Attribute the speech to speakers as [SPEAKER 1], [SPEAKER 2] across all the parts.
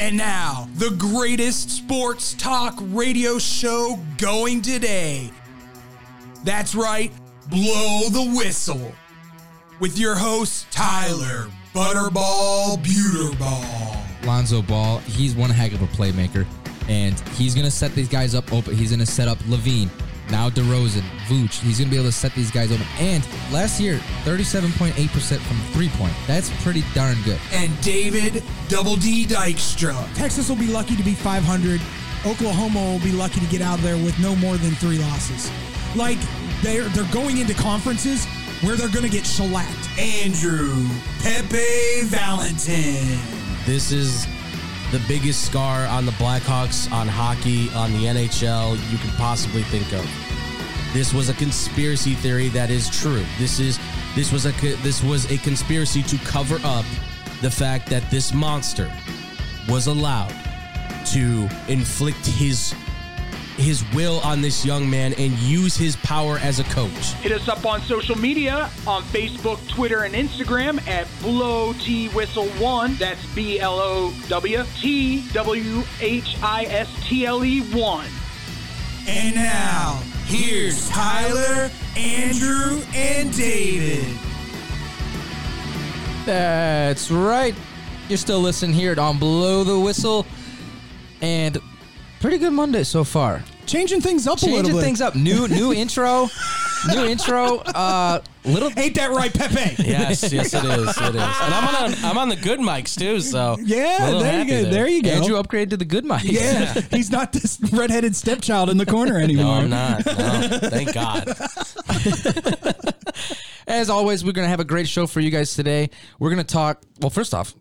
[SPEAKER 1] And now, the greatest sports talk radio show going today. That's right, Blow the Whistle. With your host, Tyler Butterball Buterball.
[SPEAKER 2] Lonzo Ball, he's one heck of a playmaker, and he's gonna set these guys up open. He's gonna set up Levine, now DeRozan, Vooch. He's gonna be able to set these guys open. And last year, 37.8% from three point. That's pretty darn good.
[SPEAKER 1] And David Double D Dykstra.
[SPEAKER 3] Texas will be lucky to be 500. Oklahoma will be lucky to get out of there with no more than three losses. Like they're they're going into conferences where they're going to get shellacked.
[SPEAKER 1] Andrew Pepe Valentin.
[SPEAKER 4] This is the biggest scar on the Blackhawks, on hockey, on the NHL you could possibly think of. This was a conspiracy theory that is true. This is this was a co- this was a conspiracy to cover up the fact that this monster was allowed to inflict his his will on this young man and use his power as a coach.
[SPEAKER 5] Hit us up on social media on Facebook, Twitter, and Instagram at Blow T Whistle One. That's B L O W T W H I S T L E One.
[SPEAKER 1] And now, here's Tyler, Andrew, and David.
[SPEAKER 2] That's right. You're still listening here on Blow the Whistle, and pretty good Monday so far.
[SPEAKER 3] Changing things up a little
[SPEAKER 2] Changing
[SPEAKER 3] bit.
[SPEAKER 2] things up. New new intro. New intro. Uh, little.
[SPEAKER 3] Ain't that right, Pepe?
[SPEAKER 4] Yes, yes it is. It is. And I'm on I'm on the good mics too, so I'm a
[SPEAKER 3] Yeah,
[SPEAKER 4] little
[SPEAKER 3] there you
[SPEAKER 4] happy
[SPEAKER 3] go. There. you go.
[SPEAKER 2] Andrew upgraded to the good mic.
[SPEAKER 3] yeah, he's not this redheaded stepchild in the corner anymore.
[SPEAKER 4] No, I'm not. No, thank God.
[SPEAKER 2] As always, we're going to have a great show for you guys today. We're going to talk. Well, first off,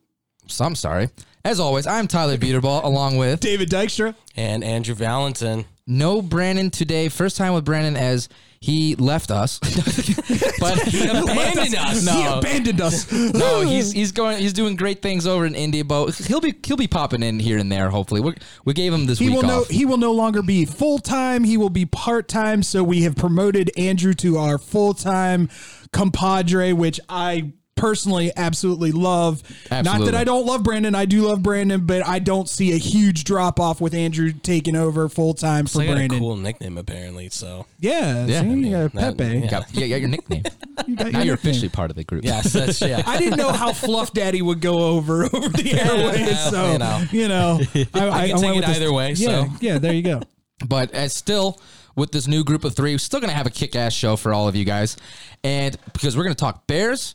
[SPEAKER 2] so I'm sorry. As always, I'm Tyler Buterball along with
[SPEAKER 3] David Dykstra.
[SPEAKER 4] And Andrew Valentin.
[SPEAKER 2] no Brandon today. First time with Brandon as he left us. but he
[SPEAKER 4] abandoned us.
[SPEAKER 3] He
[SPEAKER 2] No,
[SPEAKER 3] abandoned us.
[SPEAKER 2] no, he's he's going he's doing great things over in India, but he'll be he'll be popping in here and there hopefully. We we gave him this
[SPEAKER 3] He
[SPEAKER 2] week
[SPEAKER 3] will no
[SPEAKER 2] off.
[SPEAKER 3] he will no longer be full time. He will be part time. So we have promoted Andrew to our full time compadre, which I personally absolutely love. Not that
[SPEAKER 2] Absolutely.
[SPEAKER 3] I don't love Brandon, I do love Brandon, but I don't see a huge drop off with Andrew taking over full time for
[SPEAKER 4] They got a
[SPEAKER 3] Brandon.
[SPEAKER 4] cool nickname apparently, so
[SPEAKER 3] Yeah,
[SPEAKER 2] Yeah.
[SPEAKER 3] see, you got
[SPEAKER 4] That-
[SPEAKER 3] Pepe.
[SPEAKER 4] yeah.
[SPEAKER 2] Got- you got your nickname.
[SPEAKER 3] You got your
[SPEAKER 2] now
[SPEAKER 3] nickname.
[SPEAKER 2] you're officially part of the group.
[SPEAKER 4] Yes, that's yeah.
[SPEAKER 3] I didn't know how Fluff Daddy would go over over the airways,
[SPEAKER 4] well,
[SPEAKER 3] so
[SPEAKER 4] you know.
[SPEAKER 3] you know, I, I,
[SPEAKER 4] can
[SPEAKER 3] went
[SPEAKER 4] take it
[SPEAKER 3] with this-
[SPEAKER 4] either way,
[SPEAKER 3] Yeah,
[SPEAKER 4] so.
[SPEAKER 3] yeah, there you go.
[SPEAKER 2] But as still with this new group of three, we're still gonna have a kick ass show for all of you guys. And because we're gonna talk bears,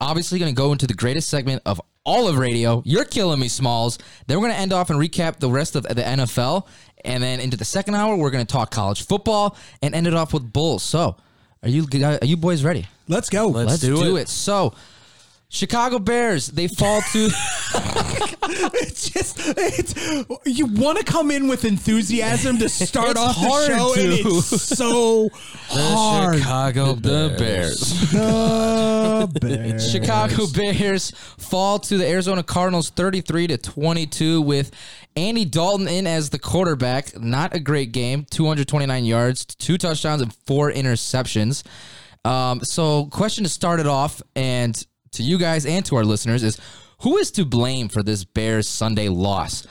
[SPEAKER 2] obviously gonna go into the greatest segment of all of radio. You're killing me, Smalls. Then we're gonna end off and recap the rest of the NFL. And then into the second hour, we're gonna talk college football and end it off with Bulls. So are you are you boys ready?
[SPEAKER 3] Let's go.
[SPEAKER 2] Let's do, it. So Chicago Bears, they fall to
[SPEAKER 3] It's just it's, you want to come in with enthusiasm to start
[SPEAKER 2] It's
[SPEAKER 3] off
[SPEAKER 2] hard
[SPEAKER 3] the show, and
[SPEAKER 2] to.
[SPEAKER 3] it's so hard.
[SPEAKER 4] Chicago
[SPEAKER 2] the
[SPEAKER 4] Bears.
[SPEAKER 2] Bears.
[SPEAKER 3] The Bears.
[SPEAKER 2] Chicago Bears fall to the Arizona Cardinals 33 to 22 with Andy Dalton in as the quarterback. Not a great game. 229 yards, two touchdowns and four interceptions. Um, so question to start it off and to you guys and to our listeners is who is to blame for this Bears Sunday loss?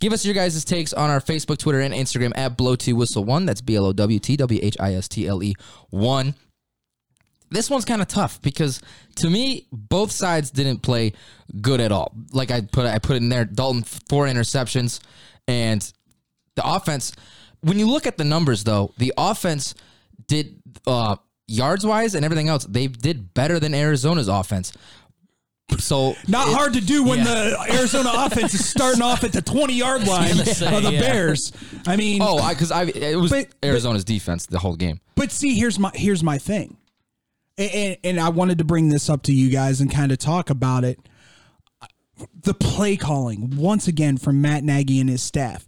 [SPEAKER 2] Give us your guys' takes on our Facebook, Twitter, and Instagram at Blow T Whistle One. That's B L O W T W H I S T L E One this one's kind of tough because to me both sides didn't play good at all like i put i put in there dalton four interceptions and the offense when you look at the numbers though the offense did uh yards wise and everything else they did better than arizona's offense so
[SPEAKER 3] Not
[SPEAKER 2] it-
[SPEAKER 3] hard to do when the Arizona offense is starting off at the 20 yard line of
[SPEAKER 4] say,
[SPEAKER 3] the
[SPEAKER 4] yeah.
[SPEAKER 3] Bears. I mean,
[SPEAKER 2] oh because I, it was
[SPEAKER 3] But- but-
[SPEAKER 2] arizona's defense the whole game
[SPEAKER 3] But see, here's my here's my thing, and, and, and I wanted to bring this up to you guys and kind of talk about it. The play calling once again from Matt Nagy and his staff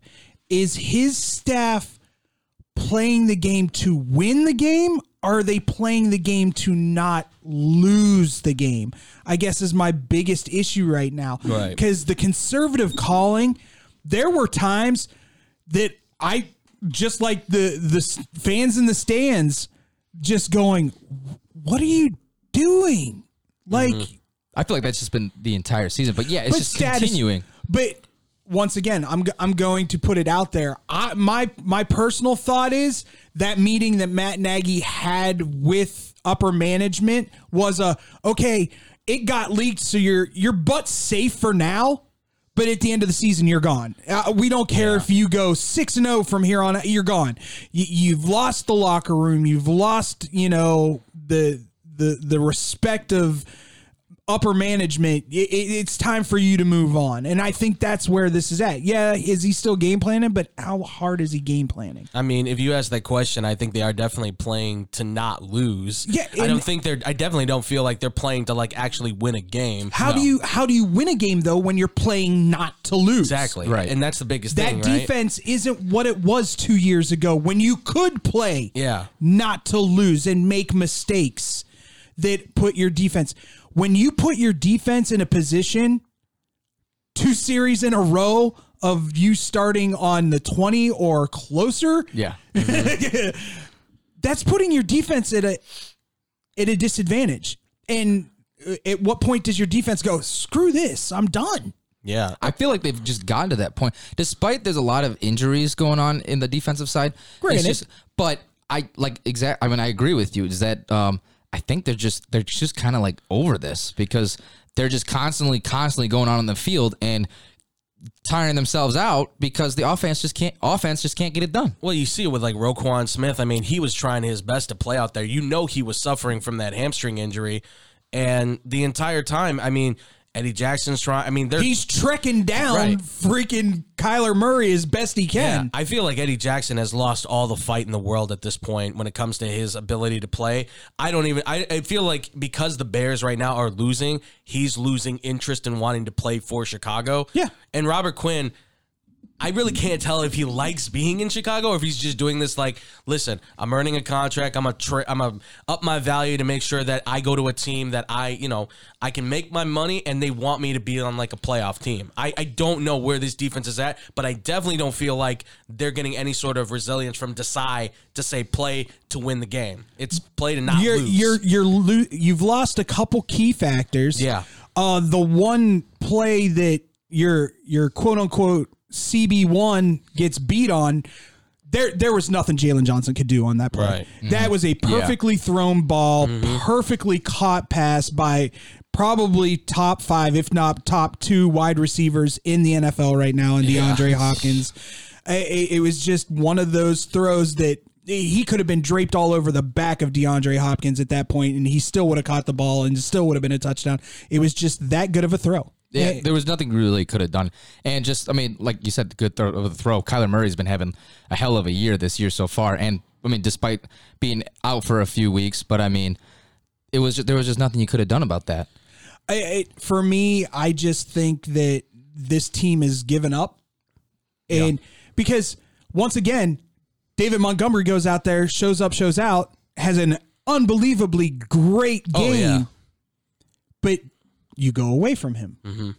[SPEAKER 3] is his staff playing the game to win the game. Are they playing the game to not lose the game? I guess is my biggest issue right now.
[SPEAKER 4] Right.
[SPEAKER 3] Because the conservative calling, there were times that I just like the the s- fans in the stands just going, "What are you doing?" Like,
[SPEAKER 2] i feel like that's just been the entire season but yeah Mm-hmm. it's
[SPEAKER 3] but
[SPEAKER 2] just
[SPEAKER 3] status-
[SPEAKER 2] continuing
[SPEAKER 3] But once again, I'm go- I'm going to put it out there. I my my personal thought is that meeting that Matt Nagy had with upper management was a okay. It got leaked, so your your butt's safe for now. But at the end of the season, you're gone. Uh, we don't care if you go six and zero from here on. out, You're gone. You, you've lost the locker room. You've lost, you know, the the the respect of upper management, i- i it's time for you to move on. And I think that's where this is at. Yeah, is he still game planning? But how hard is he game planning?
[SPEAKER 6] I mean, if you ask that question, I think they are definitely playing to not lose.
[SPEAKER 3] Yeah,
[SPEAKER 6] I
[SPEAKER 3] and-
[SPEAKER 6] don't think they're. I definitely don't feel like they're playing to like actually win a game.
[SPEAKER 3] How do you how do you win a game though when you're playing not to lose?
[SPEAKER 6] exactly
[SPEAKER 2] Right.
[SPEAKER 6] And that's the biggest
[SPEAKER 3] That
[SPEAKER 6] thing, right?
[SPEAKER 3] defense isn't what it was two years ago when you could play
[SPEAKER 6] Yeah.
[SPEAKER 3] not to lose and make mistakes that put your defense. When you put your defense in a position two series in a row of you starting on the 20 or closer,
[SPEAKER 2] Yeah.
[SPEAKER 3] Mm-hmm. that's putting your defense at a at a disadvantage. And uh, at what point does your defense go, screw this, I'm done?
[SPEAKER 6] Yeah.
[SPEAKER 2] I feel like they've just gotten to that point. Despite there's a lot of injuries going on in the defensive side. it's
[SPEAKER 3] Granted.
[SPEAKER 2] just- but I like exact I mean I agree with you is that um I think they're just they're just kind of like over this because they're just constantly constantly going on in the field and tiring themselves out because the offense just can't offense just can't get it done.
[SPEAKER 6] Well, you see it with like Roquan Smith. I mean, he was trying his best to play out there. You know, he was suffering from that hamstring injury, and the entire time, I mean, Eddie Jackson's trying. I mean, they're.
[SPEAKER 3] He's trekking down
[SPEAKER 6] Right.
[SPEAKER 3] freaking Kyler Murray as best he
[SPEAKER 6] yeah,
[SPEAKER 3] can.
[SPEAKER 6] I feel like Eddie Jackson has lost all the fight in the world at this point when it comes to his ability to play. I don't even. I, I feel like because the Bears right now are losing, he's losing interest in wanting to play for Chicago.
[SPEAKER 3] Yeah.
[SPEAKER 6] and Robert Quinn. I really can't tell if he likes being in Chicago or if he's just doing this like, listen, I'm earning a contract. I'm a tra- I'm a up my value to make sure that I go to a team that I, you know, I can make my money and they want me to be on like a playoff team. I, I don't know where this defense is at, but I definitely don't feel like they're getting any sort of resilience from Desai to say play to win the game. It's play to not
[SPEAKER 3] you're
[SPEAKER 6] lose.
[SPEAKER 3] you're you're lo- you've lost a couple key factors.
[SPEAKER 6] Yeah.
[SPEAKER 3] Uh, the one play that your your quote unquote CB one gets beat on, there there was nothing Jalen Johnson could do on that play.
[SPEAKER 6] Right. Mm-hmm.
[SPEAKER 3] That was a perfectly thrown ball, perfectly caught pass by probably top five, if not top two, wide receivers in the NFL right now, and DeAndre Hopkins. I- I- It was just one of those throws that he could have been draped all over the back of DeAndre Hopkins at that point, and he still would have caught the ball and still would have been a touchdown. It was just that good of a throw.
[SPEAKER 2] Yeah, there was nothing really could have done. And just, I mean, like you said, the good throw of the throw. Kyler Murray's been having a hell of a year this year so far. And I mean, despite being out for a few weeks, but I mean, it was there was just nothing you could have done about that.
[SPEAKER 3] I, I, for me, I just think that this team is given up, and because once again, David Montgomery goes out there, shows up, shows out, has an unbelievably great game,
[SPEAKER 6] Oh, yeah.
[SPEAKER 3] but you go away from him.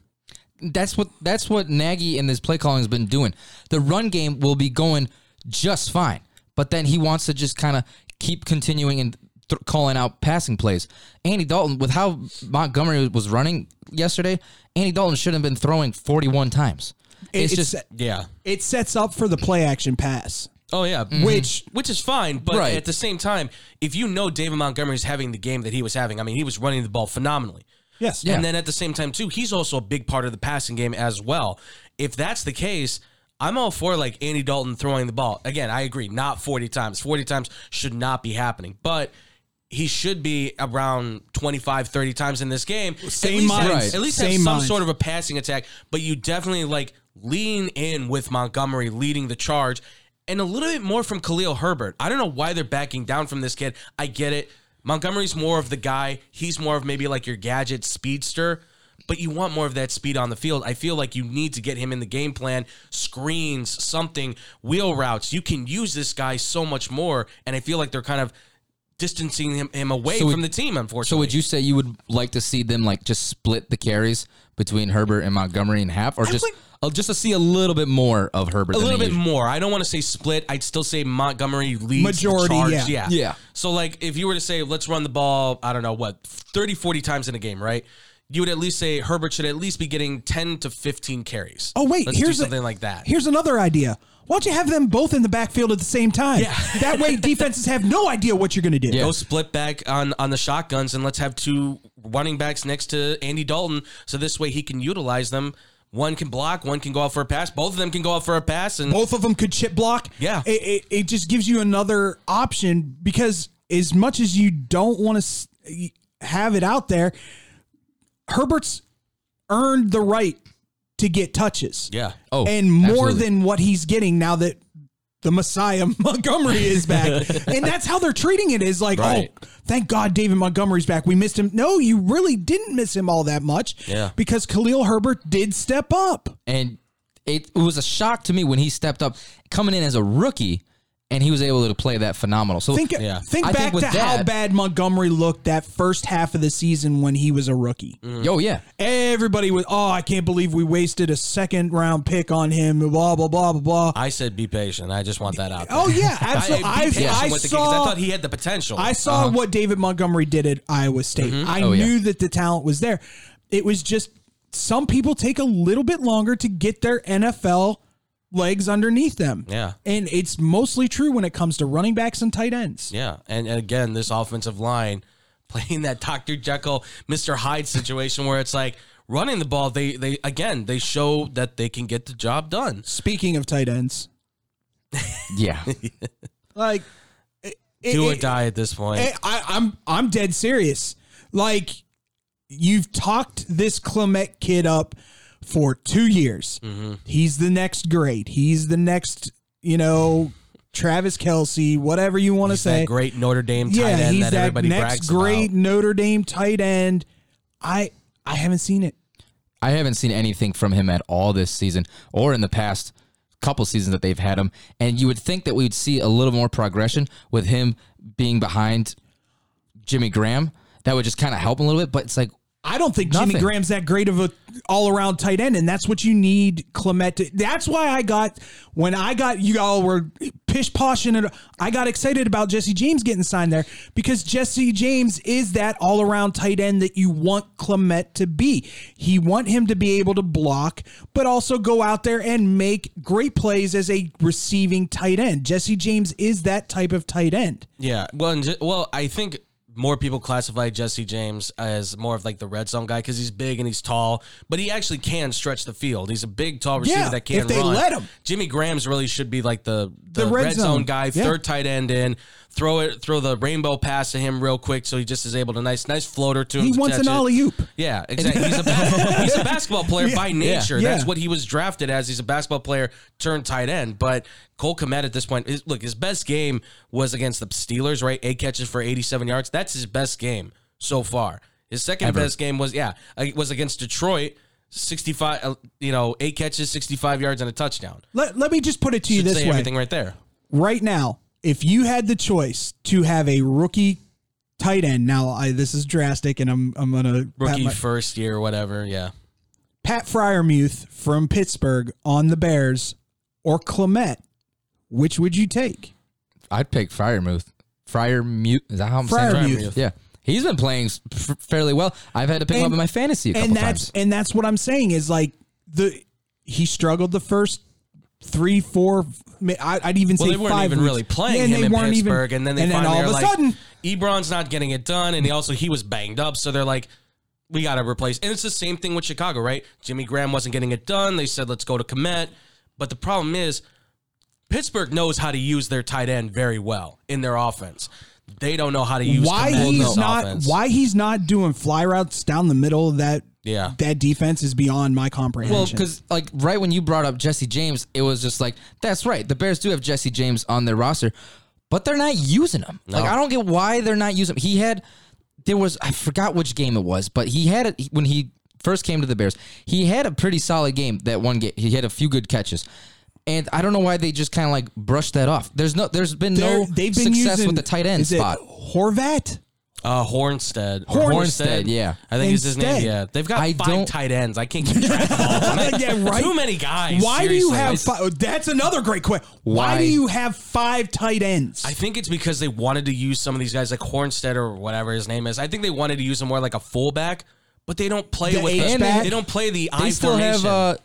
[SPEAKER 2] That's what that's what Nagy and this play calling has been doing. The run game will be going just fine, but then he wants to just kind of keep continuing and th- calling out passing plays. Andy Dalton, with how Montgomery was running yesterday, Andy Dalton should have been throwing forty-one times.
[SPEAKER 3] It,
[SPEAKER 2] It's
[SPEAKER 3] it
[SPEAKER 2] just
[SPEAKER 3] se-
[SPEAKER 6] yeah.
[SPEAKER 3] it sets up for the play action pass,
[SPEAKER 6] Oh yeah.
[SPEAKER 3] which
[SPEAKER 6] which is fine. But
[SPEAKER 2] Right.
[SPEAKER 6] at the same time, if you know David Montgomery's having the game that he was having, I mean, he was running the ball phenomenally.
[SPEAKER 3] yes,
[SPEAKER 2] Yeah.
[SPEAKER 6] And then at the same time, too, he's also a big part of the passing game as well. If that's the case, I'm all for like Andy Dalton throwing the ball. Again, I agree, not 40 times. 40 times should not be happening. But he should be around 25, 30 times in this game.
[SPEAKER 3] Same
[SPEAKER 6] at least,
[SPEAKER 3] minds.
[SPEAKER 6] At least have
[SPEAKER 3] Same
[SPEAKER 6] some
[SPEAKER 3] minds.
[SPEAKER 6] sort of a passing attack, but you definitely like lean in with Montgomery leading the charge and a little bit more from Khalil Herbert. I don't know why they're backing down from this kid. I get it. Montgomery's more of the guy, he's more of maybe like your gadget speedster. But you want more of that speed on the field. I feel like you need to get him in the game plan, screens, something, wheel routes. You can use this guy so much more. And I feel like they're kind of distancing him, him away
[SPEAKER 2] So would-
[SPEAKER 6] from the team, unfortunately.
[SPEAKER 2] So would you say you would like to see them like just split the carries between Herbert and Montgomery in half, or just
[SPEAKER 6] would-
[SPEAKER 2] uh, just to see a little bit more of Herbert?
[SPEAKER 6] a
[SPEAKER 2] than
[SPEAKER 6] little
[SPEAKER 2] they
[SPEAKER 6] bit
[SPEAKER 2] usually-
[SPEAKER 6] more. I don't want to say split. I'd still say Montgomery leads
[SPEAKER 3] Majority,
[SPEAKER 6] the charge.
[SPEAKER 3] yeah.
[SPEAKER 6] yeah.
[SPEAKER 2] Yeah.
[SPEAKER 6] So like if you were to say let's run the ball, I don't know what, 30 40 times in a game, right? you would at least say Herbert should at least be getting 10 to 15 carries.
[SPEAKER 3] Oh wait,
[SPEAKER 6] Let's do
[SPEAKER 3] here's a-
[SPEAKER 6] something like that.
[SPEAKER 3] Here's another idea. Why don't you have them both in the backfield at the same time?
[SPEAKER 6] Yeah.
[SPEAKER 3] that way defenses have no idea what you're going to do.
[SPEAKER 6] Go split back on on the shotguns and let's have two running backs next to Andy Dalton so this way he can utilize them. One can block, one can go out for a pass, both of them can go out for a pass and
[SPEAKER 3] Both of them could chip block.
[SPEAKER 6] Yeah.
[SPEAKER 3] It, it, it just gives you another option because as much as you don't want to have it out there, Herbert's earned the right to get touches.
[SPEAKER 6] yeah.
[SPEAKER 2] Oh,
[SPEAKER 3] and more
[SPEAKER 2] absolutely.
[SPEAKER 3] than what he's getting now that the Messiah Montgomery is back. and that's how they're treating it is like,
[SPEAKER 6] Right.
[SPEAKER 3] oh, thank God David Montgomery's back. We missed him. No, you really didn't miss him all that much
[SPEAKER 6] Yeah.
[SPEAKER 3] because Khalil Herbert did step up.
[SPEAKER 2] and it, it was a shock to me when he stepped up coming in as a rookie and he was able to play that phenomenal. So
[SPEAKER 3] Think
[SPEAKER 6] Yeah.
[SPEAKER 3] think
[SPEAKER 2] I think
[SPEAKER 3] back
[SPEAKER 2] with
[SPEAKER 3] to how
[SPEAKER 2] that-
[SPEAKER 3] bad Montgomery looked that first half of the season when he was a rookie.
[SPEAKER 6] Mm.
[SPEAKER 2] yo, yeah.
[SPEAKER 3] Everybody was, oh, I can't believe we wasted a second round pick on him, blah, blah, blah, blah, blah.
[SPEAKER 6] I said be patient. I just want that out.
[SPEAKER 3] Oh, yeah.
[SPEAKER 6] I,
[SPEAKER 3] Absolutely.
[SPEAKER 6] be
[SPEAKER 3] I, I,
[SPEAKER 6] patient with the kid, 'cause I
[SPEAKER 3] saw-
[SPEAKER 6] thought he had the potential.
[SPEAKER 3] I saw what David Montgomery did at Iowa State.
[SPEAKER 6] Mm-hmm.
[SPEAKER 3] I
[SPEAKER 2] Oh, yeah.
[SPEAKER 3] knew that the talent was there. It was just some people take a little bit longer to get their NFL legs underneath them.
[SPEAKER 6] Yeah.
[SPEAKER 3] And it's mostly true when it comes to running backs and tight ends.
[SPEAKER 6] Yeah, and, and again, this offensive line playing that Dr. Jekyll, Mr. Hyde situation where it's like running the ball. They they again they show that they can get the job done.
[SPEAKER 3] Speaking of tight ends,
[SPEAKER 2] Yeah.
[SPEAKER 3] like it-
[SPEAKER 6] Do
[SPEAKER 3] it-
[SPEAKER 6] or die at this point.
[SPEAKER 3] Hey, Eh, I, I'm I'm dead serious. Like you've talked this Clement kid up for two years.
[SPEAKER 6] Mm-hmm.
[SPEAKER 3] He's the next great. He's the next, you know, Travis Kelsey, whatever you want to
[SPEAKER 6] He's that
[SPEAKER 3] say.
[SPEAKER 6] great Notre Dame tight
[SPEAKER 3] yeah,
[SPEAKER 6] end
[SPEAKER 3] he's
[SPEAKER 6] that,
[SPEAKER 3] that
[SPEAKER 6] everybody
[SPEAKER 3] next
[SPEAKER 6] brags
[SPEAKER 3] great
[SPEAKER 6] about.
[SPEAKER 3] Notre Dame tight end. I I haven't seen it.
[SPEAKER 2] I haven't seen anything from him at all this season or in the past couple seasons that they've had him. And you would think that we'd see a little more progression with him being behind Jimmy Graham. That would just kind of help him a little bit. But it's like,
[SPEAKER 3] I don't think Jimmy
[SPEAKER 2] Nothing.
[SPEAKER 3] Graham's that great of a all around tight end, and that's what you need Clement. To, that's why I got when I got you all were pish poshing it. I got excited about Jesse James getting signed there because Jesse James is that all around tight end that you want Clement to be. He want him to be able to block, but also go out there and make great plays as a receiving tight end. Jesse James is that type of tight end.
[SPEAKER 6] Yeah, well, and, ju- well, I think more people classify Jesse James as more of like the red zone guy because he's big and he's tall, but he actually can stretch the field. He's a big, tall receiver
[SPEAKER 3] Yeah,
[SPEAKER 6] that can
[SPEAKER 3] if they
[SPEAKER 6] run.
[SPEAKER 3] let him.
[SPEAKER 6] Jimmy Graham's really should be like the the,
[SPEAKER 3] The
[SPEAKER 6] red,
[SPEAKER 3] red
[SPEAKER 6] zone,
[SPEAKER 3] zone,
[SPEAKER 6] guy,
[SPEAKER 3] yeah.
[SPEAKER 6] third tight end in. Throw it, throw the rainbow pass to him real quick, so he just is able to nice, nice floater to him.
[SPEAKER 3] He
[SPEAKER 6] to
[SPEAKER 3] wants
[SPEAKER 6] catch
[SPEAKER 3] an
[SPEAKER 6] it.
[SPEAKER 3] alley oop.
[SPEAKER 6] Yeah, exactly. He's a, ba- he's a basketball player by nature.
[SPEAKER 3] yeah.
[SPEAKER 6] That's what he was drafted as. He's a basketball player turned tight end. But Cole Komet at this point, is, look, his best game was against the Steelers, right? Eight catches for 87 yards. That's his best game so far. His second best game was, yeah, uh, was against Detroit. 65, uh, you know, eight catches, 65 yards, and a touchdown.
[SPEAKER 3] Let, let me just put it to you
[SPEAKER 6] Should
[SPEAKER 3] this
[SPEAKER 6] say
[SPEAKER 3] way.
[SPEAKER 6] everything right there.
[SPEAKER 3] right now, if you had the choice to have a rookie tight end, now I, this is drastic, and I'm I'm gonna pat,
[SPEAKER 6] Rookie
[SPEAKER 3] my,
[SPEAKER 6] first year, whatever. Yeah.
[SPEAKER 3] Pat Fryermuth from Pittsburgh on the Bears or Clement, which would you take?
[SPEAKER 2] I'd pick Fryermuth. Fryermuth. Is that how I'm saying
[SPEAKER 3] Fryermuth.
[SPEAKER 2] it? Yeah. He's been playing s- f- fairly well. I've had to pick him up in my fantasy a couple
[SPEAKER 3] and that's
[SPEAKER 2] times.
[SPEAKER 3] and that's what I'm saying is like the he struggled the first three, four. I, I'd even
[SPEAKER 6] Well,
[SPEAKER 3] say
[SPEAKER 6] they weren't
[SPEAKER 3] five
[SPEAKER 6] even
[SPEAKER 3] weeks.
[SPEAKER 6] really playing
[SPEAKER 3] Yeah, and
[SPEAKER 6] him
[SPEAKER 3] they
[SPEAKER 6] in
[SPEAKER 3] weren't even-
[SPEAKER 6] Pittsburgh, and then they
[SPEAKER 3] and
[SPEAKER 6] finally
[SPEAKER 3] all
[SPEAKER 6] are
[SPEAKER 3] of a
[SPEAKER 6] like,
[SPEAKER 3] sudden
[SPEAKER 6] Ebron's not getting it done, and he also he was banged up, so they're like, we got to replace. And it's the same thing with Chicago, right? Jimmy Graham wasn't getting it done. They said let's go to Komet, but the problem is Pittsburgh knows how to use their tight end very well in their offense. They don't know how to use
[SPEAKER 3] why
[SPEAKER 6] Komet in
[SPEAKER 3] he's
[SPEAKER 6] this
[SPEAKER 3] not
[SPEAKER 6] offense.
[SPEAKER 3] why he's not doing fly routes down the middle of that
[SPEAKER 6] Yeah.
[SPEAKER 3] that defense is beyond my comprehension.
[SPEAKER 2] Well, because like right when you brought up Jesse James, it was just like that's right. The Bears do have Jesse James on their roster, but they're not using him. Like I don't get why they're not using him. He had there was I forgot which game it was, but he had it when he first came to the Bears. He had a pretty solid game that one game. He had a few good catches. And I don't know why they just kind of like brushed that off. There's no, there's been
[SPEAKER 3] They're-
[SPEAKER 2] no success with the tight end
[SPEAKER 3] is it
[SPEAKER 2] spot.
[SPEAKER 3] Horvat.
[SPEAKER 6] uh, Hornstead,
[SPEAKER 2] Hornstead, yeah.
[SPEAKER 6] I think is his name.
[SPEAKER 3] Instead.
[SPEAKER 6] Yeah, they've got
[SPEAKER 2] I
[SPEAKER 6] 5
[SPEAKER 2] don't-
[SPEAKER 6] tight ends. I can't keep track of all of them.
[SPEAKER 3] Yeah, right.
[SPEAKER 6] Too many guys.
[SPEAKER 3] Why do you
[SPEAKER 6] seriously.
[SPEAKER 3] have? Five, that's another great question. Why?
[SPEAKER 2] Why?
[SPEAKER 3] do you have five tight ends?
[SPEAKER 6] I think it's because they wanted to use some of these guys like Hornstead or whatever his name is. I think they wanted to use him more like a fullback, But they don't play
[SPEAKER 3] The
[SPEAKER 6] with
[SPEAKER 3] H
[SPEAKER 6] the,
[SPEAKER 2] back?
[SPEAKER 6] they don't play the
[SPEAKER 2] They
[SPEAKER 6] I
[SPEAKER 2] still
[SPEAKER 6] formation.
[SPEAKER 2] have uh,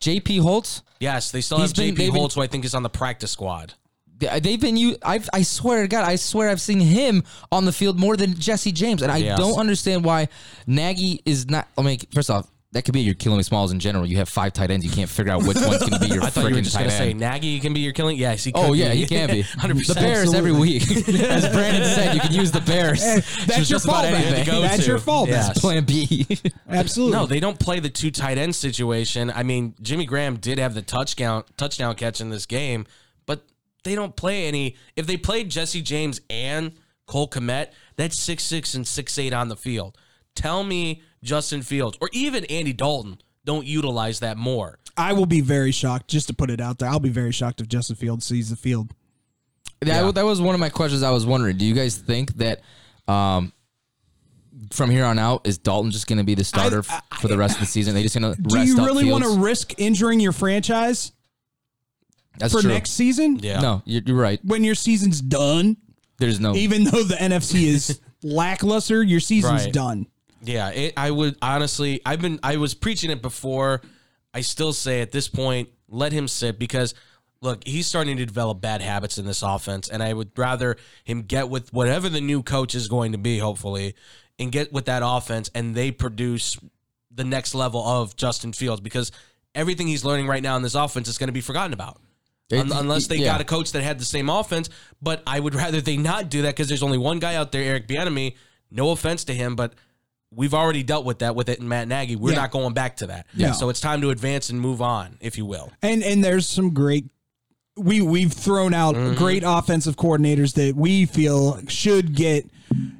[SPEAKER 2] J.P. Holtz.
[SPEAKER 6] yes, they still
[SPEAKER 2] He's
[SPEAKER 6] have
[SPEAKER 2] been-
[SPEAKER 6] JP
[SPEAKER 2] they've been-
[SPEAKER 6] Holtz, who I think is on the practice squad.
[SPEAKER 2] They- uh, They've been you. I I swear to God, I swear I've seen him on the field more than Jesse James, and I
[SPEAKER 6] Yes.
[SPEAKER 2] don't understand why Nagy is not. I mean, first off, that could be your killing me smalls in general. You have five tight ends, you can't figure out which one's going to be your
[SPEAKER 6] I thought you were
[SPEAKER 2] freaking
[SPEAKER 6] just
[SPEAKER 2] tight
[SPEAKER 6] going to say
[SPEAKER 2] end.
[SPEAKER 6] Nagy can be your killing. Yes, he.
[SPEAKER 2] Oh
[SPEAKER 6] could
[SPEAKER 2] yeah,
[SPEAKER 6] be.
[SPEAKER 2] he can be.
[SPEAKER 6] 100%.
[SPEAKER 2] The Bears every week, as Brandon said, you can use the Bears.
[SPEAKER 3] that's your
[SPEAKER 6] just about
[SPEAKER 3] fallback.
[SPEAKER 6] anything to go
[SPEAKER 3] That's
[SPEAKER 6] to.
[SPEAKER 3] your fallback.
[SPEAKER 6] Yes.
[SPEAKER 2] Plan B.
[SPEAKER 3] Absolutely.
[SPEAKER 6] No, they don't play the two tight end situation. I mean, Jimmy Graham did have the touchdown touchdown catch in this game, but they don't play any. If they played Jesse James and Cole Komet, that's six six and six eight on the field. Tell me Justin Fields or even Andy Dalton don't utilize that more.
[SPEAKER 3] I will be very shocked, just to put it out there, I'll be very shocked if Justin Fields sees the field.
[SPEAKER 2] That, that was one of my questions. I was wondering, do you guys think that um, from here on out is Dalton just going to be the starter f- for the rest of the season? They just going to
[SPEAKER 3] Do
[SPEAKER 2] rest
[SPEAKER 3] you
[SPEAKER 2] up
[SPEAKER 3] really want
[SPEAKER 2] Fields?
[SPEAKER 3] to risk injuring your franchise
[SPEAKER 2] That's
[SPEAKER 3] for
[SPEAKER 2] true.
[SPEAKER 3] next season?
[SPEAKER 6] Yeah.
[SPEAKER 2] No, you're, you're right.
[SPEAKER 3] When your season's done,
[SPEAKER 2] There's no.
[SPEAKER 3] even though the NFC is lackluster, your season's
[SPEAKER 6] Right.
[SPEAKER 3] done.
[SPEAKER 6] Yeah, it, I would honestly. I've been. I was preaching it before. I still say at this point, let him sit because look, he's starting to develop bad habits in this offense, and I would rather him get with whatever the new coach is going to be, hopefully, and get with that offense, and they produce the next level of Justin Fields because everything he's learning right now in this offense is going to be forgotten about. Un- unless they
[SPEAKER 2] yeah.
[SPEAKER 6] got a coach that had the same offense. But I would rather they not do that because there's only one guy out there, Eric Bieniemy. No offense to him, but we've already dealt with that with it in Matt Nagy. We're
[SPEAKER 3] Yeah.
[SPEAKER 6] not going back to that.
[SPEAKER 3] Yeah.
[SPEAKER 6] So it's time to advance and move on, if you will.
[SPEAKER 3] And and there's some great we we've thrown out
[SPEAKER 6] Mm-hmm.
[SPEAKER 3] great offensive coordinators that we feel should get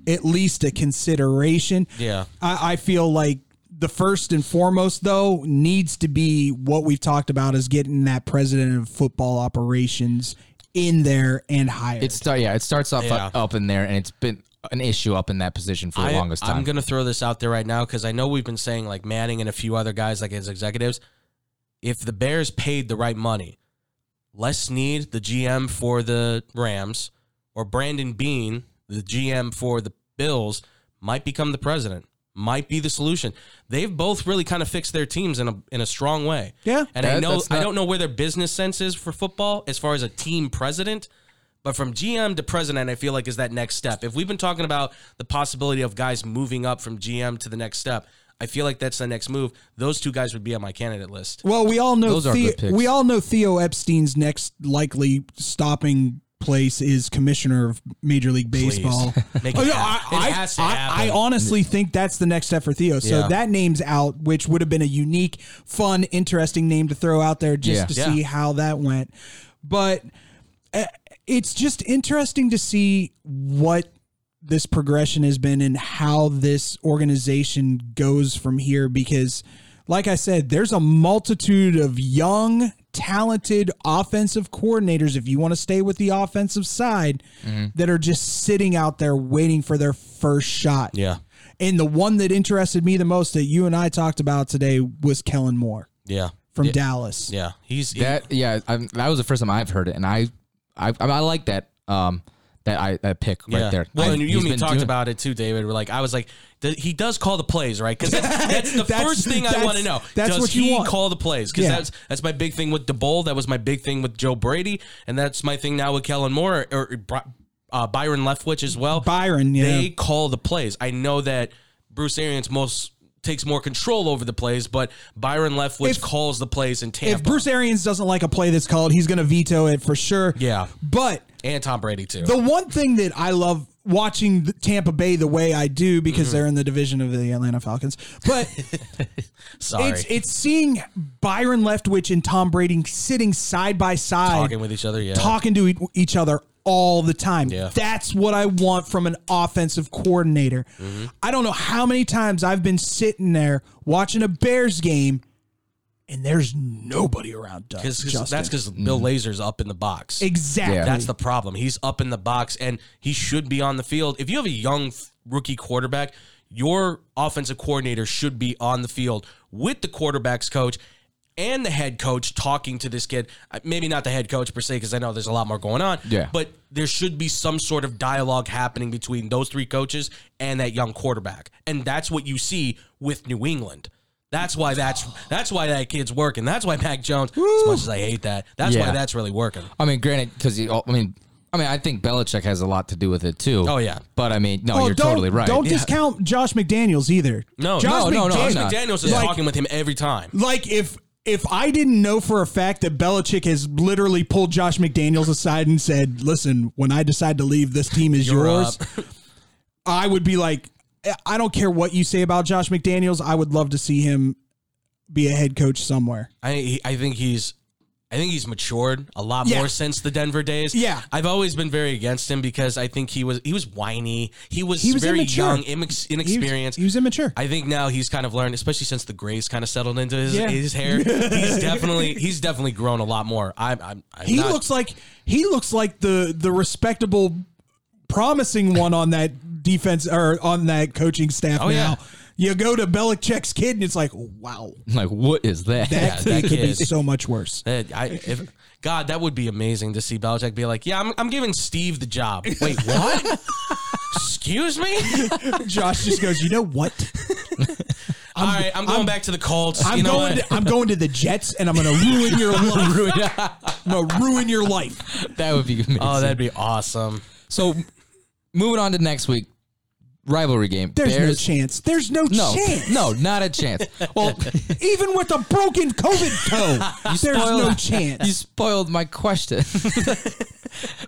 [SPEAKER 3] at least a consideration.
[SPEAKER 6] Yeah.
[SPEAKER 3] I, I feel like the first and foremost though needs to be what we've talked about is getting that president of football operations in there and higher.
[SPEAKER 2] It start yeah. It starts off
[SPEAKER 6] Yeah.
[SPEAKER 2] up, up in there, and it's been an issue up in that position for the longest time.
[SPEAKER 6] I'm going to throw this out there right now because I know we've been saying like Manning and a few other guys like his executives. If the Bears paid the right money, Les Snead, the GM for the Rams, or Brandon Bean, the GM for the Bills, might become the president. Might be the solution. They've both really kind of fixed their teams in a in a strong way.
[SPEAKER 3] Yeah.
[SPEAKER 6] and I
[SPEAKER 2] That-
[SPEAKER 6] know
[SPEAKER 2] that's
[SPEAKER 6] I
[SPEAKER 2] not-
[SPEAKER 6] don't know where their business sense is for football as far as a team president, but from GM to president, I feel like is that next step. If we've been talking about the possibility of guys moving up from GM to the next step, I feel like that's the next move. Those two guys would be on my candidate list.
[SPEAKER 3] well, we all know
[SPEAKER 2] Those are
[SPEAKER 3] Theo,
[SPEAKER 2] good picks.
[SPEAKER 3] we all know Theo Epstein's next likely stopping place is commissioner of Major League Baseball.
[SPEAKER 6] Make it
[SPEAKER 3] Oh, no,
[SPEAKER 6] happen.
[SPEAKER 3] I,
[SPEAKER 6] It has to
[SPEAKER 3] I- I
[SPEAKER 6] happen.
[SPEAKER 3] honestly think that's the next step for Theo. So
[SPEAKER 6] Yeah.
[SPEAKER 3] that name's out, which would have been a unique, fun, interesting name to throw out there just
[SPEAKER 2] Yeah.
[SPEAKER 3] to
[SPEAKER 6] Yeah.
[SPEAKER 3] see how that went. But uh, it's just interesting to see what this progression has been and how this organization goes from here because like I said, there's a multitude of young, talented offensive coordinators if you want to stay with the offensive side
[SPEAKER 6] Mm-hmm.
[SPEAKER 3] that are just sitting out there waiting for their first shot.
[SPEAKER 6] Yeah,
[SPEAKER 3] And the one that interested me the most that you and I talked about today was Kellen Moore
[SPEAKER 6] yeah,
[SPEAKER 3] from Dallas.
[SPEAKER 6] yeah. He's he-
[SPEAKER 2] that yeah. i that was the first time I've heard it, and I I I, mean, I like that um that I that pick
[SPEAKER 6] Yeah.
[SPEAKER 2] right there.
[SPEAKER 6] Well,
[SPEAKER 2] I,
[SPEAKER 6] and you
[SPEAKER 2] he's
[SPEAKER 6] and me
[SPEAKER 2] been
[SPEAKER 6] talked
[SPEAKER 2] doing-
[SPEAKER 6] about it too, David. We're like, I was like, th- he does call the plays, right? Because that's, that's the
[SPEAKER 3] That's-
[SPEAKER 6] first thing I
[SPEAKER 3] that's-
[SPEAKER 6] want to know.
[SPEAKER 3] that's
[SPEAKER 6] does
[SPEAKER 3] what you
[SPEAKER 6] he
[SPEAKER 3] want.
[SPEAKER 6] call the plays? Because
[SPEAKER 3] Yeah.
[SPEAKER 6] that's that's my big thing with DeBowl. That was my big thing with Joe Brady, and that's my thing now with Kellen Moore or, or Bri- uh, Byron Leftwich as well.
[SPEAKER 3] Byron, yeah.
[SPEAKER 6] They call the plays. I know that Bruce Arians most takes more control over the plays, but Byron Leftwich
[SPEAKER 3] If-
[SPEAKER 6] calls the plays in Tampa
[SPEAKER 3] If Bruce Arians doesn't like a play that's called, he's going to veto it for sure.
[SPEAKER 6] Yeah.
[SPEAKER 3] But
[SPEAKER 6] and Tom Brady too.
[SPEAKER 3] The one thing that I love watching the Tampa Bay the way I do because
[SPEAKER 6] Mm-hmm.
[SPEAKER 3] they're in the division of the Atlanta Falcons, but
[SPEAKER 6] Sorry,
[SPEAKER 3] it's it's seeing Byron Leftwich and Tom Brady sitting side by side
[SPEAKER 6] talking with each other. Yeah,
[SPEAKER 3] talking to e- each other all the time.
[SPEAKER 6] Yeah.
[SPEAKER 3] That's what I want from an offensive coordinator.
[SPEAKER 6] Mm-hmm.
[SPEAKER 3] I don't know how many times I've been sitting there watching a Bears game and there's nobody around Doug.
[SPEAKER 6] Cause, 'cause
[SPEAKER 3] Justin.
[SPEAKER 6] that's because Bill Lazor's up in the box.
[SPEAKER 3] exactly.
[SPEAKER 2] Yeah.
[SPEAKER 6] That's the problem. He's up in the box and he should be on the field. If you have a young f- rookie quarterback, your offensive coordinator should be on the field with the quarterback's coach and the head coach talking to this kid. Uh, Maybe not the head coach per se, because I know there's a lot more going on.
[SPEAKER 2] Yeah.
[SPEAKER 6] But there should be some sort of dialogue happening between those three coaches and that young quarterback, and that's what you see with New England. That's why that's that's why that kid's working. That's why Mac Jones. As much as I hate that, that's
[SPEAKER 2] Yeah.
[SPEAKER 6] why that's really working.
[SPEAKER 2] I mean, granted, because I mean, I mean, I think Belichick has a lot to do with it too.
[SPEAKER 6] Oh, yeah.
[SPEAKER 2] but I mean, no,
[SPEAKER 3] Oh,
[SPEAKER 2] you're
[SPEAKER 3] don't,
[SPEAKER 2] totally right.
[SPEAKER 3] Don't
[SPEAKER 2] Yeah.
[SPEAKER 3] discount Josh McDaniels either.
[SPEAKER 6] No,
[SPEAKER 3] Josh
[SPEAKER 2] no, no, no,
[SPEAKER 3] McDaniels-
[SPEAKER 2] I'm
[SPEAKER 6] Josh
[SPEAKER 2] not.
[SPEAKER 6] McDaniels is
[SPEAKER 3] Like-
[SPEAKER 6] talking with him every time.
[SPEAKER 3] Like if if I didn't know for a fact that Belichick has literally pulled Josh McDaniels aside and said, "Listen, when I decide to leave, this team is
[SPEAKER 6] You're
[SPEAKER 3] yours,"
[SPEAKER 6] up.
[SPEAKER 3] I would be like, "I don't care what you say about Josh McDaniels. I would love to see him be a head coach somewhere."
[SPEAKER 6] I he- I think he's I think he's matured a lot
[SPEAKER 3] Yeah.
[SPEAKER 6] more since the Denver days.
[SPEAKER 3] Yeah.
[SPEAKER 6] I've always been very against him because I think he was he was whiny. He was,
[SPEAKER 3] He was
[SPEAKER 6] very
[SPEAKER 3] immature.
[SPEAKER 6] young, inex-
[SPEAKER 3] He was-
[SPEAKER 6] inexperienced.
[SPEAKER 3] He was immature.
[SPEAKER 6] I think now he's kind of learned, especially since the grays kind of settled into his,
[SPEAKER 3] Yeah.
[SPEAKER 6] his hair. He's definitely he's definitely grown a lot more. I'm, I'm, I'm
[SPEAKER 3] he
[SPEAKER 6] not-
[SPEAKER 3] looks like he looks like the the respectable, promising one on that defense or on that coaching staff
[SPEAKER 6] Oh, yeah.
[SPEAKER 3] now. You go to Belichick's kid and it's like, wow,
[SPEAKER 2] Like, what is that?
[SPEAKER 3] that
[SPEAKER 6] that
[SPEAKER 3] kid could be
[SPEAKER 6] kid.
[SPEAKER 3] so much worse.
[SPEAKER 6] that I, if, God, that would be amazing to see Belichick be like, yeah, I'm, I'm giving Steve the job. Wait, what? Excuse me?
[SPEAKER 3] Josh just goes, you know what?
[SPEAKER 6] All right, I'm going back to the Colts.
[SPEAKER 3] I'm
[SPEAKER 6] you know
[SPEAKER 3] going.
[SPEAKER 6] what?
[SPEAKER 3] To, I'm going to the Jets, and I'm going to ruin your life. I'm gonna ruin your life.
[SPEAKER 2] that would be amazing.
[SPEAKER 6] Oh, that'd be awesome.
[SPEAKER 2] so. Moving on to next week, rivalry game.
[SPEAKER 3] There's no
[SPEAKER 2] Bears-
[SPEAKER 3] chance. There's no,
[SPEAKER 2] no,
[SPEAKER 3] chance.
[SPEAKER 2] no, not a chance. Well,
[SPEAKER 3] Even with a broken COVID toe, there's no
[SPEAKER 2] spoiled-
[SPEAKER 3] chance.
[SPEAKER 2] You spoiled my question.
[SPEAKER 3] ahead.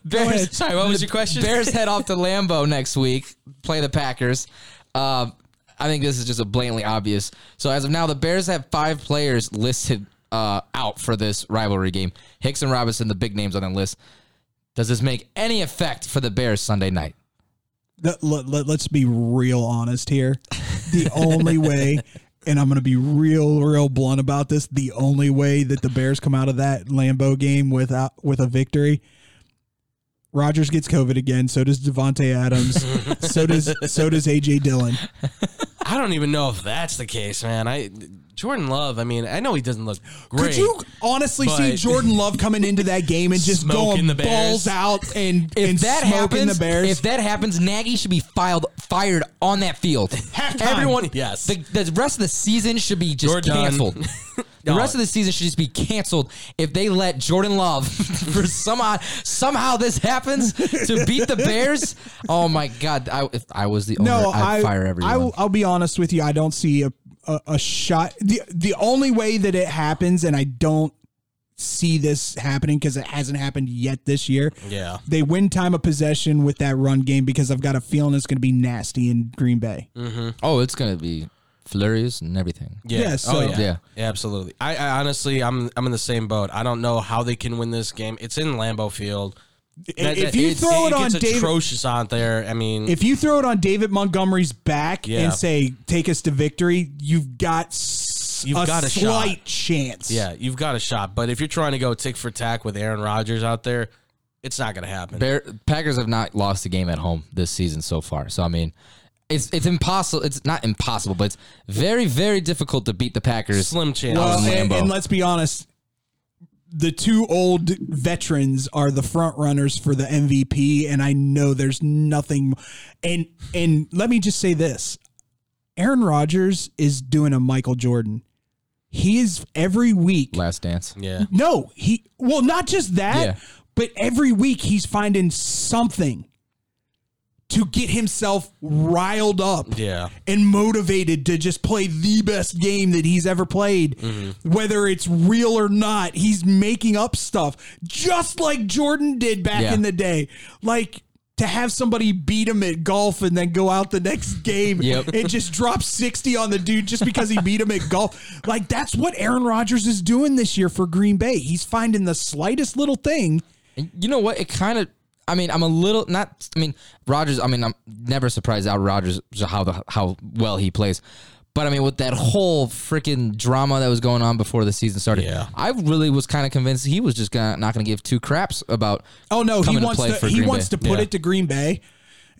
[SPEAKER 2] Bears,
[SPEAKER 6] Sorry, what was your question?
[SPEAKER 2] Bears head off to Lambeau next week, play the Packers. Uh, I think this is just a blatantly obvious. So as of now, the Bears have five players listed uh, out for this rivalry game. Hicks and Robinson, the big names on the list. Does this make any effect for the Bears Sunday night?
[SPEAKER 3] Let, us be real honest here. The only way, and I'm going to be real, real blunt about this. The only way that the Bears come out of that Lambeau game without with a victory. Rogers gets COVID again. So does Devonte Adams. so does so does AJ Dillon.
[SPEAKER 6] I don't even know if that's the case, man. I Jordan Love. I mean, I know he doesn't look great.
[SPEAKER 3] Could you honestly see
[SPEAKER 6] but-
[SPEAKER 3] Jordan Love coming into that game and just
[SPEAKER 6] Smoking
[SPEAKER 3] going
[SPEAKER 6] the Bears.
[SPEAKER 3] balls out and
[SPEAKER 2] If
[SPEAKER 3] and
[SPEAKER 2] that
[SPEAKER 3] smoking
[SPEAKER 2] happens,
[SPEAKER 3] the Bears?
[SPEAKER 2] if that happens, Nagy should be filed fired on that field. Everyone,
[SPEAKER 6] yes.
[SPEAKER 2] The, the rest of the season should be just
[SPEAKER 6] You're done.
[SPEAKER 2] canceled. The
[SPEAKER 6] No.
[SPEAKER 2] rest of the season should just be canceled if they let Jordan Love for some odd, somehow this happens to beat the Bears. Oh my God! I, if I was the owner,
[SPEAKER 3] no,
[SPEAKER 2] I'd
[SPEAKER 3] I
[SPEAKER 2] fire everyone.
[SPEAKER 3] I, will be honest with you. I don't see a, a a shot. The the only way that it happens, and I don't see this happening because it hasn't happened yet this year.
[SPEAKER 6] Yeah.
[SPEAKER 3] they win time of possession with that run game because I've got a feeling it's going to be nasty in Green Bay.
[SPEAKER 6] Mm.
[SPEAKER 2] oh, it's gonna be flurries and everything.
[SPEAKER 6] Yeah.
[SPEAKER 3] Yeah, so-
[SPEAKER 6] oh, yeah.
[SPEAKER 2] Yeah.
[SPEAKER 6] Yeah, Absolutely. I, I honestly, I'm I'm in the same boat. I don't know how they can win this game. It's in Lambeau Field. That-
[SPEAKER 3] if
[SPEAKER 6] that-
[SPEAKER 3] you
[SPEAKER 6] it's-
[SPEAKER 3] throw it, on
[SPEAKER 6] gets
[SPEAKER 3] David,
[SPEAKER 6] atrocious out there. I mean,
[SPEAKER 3] if you throw it on David Montgomery's back
[SPEAKER 6] Yeah.
[SPEAKER 3] and say take us to victory, you've got s-
[SPEAKER 6] You've
[SPEAKER 3] a
[SPEAKER 6] got a shot.
[SPEAKER 3] slight chance.
[SPEAKER 6] yeah, you've got a shot. But if you're trying to go tick for tack with Aaron Rodgers out there, it's not going to happen.
[SPEAKER 2] Bear, Packers have not lost a game at home this season so far. So I mean, it's it's impossible. It's not impossible, but it's very very difficult to beat the Packers.
[SPEAKER 6] Slim chance.
[SPEAKER 3] Well, Uh, and,
[SPEAKER 2] Lambeau.
[SPEAKER 3] and let's be honest, the two old veterans are the front runners for the MVP, and I know there's nothing. And and let me just say this: Aaron Rodgers is doing a Michael Jordan. He is every week.
[SPEAKER 2] Last dance.
[SPEAKER 6] yeah.
[SPEAKER 3] No, he well, not just that,
[SPEAKER 2] Yeah.
[SPEAKER 3] but every week he's finding something to get himself riled up
[SPEAKER 6] Yeah.
[SPEAKER 3] and motivated to just play the best game that he's ever played.
[SPEAKER 2] Mm-hmm.
[SPEAKER 3] Whether it's real or not, he's making up stuff just like Jordan did back
[SPEAKER 2] Yeah.
[SPEAKER 3] in the day. Like to have somebody beat him at golf and then go out the next game
[SPEAKER 2] Yep.
[SPEAKER 3] and just drop 60 on the dude just because he beat him at golf. Like that's what Aaron Rodgers is doing this year for Green Bay. He's finding the slightest little thing.
[SPEAKER 2] And you know what? It kind of. I mean, I'm a little not. I mean, Rogers. I mean, I'm never surprised out Rogers how the how well he plays. But I mean, with that whole freaking drama that was going on before the season started,
[SPEAKER 6] Yeah.
[SPEAKER 2] I really was kind of convinced he was just gonna not gonna give two craps about.
[SPEAKER 3] Oh no,
[SPEAKER 2] coming
[SPEAKER 3] he wants
[SPEAKER 2] play
[SPEAKER 3] to,
[SPEAKER 2] for
[SPEAKER 3] he
[SPEAKER 2] Green
[SPEAKER 3] wants
[SPEAKER 2] Bay.
[SPEAKER 3] to put
[SPEAKER 6] Yeah.
[SPEAKER 3] it to Green Bay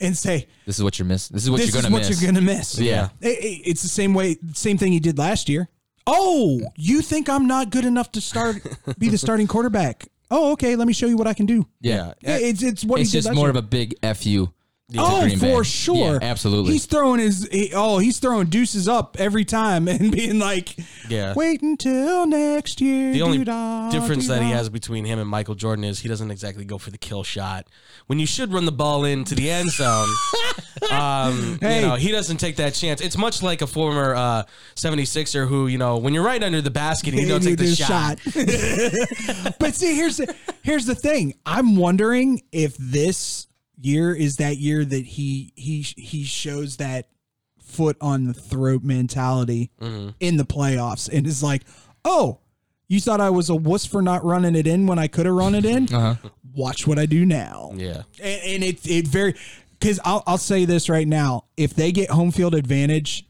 [SPEAKER 3] and say,
[SPEAKER 2] This is what you're missing. This is what
[SPEAKER 3] this
[SPEAKER 2] you're gonna
[SPEAKER 3] is what
[SPEAKER 2] miss.
[SPEAKER 3] you're gonna miss.
[SPEAKER 2] Yeah.
[SPEAKER 3] It- it- it's the same way, same thing he did last year. Oh, you think I'm not good enough to start be the starting quarterback? Oh, okay. Let me show you what I can do.
[SPEAKER 2] Yeah.
[SPEAKER 3] Yeah, it's it's what
[SPEAKER 2] It's
[SPEAKER 3] he did
[SPEAKER 2] just
[SPEAKER 3] last
[SPEAKER 2] more
[SPEAKER 3] year.
[SPEAKER 2] of a big fu. to
[SPEAKER 3] Oh,
[SPEAKER 2] Green Bay.
[SPEAKER 3] for sure,
[SPEAKER 2] Yeah, absolutely.
[SPEAKER 3] He's throwing his he, oh, he's throwing deuces up every time and being like,
[SPEAKER 6] Yeah.
[SPEAKER 3] wait until next year.
[SPEAKER 6] The only
[SPEAKER 3] doo-dah,
[SPEAKER 6] difference that he
[SPEAKER 3] doo-dah."
[SPEAKER 6] has between him and Michael Jordan is he doesn't exactly go for the kill shot. When you should run the ball into the end zone, um,
[SPEAKER 3] Hey.
[SPEAKER 6] you know, he doesn't take that chance. It's much like a former uh, 76er who, you know, when you're right under the basket and you don't
[SPEAKER 3] And you
[SPEAKER 6] take the
[SPEAKER 3] do
[SPEAKER 6] shot.
[SPEAKER 3] shot. but see, here's the, here's the thing. I'm wondering if this year is that year that he he he shows that foot on the throat mentality
[SPEAKER 6] Mm-hmm.
[SPEAKER 3] in the playoffs and is like, oh. You thought I was a wuss for not running it in when I could have run it in. Watch what I do now.
[SPEAKER 6] Uh-huh. Yeah.
[SPEAKER 3] and, and it it very because I'll I'll say this right now: if they get home field advantage,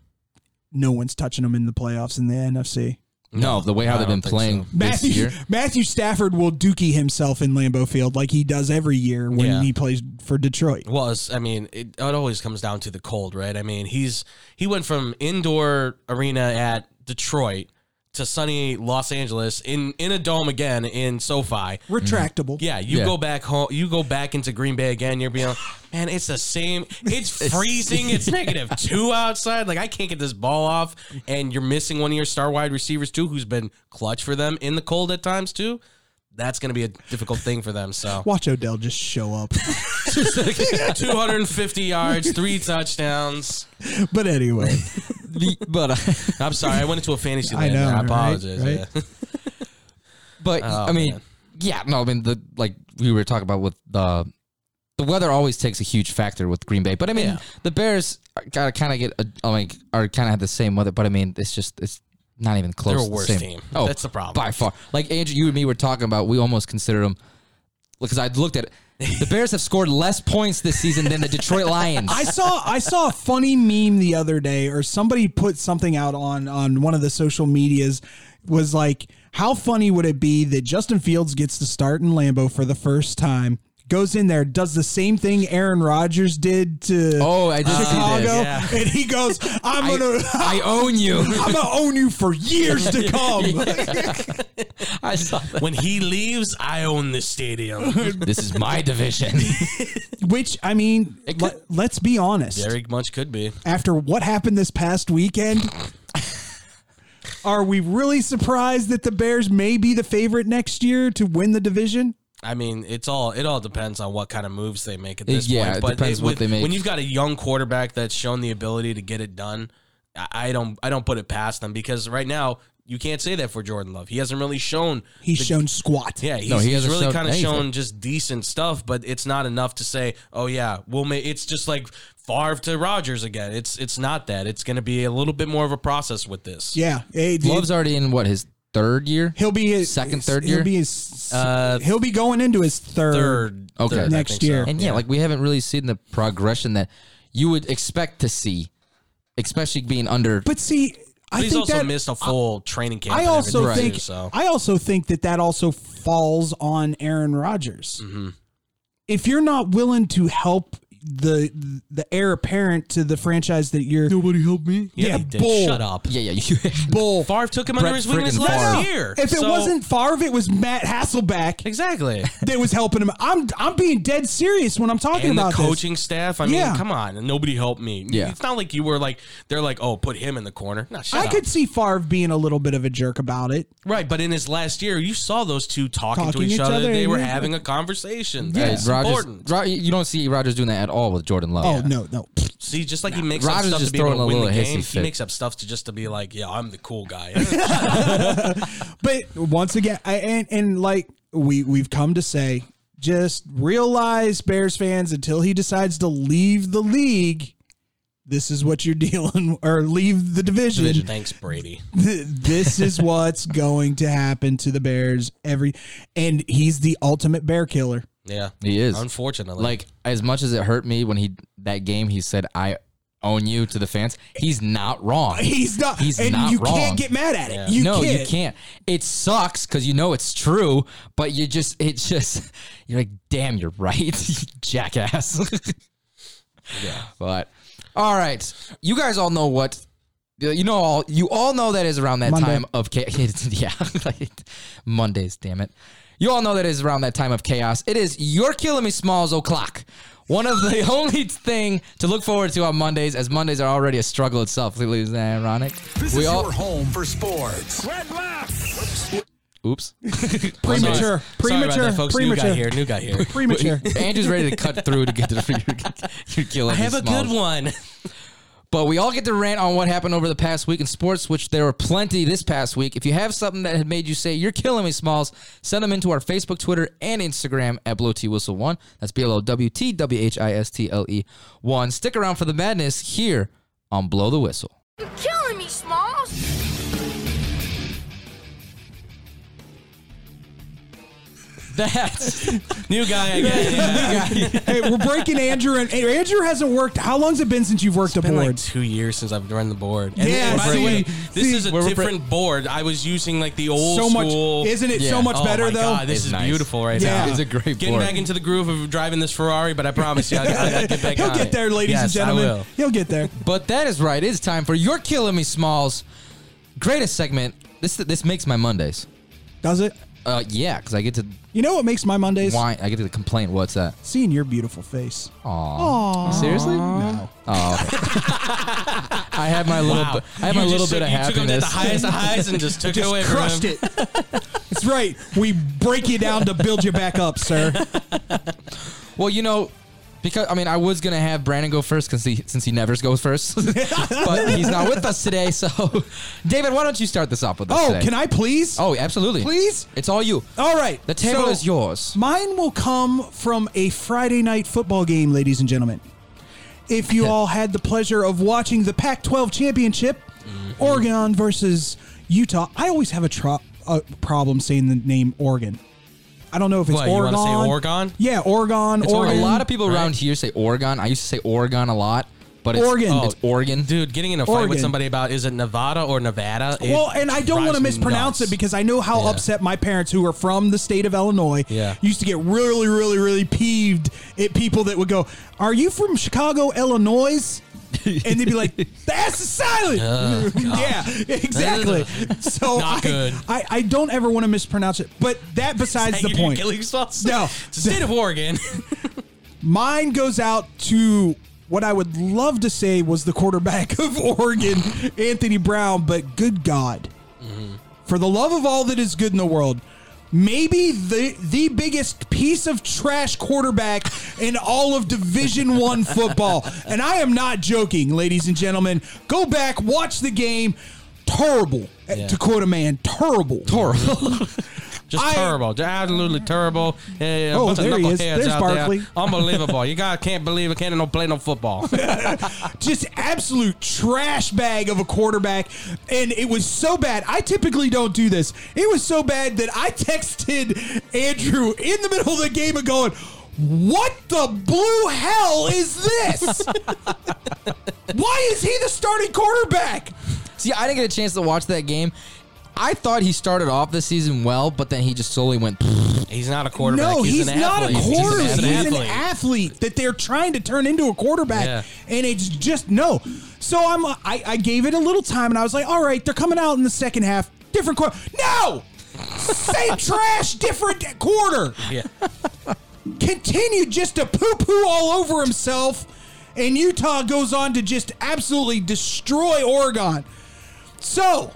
[SPEAKER 3] no one's touching them in the playoffs in the NFC.
[SPEAKER 2] No, the way how they've been
[SPEAKER 6] don't think
[SPEAKER 2] playing this
[SPEAKER 3] Matthew
[SPEAKER 2] year.
[SPEAKER 3] Matthew Stafford will dookie himself in Lambeau Field like he does every year when
[SPEAKER 6] Yeah.
[SPEAKER 3] he plays for Detroit.
[SPEAKER 6] Well, it's, I mean, it, it always comes down to the cold, right? I mean, he's he went from indoor arena at Detroit to sunny Los Angeles in in a dome again in SoFi.
[SPEAKER 3] Retractable.
[SPEAKER 6] Yeah, you
[SPEAKER 2] Yeah.
[SPEAKER 6] go back home. You go back into Green Bay again. You're being, like, man, it's the same. It's freezing. It's negative two outside. Like I can't get this ball off, and you're missing one of your star wide receivers too, who's been clutch for them in the cold at times too. That's going to be a difficult thing for them. So
[SPEAKER 3] Watch Odell just show up.
[SPEAKER 6] 250 yards, three touchdowns.
[SPEAKER 3] but anyway,
[SPEAKER 2] The- but uh,
[SPEAKER 6] I'm sorry, I went into a fantasy
[SPEAKER 3] I
[SPEAKER 6] land. there.
[SPEAKER 3] know,
[SPEAKER 6] I
[SPEAKER 3] right,
[SPEAKER 6] apologize.
[SPEAKER 3] right?
[SPEAKER 6] yeah.
[SPEAKER 2] but I mean,
[SPEAKER 6] Oh, man.
[SPEAKER 2] yeah, no, I mean the like we were talking about with the the weather always takes a huge factor with Green Bay. But I mean,
[SPEAKER 6] Yeah.
[SPEAKER 2] the Bears gotta kind of get a, I like are kind of have the same weather. But I mean, it's just it's not even close.
[SPEAKER 6] They're a
[SPEAKER 2] to the
[SPEAKER 6] worse
[SPEAKER 2] same. Oh,
[SPEAKER 6] team. That's the problem.
[SPEAKER 2] by far. Like Andrew, you and me were talking about, we almost considered them because I looked at it. The Bears have scored less points this season than the Detroit Lions.
[SPEAKER 3] I saw I saw a funny meme the other day, or somebody put something out on on one of the social medias was like, how funny would it be that Justin Fields gets to start in Lambeau for the first time, goes in there, does the same thing Aaron Rodgers did to
[SPEAKER 2] Oh, I did see
[SPEAKER 3] Chicago,
[SPEAKER 2] this.
[SPEAKER 6] yeah.
[SPEAKER 3] and he goes, I'm gonna. I,
[SPEAKER 2] I own you.
[SPEAKER 3] am gonna own you for years to come.
[SPEAKER 2] I saw that.
[SPEAKER 6] When he leaves, I own this stadium.
[SPEAKER 2] This is my division.
[SPEAKER 3] Which I mean,
[SPEAKER 2] It
[SPEAKER 3] let,
[SPEAKER 2] could-
[SPEAKER 3] let's be honest.
[SPEAKER 6] Very much could be.
[SPEAKER 3] after what happened this past weekend, are we really surprised that the Bears may be the favorite next year to win the division?
[SPEAKER 6] I mean, it's all it all depends on what kind of moves they make at this
[SPEAKER 2] Yeah,
[SPEAKER 6] point.
[SPEAKER 2] it depends what
[SPEAKER 6] with-
[SPEAKER 2] they make.
[SPEAKER 6] When you've got a young quarterback that's shown the ability to get it done, I, I don't I don't put it past them because right now you can't say that for Jordan Love. He hasn't really shown.
[SPEAKER 3] He's shown squat.
[SPEAKER 6] Yeah, he's,
[SPEAKER 2] No, he
[SPEAKER 6] he's
[SPEAKER 2] hasn't
[SPEAKER 6] really
[SPEAKER 2] shown
[SPEAKER 6] kind of
[SPEAKER 2] anything.
[SPEAKER 6] shown just decent stuff, but it's not enough to say, "Oh yeah, we'll make." It's just like Favre to Rogers again. It's it's not that. It's going to be a little bit more of a process with this.
[SPEAKER 3] Yeah, it-
[SPEAKER 2] Love's already in what his third year.
[SPEAKER 3] he'll be his
[SPEAKER 2] Second, third
[SPEAKER 3] He'll
[SPEAKER 2] year?
[SPEAKER 3] be his,
[SPEAKER 6] Uh,
[SPEAKER 3] he'll be going into his third.
[SPEAKER 6] Third,
[SPEAKER 2] Okay.
[SPEAKER 6] third, I
[SPEAKER 3] Next
[SPEAKER 6] think so.
[SPEAKER 3] year.
[SPEAKER 2] And yeah, like we haven't really seen the progression that you would expect to see, especially being under.
[SPEAKER 3] But see, I
[SPEAKER 6] But he's
[SPEAKER 3] think
[SPEAKER 6] also
[SPEAKER 3] that
[SPEAKER 6] missed a full training camp.
[SPEAKER 3] I
[SPEAKER 6] and
[SPEAKER 3] also
[SPEAKER 6] everything,
[SPEAKER 3] think
[SPEAKER 6] too, so.
[SPEAKER 3] I also think that that also falls on Aaron Rodgers.
[SPEAKER 6] Mm-hmm.
[SPEAKER 3] If you're not willing to help the the heir apparent to the franchise that you're nobody helped me. Yeah,
[SPEAKER 6] he did.
[SPEAKER 3] bull.
[SPEAKER 6] Shut up.
[SPEAKER 2] yeah, yeah, you,
[SPEAKER 3] Bull.
[SPEAKER 6] Favre took him
[SPEAKER 2] Brett
[SPEAKER 6] under his wing
[SPEAKER 2] friggin'
[SPEAKER 6] this
[SPEAKER 2] Favre.
[SPEAKER 6] last
[SPEAKER 2] No,
[SPEAKER 6] year.
[SPEAKER 3] If it
[SPEAKER 6] So-
[SPEAKER 3] wasn't Favre, it was Matt Hasselback
[SPEAKER 6] exactly,
[SPEAKER 3] that was helping him. I'm I'm being dead serious when I'm talking
[SPEAKER 6] and the
[SPEAKER 3] about this.
[SPEAKER 6] coaching staff, I mean,
[SPEAKER 3] Yeah.
[SPEAKER 6] come on, nobody helped me.
[SPEAKER 2] Yeah.
[SPEAKER 6] it's not like you were like they're like, oh, put him in the corner. No, shut
[SPEAKER 3] I
[SPEAKER 6] up.
[SPEAKER 3] could see Favre being a little bit of a jerk about it.
[SPEAKER 6] right, but in his last year, you saw those two talking, to
[SPEAKER 3] Talking
[SPEAKER 6] each,
[SPEAKER 3] each
[SPEAKER 6] other.
[SPEAKER 3] other,
[SPEAKER 6] They were
[SPEAKER 3] yeah.
[SPEAKER 6] having a conversation.
[SPEAKER 2] Hey,
[SPEAKER 6] That's important.
[SPEAKER 2] Rodgers, Ro- you don't see Rogers doing that at all with Jordan Love.
[SPEAKER 3] Oh no, no.
[SPEAKER 6] See, just like he makes
[SPEAKER 2] Rodgers
[SPEAKER 6] up stuff
[SPEAKER 2] just
[SPEAKER 6] to be able
[SPEAKER 2] throwing
[SPEAKER 6] to
[SPEAKER 2] a
[SPEAKER 6] win the
[SPEAKER 2] little hissy
[SPEAKER 6] game, he
[SPEAKER 2] fit.
[SPEAKER 6] makes up stuff to just to be like, yeah, I'm the cool guy.
[SPEAKER 3] But once again, I, and and like we we've come to say, just realize Bears fans until he decides to leave the league, this is what you're dealing or leave the division.
[SPEAKER 6] Thanks, Brady.
[SPEAKER 3] Th- This is what's going to happen to the Bears every and he's the ultimate bear killer.
[SPEAKER 6] Yeah,
[SPEAKER 2] He is.
[SPEAKER 6] Unfortunately,
[SPEAKER 2] Like as much as it hurt me when he that game he said I own you to the fans. He's not wrong.
[SPEAKER 3] He's not
[SPEAKER 2] He's
[SPEAKER 3] and
[SPEAKER 2] not
[SPEAKER 3] you
[SPEAKER 2] wrong.
[SPEAKER 3] can't get mad at it.
[SPEAKER 6] Yeah.
[SPEAKER 3] You
[SPEAKER 2] no,
[SPEAKER 3] can't.
[SPEAKER 2] you can't. It sucks because you know it's true, but you just it's just you're like, damn, you're right, you jackass. yeah. But all right, you guys all know what You know all you all know that is around that
[SPEAKER 3] Monday.
[SPEAKER 2] time of chaos. yeah, like, Mondays, damn it. You all know that is around that time of chaos. It is you're killing me smalls o'clock. One of the only thing to look forward to on Mondays, as Mondays are already a struggle itself. Isn't that ironic?
[SPEAKER 7] This
[SPEAKER 2] we
[SPEAKER 7] is
[SPEAKER 2] all
[SPEAKER 7] your home for sports.
[SPEAKER 2] oops.
[SPEAKER 3] Premature.
[SPEAKER 6] Sorry
[SPEAKER 3] Premature.
[SPEAKER 6] about that, folks. New guy
[SPEAKER 3] Premature.
[SPEAKER 6] here. New guy here.
[SPEAKER 3] Premature.
[SPEAKER 2] Andrew's ready to cut through to get to the you're killing.
[SPEAKER 6] I
[SPEAKER 2] me
[SPEAKER 6] have a
[SPEAKER 2] smalls.
[SPEAKER 6] good one.
[SPEAKER 2] But we all get to rant on what happened over the past week in sports, which there were plenty this past week. If you have something that had made you say, you're killing me, Smalls, send them into our Facebook, Twitter, and Instagram at Blow T Whistle 1. That's B L O W T W H I S T L E 1. Stick around for the madness here on Blow the Whistle.
[SPEAKER 8] You're killing me, Smalls!
[SPEAKER 6] That's new guy again.
[SPEAKER 3] hey, we're breaking Andrew, and hey, Andrew hasn't worked. How long's it been since you've worked a
[SPEAKER 6] It's been like
[SPEAKER 3] board?
[SPEAKER 6] two years since I've run the board. And
[SPEAKER 3] Yeah,
[SPEAKER 6] by
[SPEAKER 3] see,
[SPEAKER 6] the way, this
[SPEAKER 3] see,
[SPEAKER 6] is a
[SPEAKER 2] we're- we're-
[SPEAKER 6] different board. I was using like the old
[SPEAKER 3] So much-
[SPEAKER 6] school.
[SPEAKER 3] isn't it so much
[SPEAKER 6] Oh
[SPEAKER 3] better,
[SPEAKER 6] my
[SPEAKER 3] though?
[SPEAKER 6] God, this
[SPEAKER 2] It's
[SPEAKER 6] is
[SPEAKER 2] nice.
[SPEAKER 6] beautiful right
[SPEAKER 3] Yeah.
[SPEAKER 6] now.
[SPEAKER 3] It's
[SPEAKER 2] a great
[SPEAKER 6] Getting
[SPEAKER 2] board.
[SPEAKER 6] back into the groove of driving this Ferrari, but I promise you, I'll, I'll get back.
[SPEAKER 3] He'll
[SPEAKER 6] on
[SPEAKER 3] get
[SPEAKER 6] it.
[SPEAKER 3] there, ladies and
[SPEAKER 6] Yes, I
[SPEAKER 3] gentlemen.
[SPEAKER 6] will.
[SPEAKER 3] He'll get there.
[SPEAKER 2] But that is right. It's time for You're Killing Me, Smalls. Greatest segment. This this makes my Mondays.
[SPEAKER 3] Does it?
[SPEAKER 2] Uh, yeah, because I get to
[SPEAKER 3] You know what makes my Mondays?
[SPEAKER 2] whine. I get to complain. What's that?
[SPEAKER 3] Seeing your beautiful face.
[SPEAKER 2] Seriously? Oh,
[SPEAKER 3] No.
[SPEAKER 2] I have my little.
[SPEAKER 6] Wow.
[SPEAKER 2] bit- I have my
[SPEAKER 6] You
[SPEAKER 2] little
[SPEAKER 6] just
[SPEAKER 2] bit
[SPEAKER 6] took-
[SPEAKER 2] of
[SPEAKER 6] you took him to
[SPEAKER 2] happiness.
[SPEAKER 6] the highest of highs and just took
[SPEAKER 3] Just
[SPEAKER 6] it away.
[SPEAKER 3] crushed
[SPEAKER 6] from him.
[SPEAKER 3] it. That's right. We break you down to build you back up, sir.
[SPEAKER 2] Well, you know, because I mean, I was gonna have Brandon go first because he since he never goes first, but he's not with us today. So, David, why don't you start this off with us?
[SPEAKER 3] Oh,
[SPEAKER 2] today?
[SPEAKER 3] can I please?
[SPEAKER 2] Oh, absolutely.
[SPEAKER 3] Please?
[SPEAKER 2] it's all you.
[SPEAKER 3] All right.
[SPEAKER 2] The table
[SPEAKER 3] so
[SPEAKER 2] is yours.
[SPEAKER 3] Mine will come from a Friday night football game, ladies and gentlemen. If you all had the pleasure of watching the Pac 12 championship, Oregon versus Utah, I always have a, tro- a problem saying the name Oregon. I don't know if it's
[SPEAKER 6] What, you
[SPEAKER 3] Oregon.
[SPEAKER 6] wanna say Oregon?
[SPEAKER 3] Yeah, Oregon.
[SPEAKER 2] It's
[SPEAKER 3] Oregon.
[SPEAKER 2] A lot of people
[SPEAKER 6] right?
[SPEAKER 2] around here say Oregon. I used to say Oregon a lot, but it's oh,
[SPEAKER 3] Oregon.
[SPEAKER 2] It's Oregon.
[SPEAKER 6] Dude, getting in a fight
[SPEAKER 3] Oregon.
[SPEAKER 6] with somebody about is it Nevada or Nevada? It
[SPEAKER 3] Well, and I don't
[SPEAKER 6] drives
[SPEAKER 3] want to
[SPEAKER 6] me
[SPEAKER 3] mispronounce
[SPEAKER 6] nuts.
[SPEAKER 3] it because I know how
[SPEAKER 6] Yeah.
[SPEAKER 3] upset my parents, who are from the state of Illinois,
[SPEAKER 6] Yeah.
[SPEAKER 3] used to get really, really, really peeved at people that would go, "Are you from Chicago, Illinois?" and they'd be like, "That's silent." yeah, exactly. so
[SPEAKER 6] Not
[SPEAKER 3] I,
[SPEAKER 6] good.
[SPEAKER 3] I, I don't ever want to mispronounce it. But that besides
[SPEAKER 6] Hey,
[SPEAKER 3] the
[SPEAKER 6] you're
[SPEAKER 3] point.
[SPEAKER 6] killing yourself?
[SPEAKER 3] No.
[SPEAKER 6] It's the state of Oregon.
[SPEAKER 3] Mine goes out to what I would love to say was the quarterback of Oregon, Anthony Brown, but good God. For the love of all that is good in the world, maybe the the biggest piece of trash quarterback in all of Division 1 football. And I am not joking, ladies and gentlemen. Go back, watch the game. Terrible. To quote a man, terrible. Terrible.
[SPEAKER 6] Just
[SPEAKER 3] I-
[SPEAKER 6] terrible. Just absolutely terrible. Yeah, yeah, a
[SPEAKER 3] Oh,
[SPEAKER 6] bunch of
[SPEAKER 3] there he
[SPEAKER 6] knuckleheads
[SPEAKER 3] is. There's
[SPEAKER 6] out there.
[SPEAKER 3] Barkley.
[SPEAKER 6] Unbelievable. you guys can't believe it. Can't no play no football.
[SPEAKER 3] just absolute trash bag of a quarterback. And it was so bad. I typically don't do this. It was so bad that I texted Andrew in the middle of the game and going, what the blue hell is this? Why is he the starting quarterback?
[SPEAKER 2] See, I didn't get a chance to watch that game. I thought he started off the season well, but then he just slowly went.
[SPEAKER 6] He's not a quarterback.
[SPEAKER 3] No, he's,
[SPEAKER 6] he's an
[SPEAKER 3] not
[SPEAKER 6] athlete.
[SPEAKER 3] a quarterback.
[SPEAKER 6] He's
[SPEAKER 3] He's,
[SPEAKER 6] an athlete.
[SPEAKER 3] an athlete that they're trying to turn into a quarterback,
[SPEAKER 6] Yeah.
[SPEAKER 3] and it's just no. So I'm I, I gave it a little time, and I was like, all right, they're coming out in the second half, different quarter. No, same trash, different quarter.
[SPEAKER 6] Yeah.
[SPEAKER 3] Continued just to poo poo all over himself, and Utah goes on to just absolutely destroy Oregon. So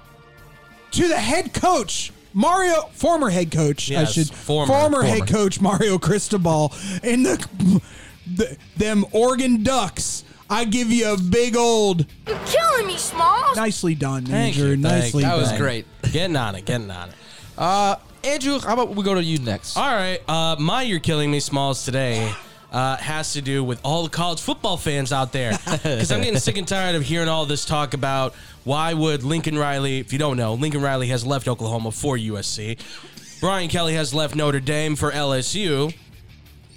[SPEAKER 3] to the head coach. Mario, former head coach, I
[SPEAKER 6] Yes,
[SPEAKER 3] should
[SPEAKER 6] former,
[SPEAKER 3] former head
[SPEAKER 6] former.
[SPEAKER 3] coach Mario Cristobal and the, the them Oregon Ducks. I give you a big old
[SPEAKER 8] You're killing me, Smalls!
[SPEAKER 3] nicely done,
[SPEAKER 6] Thank
[SPEAKER 3] Andrew.
[SPEAKER 6] you. Thank
[SPEAKER 3] Nicely
[SPEAKER 6] you.
[SPEAKER 2] That was
[SPEAKER 3] done.
[SPEAKER 2] great.
[SPEAKER 6] Getting on it. Getting on it.
[SPEAKER 2] Uh, Andrew, how about we go to you next?
[SPEAKER 6] All right. Uh, my You're Killing Me Smalls today uh, has to do with all the college football fans out there. Because I'm getting sick and tired of hearing all this talk about why would Lincoln Riley, if you don't know, Lincoln Riley has left Oklahoma for USC. Brian Kelly has left Notre Dame for LSU.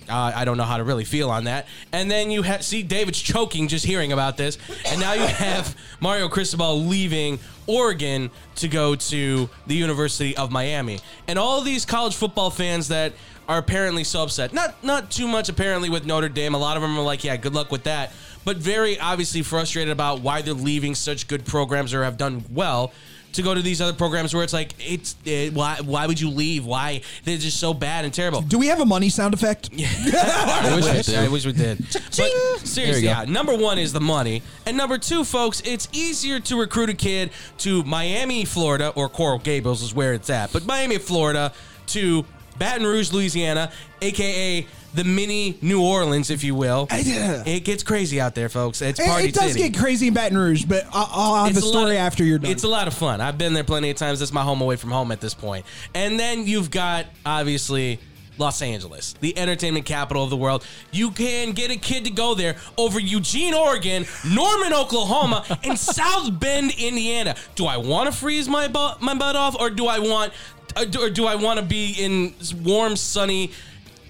[SPEAKER 6] Uh, I don't know how to really feel on that. And then you ha- see David's choking just hearing about this. And now you have Mario Cristobal leaving Oregon to go to the University of Miami. And all these college football fans that are apparently so upset. Not not too much apparently with Notre Dame. A lot of them are like, yeah, good luck with that. but very obviously frustrated about why they're leaving such good programs or have done well to go to these other programs where it's like it's eh, why why would you leave? Why they're just so bad and terrible.
[SPEAKER 3] Do we have a money sound effect?
[SPEAKER 6] I
[SPEAKER 2] wish I did.
[SPEAKER 6] I wish we did. But seriously,
[SPEAKER 2] go.
[SPEAKER 6] yeah. Number one is the money, and number two, folks, it's easier to recruit a kid to Miami, Florida, or Coral Gables is where it's at, but Miami, Florida, to Baton Rouge, Louisiana, aka the mini New Orleans, if you will.
[SPEAKER 3] I- yeah.
[SPEAKER 6] It gets crazy out there, folks. It's
[SPEAKER 3] It-
[SPEAKER 6] party
[SPEAKER 3] it, does
[SPEAKER 6] city.
[SPEAKER 3] get crazy in Baton Rouge, but I'll, I'll have
[SPEAKER 6] It's
[SPEAKER 3] the
[SPEAKER 6] a lot
[SPEAKER 3] story
[SPEAKER 6] of-
[SPEAKER 3] after you're done.
[SPEAKER 6] It's a lot of fun. I've been there plenty of times. That's my home away from home at this point. And then you've got obviously Los Angeles, the entertainment capital of the world. You can get a kid to go there over Eugene, Oregon, Norman, Oklahoma, and South Bend, Indiana. Do I want to freeze my butt, my butt off, or do I want, or do, or do I want to be in warm, sunny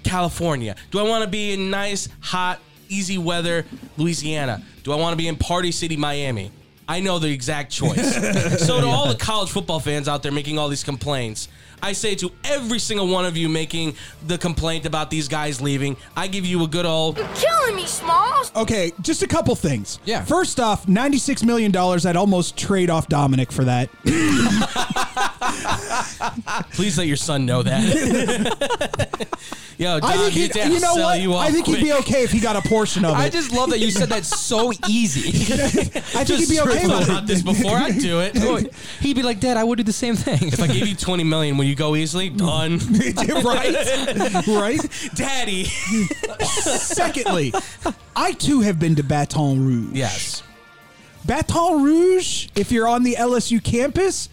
[SPEAKER 6] California? Do I want to be in nice, hot, easy weather Louisiana? Do I want to be in Party City, Miami? I know the exact choice. so to all the college football fans out there making all these complaints, I say to every single one of you making the complaint about these guys leaving, I give you a good old
[SPEAKER 8] You're killing me, Smalls.
[SPEAKER 3] okay, just a couple things.
[SPEAKER 2] Yeah.
[SPEAKER 3] First off, $96 million. I'd almost trade off Dominic for that.
[SPEAKER 6] please let your son know that. Yo, Dom,
[SPEAKER 3] I think
[SPEAKER 6] you,
[SPEAKER 3] he'd, you know what? I think he'd be okay if he got a portion of it.
[SPEAKER 2] I just love that you said that so easy.
[SPEAKER 3] I think he'd be okay
[SPEAKER 6] thought
[SPEAKER 3] with
[SPEAKER 6] about
[SPEAKER 3] it.
[SPEAKER 6] this before I do it.
[SPEAKER 2] He'd be like, Dad, I would do the same thing.
[SPEAKER 6] If I gave you 20 million, will you go easily? Done.
[SPEAKER 3] right? right?
[SPEAKER 6] Daddy.
[SPEAKER 3] Secondly, I too have been to Baton Rouge.
[SPEAKER 6] Yes.
[SPEAKER 3] Baton Rouge, if you're on the LSU campus,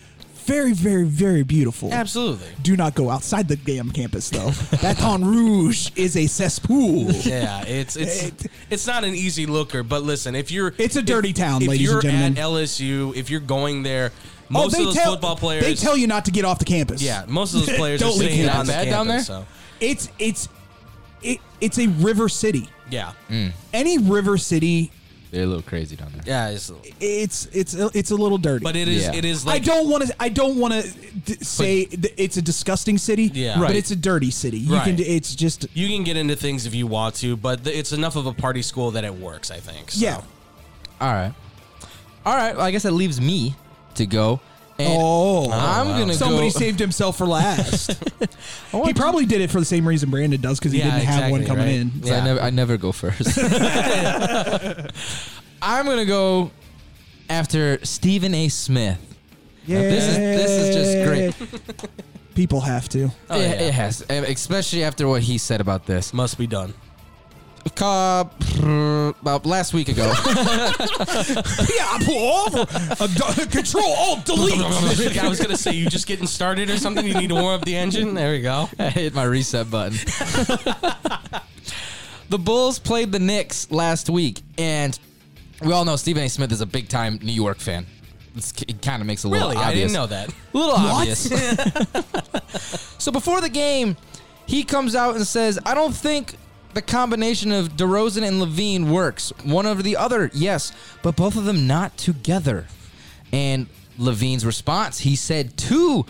[SPEAKER 3] very, very, very beautiful.
[SPEAKER 6] Absolutely.
[SPEAKER 3] Do not go outside the damn campus, though. Baton Rouge is a cesspool.
[SPEAKER 6] Yeah, it's it's it's not an easy looker, but listen, if you're
[SPEAKER 3] It's a dirty
[SPEAKER 6] if-
[SPEAKER 3] town,
[SPEAKER 6] if
[SPEAKER 3] ladies and
[SPEAKER 6] you're
[SPEAKER 3] gentlemen.
[SPEAKER 6] at LSU, if you're going there, most of those football players,
[SPEAKER 3] Oh, They tell you not to get off the campus.
[SPEAKER 6] yeah, most of those players are
[SPEAKER 3] Don't leave
[SPEAKER 6] staying
[SPEAKER 3] campus.
[SPEAKER 6] on the
[SPEAKER 2] Bad
[SPEAKER 6] campus.
[SPEAKER 2] down
[SPEAKER 6] So
[SPEAKER 3] It's it's it, it's a river city.
[SPEAKER 6] yeah,
[SPEAKER 2] Mm.
[SPEAKER 3] Any river city,
[SPEAKER 2] They're a little crazy down there.
[SPEAKER 6] yeah, it's,
[SPEAKER 3] it's it's it's a little dirty.
[SPEAKER 6] but it is
[SPEAKER 2] Yeah.
[SPEAKER 6] it is
[SPEAKER 3] I
[SPEAKER 6] like
[SPEAKER 3] don't want to. I don't want to d- say th- it's a disgusting city.
[SPEAKER 6] Yeah.
[SPEAKER 3] but
[SPEAKER 6] Right.
[SPEAKER 3] it's a dirty city. You
[SPEAKER 6] Right.
[SPEAKER 3] can. d- It's just
[SPEAKER 6] you can get into things if you want to, but th- it's enough of a party school that it works. I think. So.
[SPEAKER 3] yeah.
[SPEAKER 2] All right. All right. Well, I guess that leaves me to go. And
[SPEAKER 3] Oh.
[SPEAKER 2] I'm going to go.
[SPEAKER 3] Somebody saved himself for last. he probably did it for the same reason Brandon does because he
[SPEAKER 6] Yeah,
[SPEAKER 3] didn't have one
[SPEAKER 6] exactly,
[SPEAKER 3] coming
[SPEAKER 6] right.
[SPEAKER 3] in.
[SPEAKER 2] So I never I never go first. I'm gonna go after Stephen A. Smith.
[SPEAKER 3] Yeah,
[SPEAKER 2] This is this is just great.
[SPEAKER 3] great. People have to.
[SPEAKER 6] Oh,
[SPEAKER 2] it,
[SPEAKER 6] yeah.
[SPEAKER 2] it has, especially after what he said about this.
[SPEAKER 6] must be done.
[SPEAKER 2] Ca- About last week ago,
[SPEAKER 3] yeah, I pull over. Uh, d- control
[SPEAKER 6] Oh,
[SPEAKER 3] alt delete.
[SPEAKER 6] I was gonna say you just getting started or something. You need to warm up the engine. There we go.
[SPEAKER 2] I hit my reset button. the Bulls played the Knicks last week, and we all know Stephen A. Smith is a big time New York fan. It's, it kind of makes a little
[SPEAKER 6] Really, I
[SPEAKER 2] obvious.
[SPEAKER 6] didn't know that.
[SPEAKER 2] A little obvious. so before the game, he comes out and says, I don't think the combination of DeRozan and Levine works. One over the other, yes, but both of them not together. And Levine's response, he said to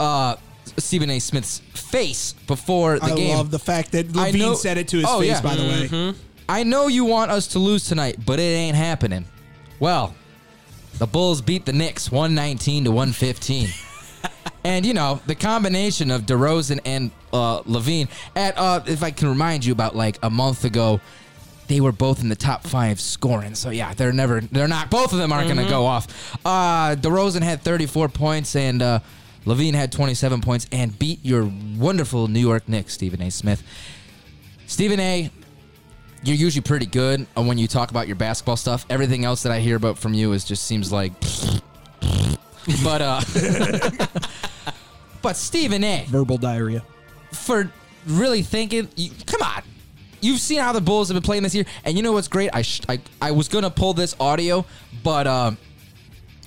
[SPEAKER 2] uh, Stephen A. Smith's face before the
[SPEAKER 3] I
[SPEAKER 2] game.
[SPEAKER 3] love the fact that
[SPEAKER 2] I
[SPEAKER 3] Levine
[SPEAKER 2] know-
[SPEAKER 3] said it to his
[SPEAKER 2] Oh,
[SPEAKER 3] face.
[SPEAKER 2] yeah.
[SPEAKER 3] By the way,
[SPEAKER 2] I know you want us to lose tonight, but it ain't happening. Well, the Bulls beat the Knicks 119 to 115. And you know the combination of DeRozan and uh, Levine. At uh, if I can remind you about like a month ago, they were both in the top five scoring. So yeah, they're never, they're not. Both of them aren't going to go off. Uh, DeRozan had 34 points and uh, Levine had 27 points and beat your wonderful New York Knicks, Stephen A. Smith. Stephen A you're usually pretty good on when you talk about your basketball stuff. Everything else that I hear about from you is just seems like, but uh, but Stephen A.
[SPEAKER 3] verbal diarrhea.
[SPEAKER 2] for really thinking, you, come on, you've seen how the Bulls have been playing this year, and you know what's great? I sh- I, I was gonna pull this audio, but um,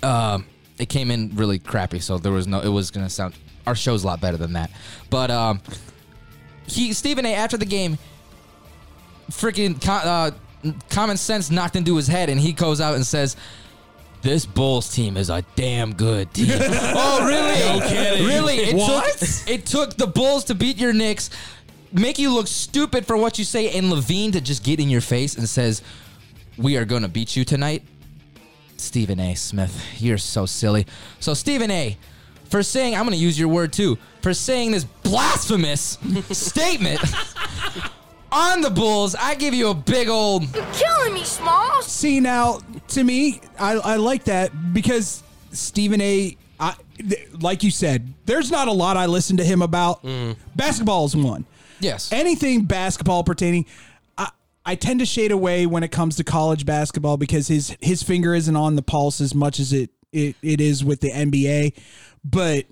[SPEAKER 2] um, it came in really crappy, so there was no. It was gonna sound our show's a lot better than that, but um, he Stephen A. after the game freaking co- uh, common sense knocked into his head, and he goes out and says, "This Bulls team is a damn good team." oh, really?
[SPEAKER 6] No kidding.
[SPEAKER 2] Really? It
[SPEAKER 3] What?
[SPEAKER 2] took it took the Bulls to beat your Knicks, make you look stupid for what you say, and Levine to just get in your face and says. we are going to beat you tonight? Stephen A. Smith, you're so silly. So, Stephen A., for saying, I'm going to use your word too, for saying this blasphemous statement on the Bulls, I give you a big old.
[SPEAKER 8] You're killing me, Smalls.
[SPEAKER 3] See now, to me, I, I like that because Stephen A. I, th- like you said, there's not a lot I listen to him about.
[SPEAKER 2] Mm.
[SPEAKER 3] Basketball is one.
[SPEAKER 2] Yes.
[SPEAKER 3] Anything basketball pertaining, I, I tend to shade away when it comes to college basketball because his his finger isn't on the pulse as much as it it, it is with the NBA. But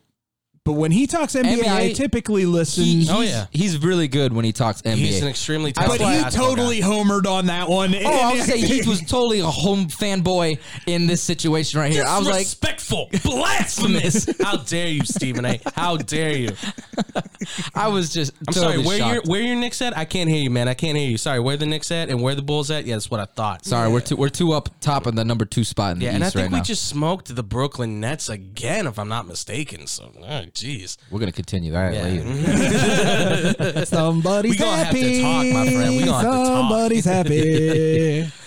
[SPEAKER 3] but when he talks NBA, I
[SPEAKER 2] NBA
[SPEAKER 3] typically listen.
[SPEAKER 2] He- he's,
[SPEAKER 4] Oh, yeah.
[SPEAKER 2] he's really good when he talks NBA.
[SPEAKER 4] He's an extremely
[SPEAKER 3] but
[SPEAKER 4] talented
[SPEAKER 3] he
[SPEAKER 4] basketball guy.
[SPEAKER 3] totally homered on that one.
[SPEAKER 2] Oh, I would say Heath was totally a home fanboy in this situation right here. I was like,
[SPEAKER 4] Disrespectful, blasphemous. How dare you, Stephen A? How dare you?
[SPEAKER 2] I was just.
[SPEAKER 4] I'm sorry. Where your where your Knicks at? I can't hear you, man. I can't hear you. Sorry. Where the Knicks at and where the Bulls at? Yeah, that's what I thought.
[SPEAKER 2] Sorry, we're two, we're two up top in the number two spot in the
[SPEAKER 4] Yeah,
[SPEAKER 2] East
[SPEAKER 4] and I think
[SPEAKER 2] right
[SPEAKER 4] we
[SPEAKER 2] now.
[SPEAKER 4] just smoked the Brooklyn Nets again, if I'm not mistaken. So, all right, jeez.
[SPEAKER 2] we're gonna continue. All right,
[SPEAKER 4] Yeah.
[SPEAKER 2] later.
[SPEAKER 3] Somebody's
[SPEAKER 4] We gonna have to
[SPEAKER 3] happy.
[SPEAKER 4] talk, my friend. We gonna have to talk.
[SPEAKER 3] Somebody's happy.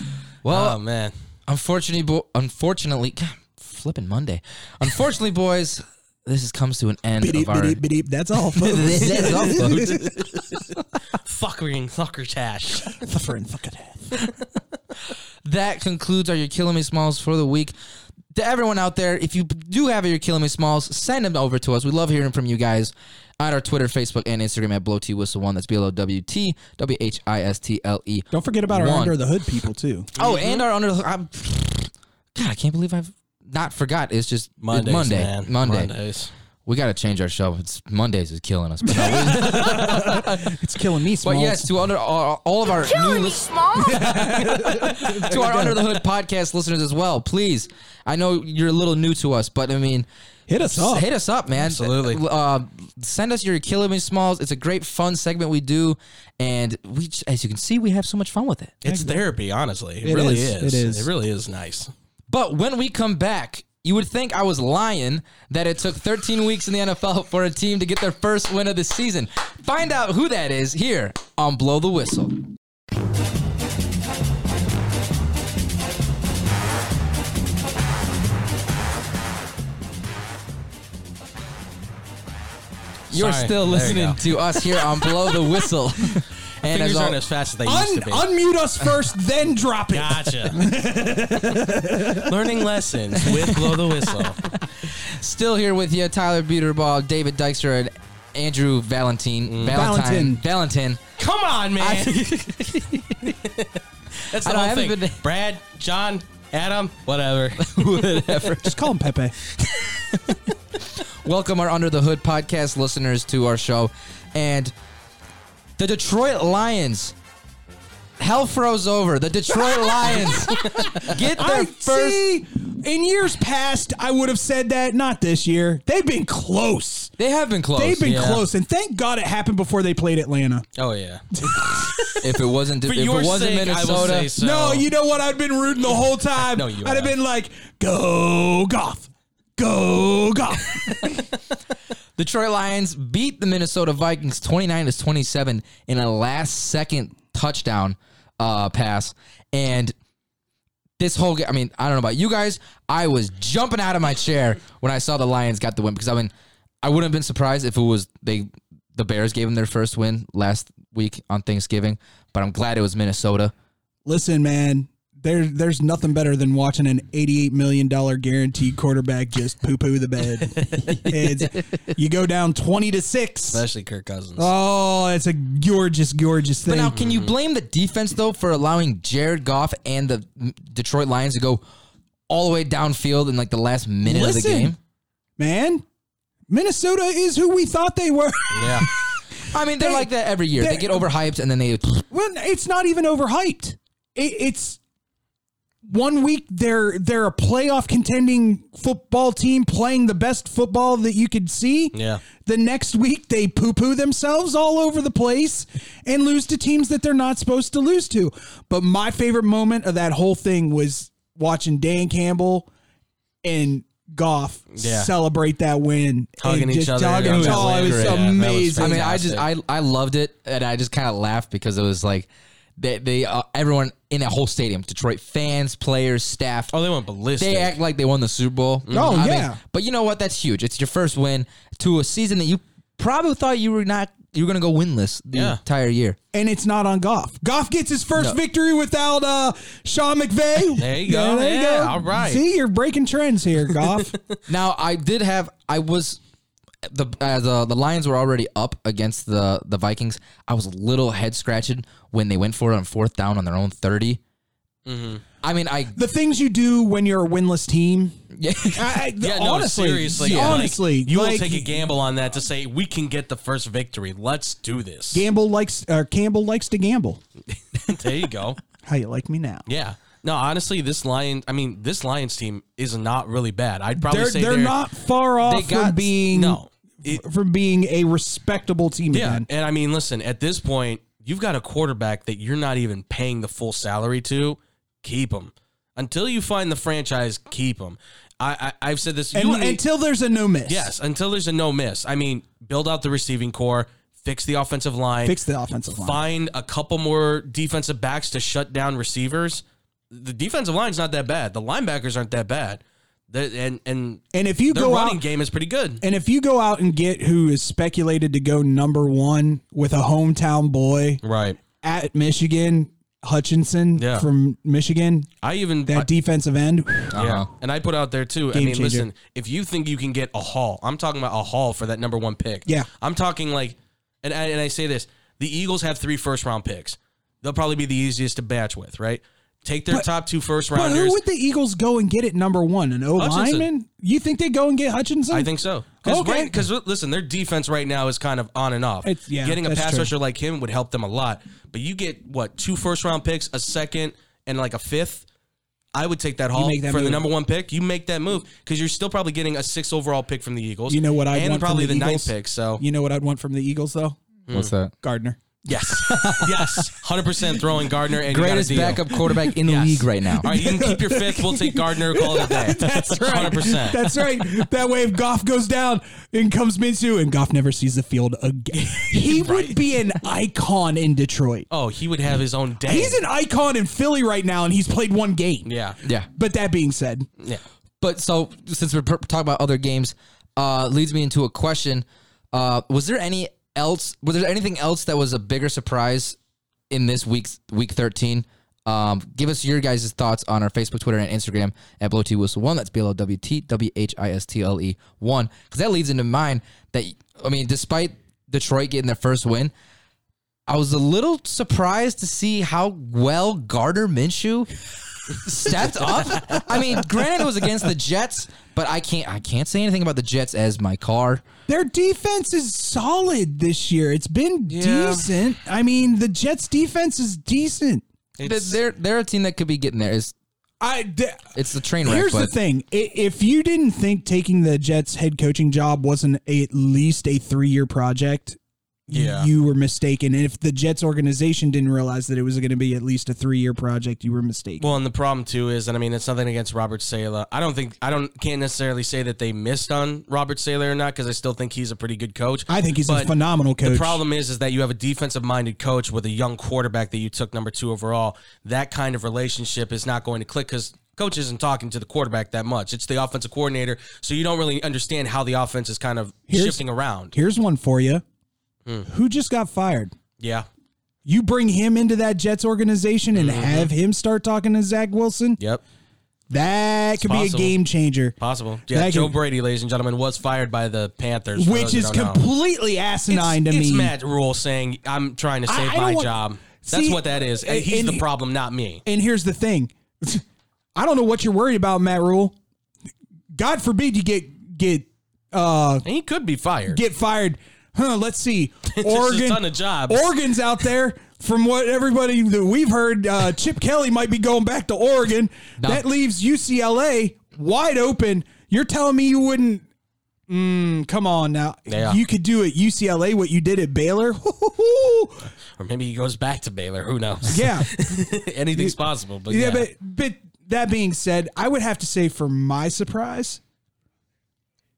[SPEAKER 2] Well,
[SPEAKER 4] oh man,
[SPEAKER 2] unfortunately, bo- unfortunately, God, flipping Monday. Unfortunately, boys, this is comes to an end
[SPEAKER 3] Biddy,
[SPEAKER 2] of our.
[SPEAKER 3] biddy, biddy. That's all.
[SPEAKER 2] This
[SPEAKER 3] folks.
[SPEAKER 2] is all, folks.
[SPEAKER 4] fuckering fucker tash.
[SPEAKER 3] The friend fucking ass.
[SPEAKER 2] that concludes our You're Killing Me Smalls for the week. To everyone out there, if you do have a You're Killing Me Smalls, send them over to us. We love hearing from you guys on our Twitter, Facebook, and Instagram at Blow T Whistle One. That's B L O W T W H I S T L E.
[SPEAKER 3] Don't forget about our
[SPEAKER 2] One.
[SPEAKER 3] under the hood people too.
[SPEAKER 2] Oh, and our under. I'm, God, I can't believe I've not forgot. It's just it's
[SPEAKER 4] Mondays,
[SPEAKER 2] Monday.
[SPEAKER 4] man.
[SPEAKER 2] Monday.
[SPEAKER 4] Mondays.
[SPEAKER 2] We got to change our show. It's Mondays is killing us. But, no, we-
[SPEAKER 3] It's killing me,
[SPEAKER 2] but
[SPEAKER 3] Smalls.
[SPEAKER 2] yes, to under, all, all of our new
[SPEAKER 8] Killing me,
[SPEAKER 2] listeners.
[SPEAKER 8] Smalls.
[SPEAKER 2] to our Under the Hood podcast listeners as well, please. I know you're a little new to us, but I mean,
[SPEAKER 3] Hit us
[SPEAKER 2] just
[SPEAKER 3] up.
[SPEAKER 2] hit us up, man.
[SPEAKER 4] Absolutely.
[SPEAKER 2] Uh, send us your Killer Me Smalls. It's a great, fun segment we do, and we, j- as you can see, we have so much fun with it.
[SPEAKER 4] It's therapy, honestly. It,
[SPEAKER 3] It
[SPEAKER 4] really
[SPEAKER 3] is.
[SPEAKER 4] is.
[SPEAKER 3] It is.
[SPEAKER 4] It really is nice.
[SPEAKER 2] But when we come back, you would think I was lying that it took 13 weeks in the NFL for a team to get their first win of the season. Find out who that is here on Blow the Whistle. You're
[SPEAKER 4] Sorry.
[SPEAKER 2] still
[SPEAKER 4] There you
[SPEAKER 2] listening
[SPEAKER 4] go.
[SPEAKER 2] to us here on Blow the Whistle. and
[SPEAKER 4] Fingers
[SPEAKER 2] as
[SPEAKER 4] aren't
[SPEAKER 2] al-
[SPEAKER 4] as fast as they
[SPEAKER 3] Un-
[SPEAKER 4] used to be.
[SPEAKER 3] unmute us first, then drop it.
[SPEAKER 4] Gotcha. Learning lessons with blow the whistle.
[SPEAKER 2] Still here with you, Tyler Buterball, David Dykstra, and Andrew Valentine.
[SPEAKER 4] Mm.
[SPEAKER 3] Valentin.
[SPEAKER 2] Valentine. Valentine.
[SPEAKER 4] Come on, man. That's the
[SPEAKER 2] I don't- I
[SPEAKER 4] whole
[SPEAKER 2] haven't
[SPEAKER 4] thing.
[SPEAKER 2] been-
[SPEAKER 4] Brad, John, Adam, whatever.
[SPEAKER 3] Just call him Pepe.
[SPEAKER 2] Welcome our Under the Hood podcast listeners to our show. And the Detroit Lions. Hell froze over. The Detroit Lions get their
[SPEAKER 3] I
[SPEAKER 2] first.
[SPEAKER 3] see. In years past, I would have said that. Not this year. They've been close.
[SPEAKER 2] They have been close.
[SPEAKER 3] They've been
[SPEAKER 4] yeah.
[SPEAKER 3] close, and thank God it happened before they played Atlanta.
[SPEAKER 4] Oh yeah.
[SPEAKER 2] if it wasn't, if
[SPEAKER 4] For
[SPEAKER 2] it
[SPEAKER 4] your
[SPEAKER 2] wasn't
[SPEAKER 4] sake, I will
[SPEAKER 2] Minnesota,
[SPEAKER 4] say so.
[SPEAKER 6] Oh.
[SPEAKER 3] No, Oh, you know what? I'd been rooting the whole time.
[SPEAKER 4] No, you
[SPEAKER 3] I'd have
[SPEAKER 4] have.
[SPEAKER 3] been like, "Go Goth, go Goth."
[SPEAKER 2] Detroit Lions beat the Minnesota Vikings 29 to 27 in a last second touchdown uh, pass. And this whole game, I mean, I don't know about you guys. I was jumping out of my chair when I saw the Lions got the win because I mean, I wouldn't have been surprised if it was they the Bears gave them their first win last week on Thanksgiving, but I'm glad it was Minnesota.
[SPEAKER 3] Listen, man, there, there's nothing better than watching an $88 million guaranteed quarterback just poo poo the bed. It's- you go down 20 to 6.
[SPEAKER 4] Especially Kirk Cousins.
[SPEAKER 3] Oh, it's a gorgeous, gorgeous
[SPEAKER 2] But
[SPEAKER 3] thing.
[SPEAKER 2] now, can you blame the defense though for allowing Jared Goff and the Detroit Lions to go all the way downfield in like the last minute of the
[SPEAKER 3] Listen.
[SPEAKER 2] game?
[SPEAKER 3] man, Minnesota is who we thought they were.
[SPEAKER 4] yeah.
[SPEAKER 2] I mean, they're
[SPEAKER 3] They-
[SPEAKER 2] like that every year. They
[SPEAKER 3] they're-
[SPEAKER 2] get overhyped and then they.
[SPEAKER 3] Well, it's not even overhyped. It, it's one week they're they're a playoff contending football team playing the best football that you could see.
[SPEAKER 4] Yeah.
[SPEAKER 3] The next week they poo poo themselves all over the place and lose to teams that they're not supposed to lose to. But my favorite moment of that whole thing was watching Dan Campbell and Goff
[SPEAKER 4] Yeah.
[SPEAKER 3] celebrate that win,
[SPEAKER 4] Hugging
[SPEAKER 3] and
[SPEAKER 4] each
[SPEAKER 3] just
[SPEAKER 4] other.
[SPEAKER 3] Hugging
[SPEAKER 4] That
[SPEAKER 3] each
[SPEAKER 4] was
[SPEAKER 3] other. It was
[SPEAKER 4] great. Yeah, that was
[SPEAKER 3] amazing.
[SPEAKER 2] I mean, I just I I loved it and I just kind of laughed because it was like They, they uh, everyone in that whole stadium, Detroit fans, players, staff.
[SPEAKER 6] Oh, they went ballistic.
[SPEAKER 2] They act like they won the Super Bowl.
[SPEAKER 3] Oh, yeah.
[SPEAKER 2] but you know what? That's huge. It's your first win to a season that you probably thought you were not you were going to go winless the
[SPEAKER 6] Yeah.
[SPEAKER 2] entire year.
[SPEAKER 3] and it's not on Goff. Goff gets his first victory without uh, Sean McVay.
[SPEAKER 6] There you go. Yeah, all right.
[SPEAKER 3] See, you're breaking trends here, Goff.
[SPEAKER 2] Now I did have I was the uh, the the Lions were already up against the the Vikings. I was a little head scratching when they went for it on fourth down on their own 30
[SPEAKER 6] Mm-hmm.
[SPEAKER 2] I mean, I
[SPEAKER 3] the things you do when you're a winless team.
[SPEAKER 2] yeah,
[SPEAKER 3] I, I-
[SPEAKER 6] Yeah, no,
[SPEAKER 3] honestly,
[SPEAKER 6] seriously.
[SPEAKER 3] yeah.
[SPEAKER 6] like,
[SPEAKER 3] honestly,
[SPEAKER 6] you
[SPEAKER 3] like,
[SPEAKER 6] will take a gamble on that to say we can get the first victory. Let's do this.
[SPEAKER 3] Gamble likes uh, Campbell likes to gamble.
[SPEAKER 6] there you go.
[SPEAKER 3] How you like me now?
[SPEAKER 6] Yeah. No, honestly, this lion. I mean, this Lions team is not really bad. I'd probably
[SPEAKER 3] They're
[SPEAKER 6] say
[SPEAKER 3] they're not far off
[SPEAKER 6] they got-
[SPEAKER 3] from being
[SPEAKER 6] no. It-
[SPEAKER 3] from being a respectable team
[SPEAKER 6] Yeah,
[SPEAKER 3] again.
[SPEAKER 6] and I mean, listen, at this point, you've got a quarterback that you're not even paying the full salary to. Keep him until you find the franchise. Keep him. I, I I've said this. you
[SPEAKER 3] And,
[SPEAKER 6] and me-
[SPEAKER 3] until there's a no miss.
[SPEAKER 6] yes, until there's a no miss. I mean, build out the receiving core, fix the offensive line,
[SPEAKER 3] Fix the offensive line.
[SPEAKER 6] find a couple more defensive backs to shut down receivers. The defensive line's not that bad. The linebackers aren't that bad. The, and and
[SPEAKER 3] And if you
[SPEAKER 6] their
[SPEAKER 3] go
[SPEAKER 6] running
[SPEAKER 3] out
[SPEAKER 6] game is pretty good.
[SPEAKER 3] and if you go out and get who is speculated to go number one with a hometown boy
[SPEAKER 6] Right.
[SPEAKER 3] at Michigan, Hutchinson
[SPEAKER 6] Yeah.
[SPEAKER 3] from Michigan,
[SPEAKER 6] I even
[SPEAKER 3] that
[SPEAKER 6] I-
[SPEAKER 3] defensive end.
[SPEAKER 6] Yeah. And I put out there too. I
[SPEAKER 3] Uh-huh. Game
[SPEAKER 6] mean,
[SPEAKER 3] changer.
[SPEAKER 6] listen, if you think you can get a haul, I'm talking about a haul for that number one pick.
[SPEAKER 3] Yeah.
[SPEAKER 6] I'm talking like, and I, and I say this the Eagles have three first round picks. They'll probably be the easiest to batch with, right? Take their top two first
[SPEAKER 3] But
[SPEAKER 6] rounders.
[SPEAKER 3] who would the Eagles go and get at number one? An O
[SPEAKER 6] Hutchinson.
[SPEAKER 3] lineman? You think they go and get Hutchinson?
[SPEAKER 6] I think so. Because
[SPEAKER 3] Okay.
[SPEAKER 6] listen, their defense right now is kind of on and off.
[SPEAKER 3] It's- yeah,
[SPEAKER 6] Getting a
[SPEAKER 3] that's
[SPEAKER 6] pass
[SPEAKER 3] true.
[SPEAKER 6] rusher like him would help them a lot. But you get what two first round picks, a second, and like a fifth. I would take that haul
[SPEAKER 3] make that
[SPEAKER 6] for the
[SPEAKER 3] move.
[SPEAKER 6] number one pick. You make that move because you're still probably getting a six overall pick from the Eagles.
[SPEAKER 3] You know what I
[SPEAKER 6] and
[SPEAKER 3] want
[SPEAKER 6] probably
[SPEAKER 3] from the,
[SPEAKER 6] the, ninth
[SPEAKER 3] Eagles?
[SPEAKER 6] pick. So
[SPEAKER 3] you know what I'd want from the Eagles though?
[SPEAKER 2] what's that?
[SPEAKER 3] Gardner.
[SPEAKER 6] yes, yes, hundred percent throwing Gardner and you got a
[SPEAKER 2] Greatest
[SPEAKER 6] deal.
[SPEAKER 2] backup quarterback in the league right now.
[SPEAKER 6] All right, you can keep your fifth. We'll take Gardner. Call it a day. That's right. Hundred percent.
[SPEAKER 3] That's right. that way, if Goff goes down and comes Minshew, and Goff never sees the field again, he would be an icon in Detroit.
[SPEAKER 6] Oh, he would have his own day.
[SPEAKER 3] He's an icon in Philly right now, and he's played one game.
[SPEAKER 6] yeah.
[SPEAKER 2] Yeah.
[SPEAKER 3] But that being said,
[SPEAKER 6] Yeah.
[SPEAKER 2] But so since we're per- talking about other games, uh, leads me into a question: uh, Was there any else? Was there anything else that was a bigger surprise in this week's week thirteen? Um, give us your guys' thoughts on our Facebook, Twitter, and Instagram at Blow T Whistle One. That's B L O W T W H I S T L E One. Because that leads into mine. That I mean, despite Detroit getting their first win, I was a little surprised to see how well Gardner Minshew stepped up. I mean, granted it was against the Jets, but I can't I can't say anything about the Jets as my car.
[SPEAKER 3] their defense is solid this year. It's been decent. I mean, the Jets' defense is decent.
[SPEAKER 6] It's-
[SPEAKER 2] they're they're a team that could be getting there. It's
[SPEAKER 3] I. th-
[SPEAKER 2] it's the train wreck.
[SPEAKER 3] Here's the
[SPEAKER 2] but
[SPEAKER 3] thing: I- if you didn't think taking the Jets head coaching job wasn't a- at least a three year project,
[SPEAKER 6] Yeah.
[SPEAKER 3] you were mistaken. And if the Jets organization didn't realize that it was going to be at least a three year project, you were mistaken.
[SPEAKER 6] Well, and the problem too is, and I mean, it's nothing against Robert Sala. I don't think I don't can't necessarily say that they missed on Robert Sala or not because I still think he's a pretty good coach.
[SPEAKER 3] I think he's a
[SPEAKER 6] But
[SPEAKER 3] phenomenal coach.
[SPEAKER 6] The problem is, is that you have a defensive minded coach with a young quarterback that you took number two overall. That kind of relationship is not going to click because coach isn't talking to the quarterback that much. It's the offensive coordinator, so you don't really understand how the offense is kind of
[SPEAKER 3] Here's-
[SPEAKER 6] shifting around.
[SPEAKER 3] Here's one for you:
[SPEAKER 6] Hmm.
[SPEAKER 3] Who just got fired?
[SPEAKER 6] Yeah,
[SPEAKER 3] You bring him into that Jets organization
[SPEAKER 6] Mm-hmm.
[SPEAKER 3] and have him start talking to Zach Wilson.
[SPEAKER 6] yep,
[SPEAKER 3] That could
[SPEAKER 6] possible.
[SPEAKER 3] be a game changer.
[SPEAKER 6] possible. Yeah,
[SPEAKER 3] That
[SPEAKER 6] Joe
[SPEAKER 3] could-
[SPEAKER 6] Brady, ladies and gentlemen, was fired by the Panthers, for those
[SPEAKER 3] Which
[SPEAKER 6] who
[SPEAKER 3] is
[SPEAKER 6] don't know.
[SPEAKER 3] completely asinine
[SPEAKER 6] it's,
[SPEAKER 3] to
[SPEAKER 6] it's
[SPEAKER 3] me.
[SPEAKER 6] Matt Rule saying I'm trying to
[SPEAKER 3] I-
[SPEAKER 6] save
[SPEAKER 3] I don't
[SPEAKER 6] my
[SPEAKER 3] want-
[SPEAKER 6] job. That's
[SPEAKER 3] See,
[SPEAKER 6] what that is. And
[SPEAKER 3] and-
[SPEAKER 6] he's the
[SPEAKER 3] and-
[SPEAKER 6] problem, not me.
[SPEAKER 3] And here's the thing. I don't know what you're worried about, Matt Rule. God forbid you get get uh
[SPEAKER 6] And he could be fired.
[SPEAKER 3] get fired. Huh, let's see.
[SPEAKER 6] a
[SPEAKER 3] Oregon
[SPEAKER 6] ton of jobs.
[SPEAKER 3] Oregon's out there. From what everybody that we've heard, uh, Chip Kelly might be going back to Oregon.
[SPEAKER 2] No.
[SPEAKER 3] That leaves UCLA wide open. You're telling me you wouldn't Mm, come on now.
[SPEAKER 6] Yeah.
[SPEAKER 3] You could do at UCLA what you did at Baylor.
[SPEAKER 6] or maybe he goes back to Baylor. Who knows?
[SPEAKER 3] yeah.
[SPEAKER 6] Anything's possible. But
[SPEAKER 3] yeah,
[SPEAKER 6] yeah,
[SPEAKER 3] but but that being said, I would have to say for my surprise,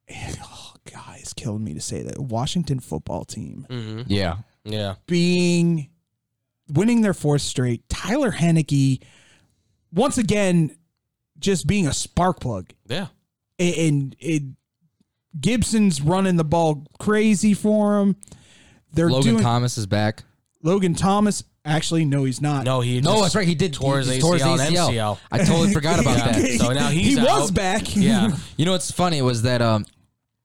[SPEAKER 3] oh god, it's killing me to say that Washington football team
[SPEAKER 2] yeah.
[SPEAKER 6] yeah.
[SPEAKER 3] being winning their fourth straight. Tyler Haneke, once again, just being a spark plug.
[SPEAKER 6] Yeah.
[SPEAKER 3] And, and it, Gibson's running the ball crazy for him. They're
[SPEAKER 2] Logan
[SPEAKER 3] doing
[SPEAKER 2] Thomas is back.
[SPEAKER 3] Logan Thomas. Actually, no, he's not.
[SPEAKER 6] No, he
[SPEAKER 2] No,
[SPEAKER 6] just
[SPEAKER 2] that's right. He did
[SPEAKER 6] tore his
[SPEAKER 2] he
[SPEAKER 6] ACL,
[SPEAKER 2] tore his
[SPEAKER 6] and
[SPEAKER 2] ACL.
[SPEAKER 6] MCL.
[SPEAKER 2] I totally forgot about
[SPEAKER 6] Yeah.
[SPEAKER 2] that.
[SPEAKER 6] So now he's
[SPEAKER 3] he was
[SPEAKER 6] out.
[SPEAKER 3] back.
[SPEAKER 6] Yeah.
[SPEAKER 2] You know what's funny was that um,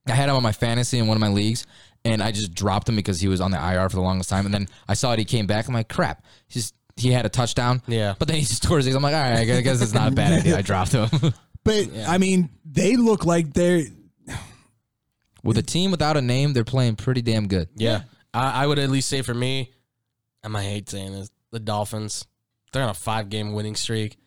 [SPEAKER 2] I had him on my fantasy in one of my leagues, and I just dropped him because he was on the IR for the longest time. And then I saw it, he came back. I'm like, crap. He's he had a touchdown.
[SPEAKER 6] Yeah.
[SPEAKER 2] But then he just tore his. I'm like, all right, I guess it's not a bad idea. I dropped him
[SPEAKER 3] but I mean, they look like they're
[SPEAKER 2] with a team without a name. They're playing pretty damn good.
[SPEAKER 6] Yeah. I, I would at least say for me, and I hate saying this, the Dolphins, they're on a five game winning streak,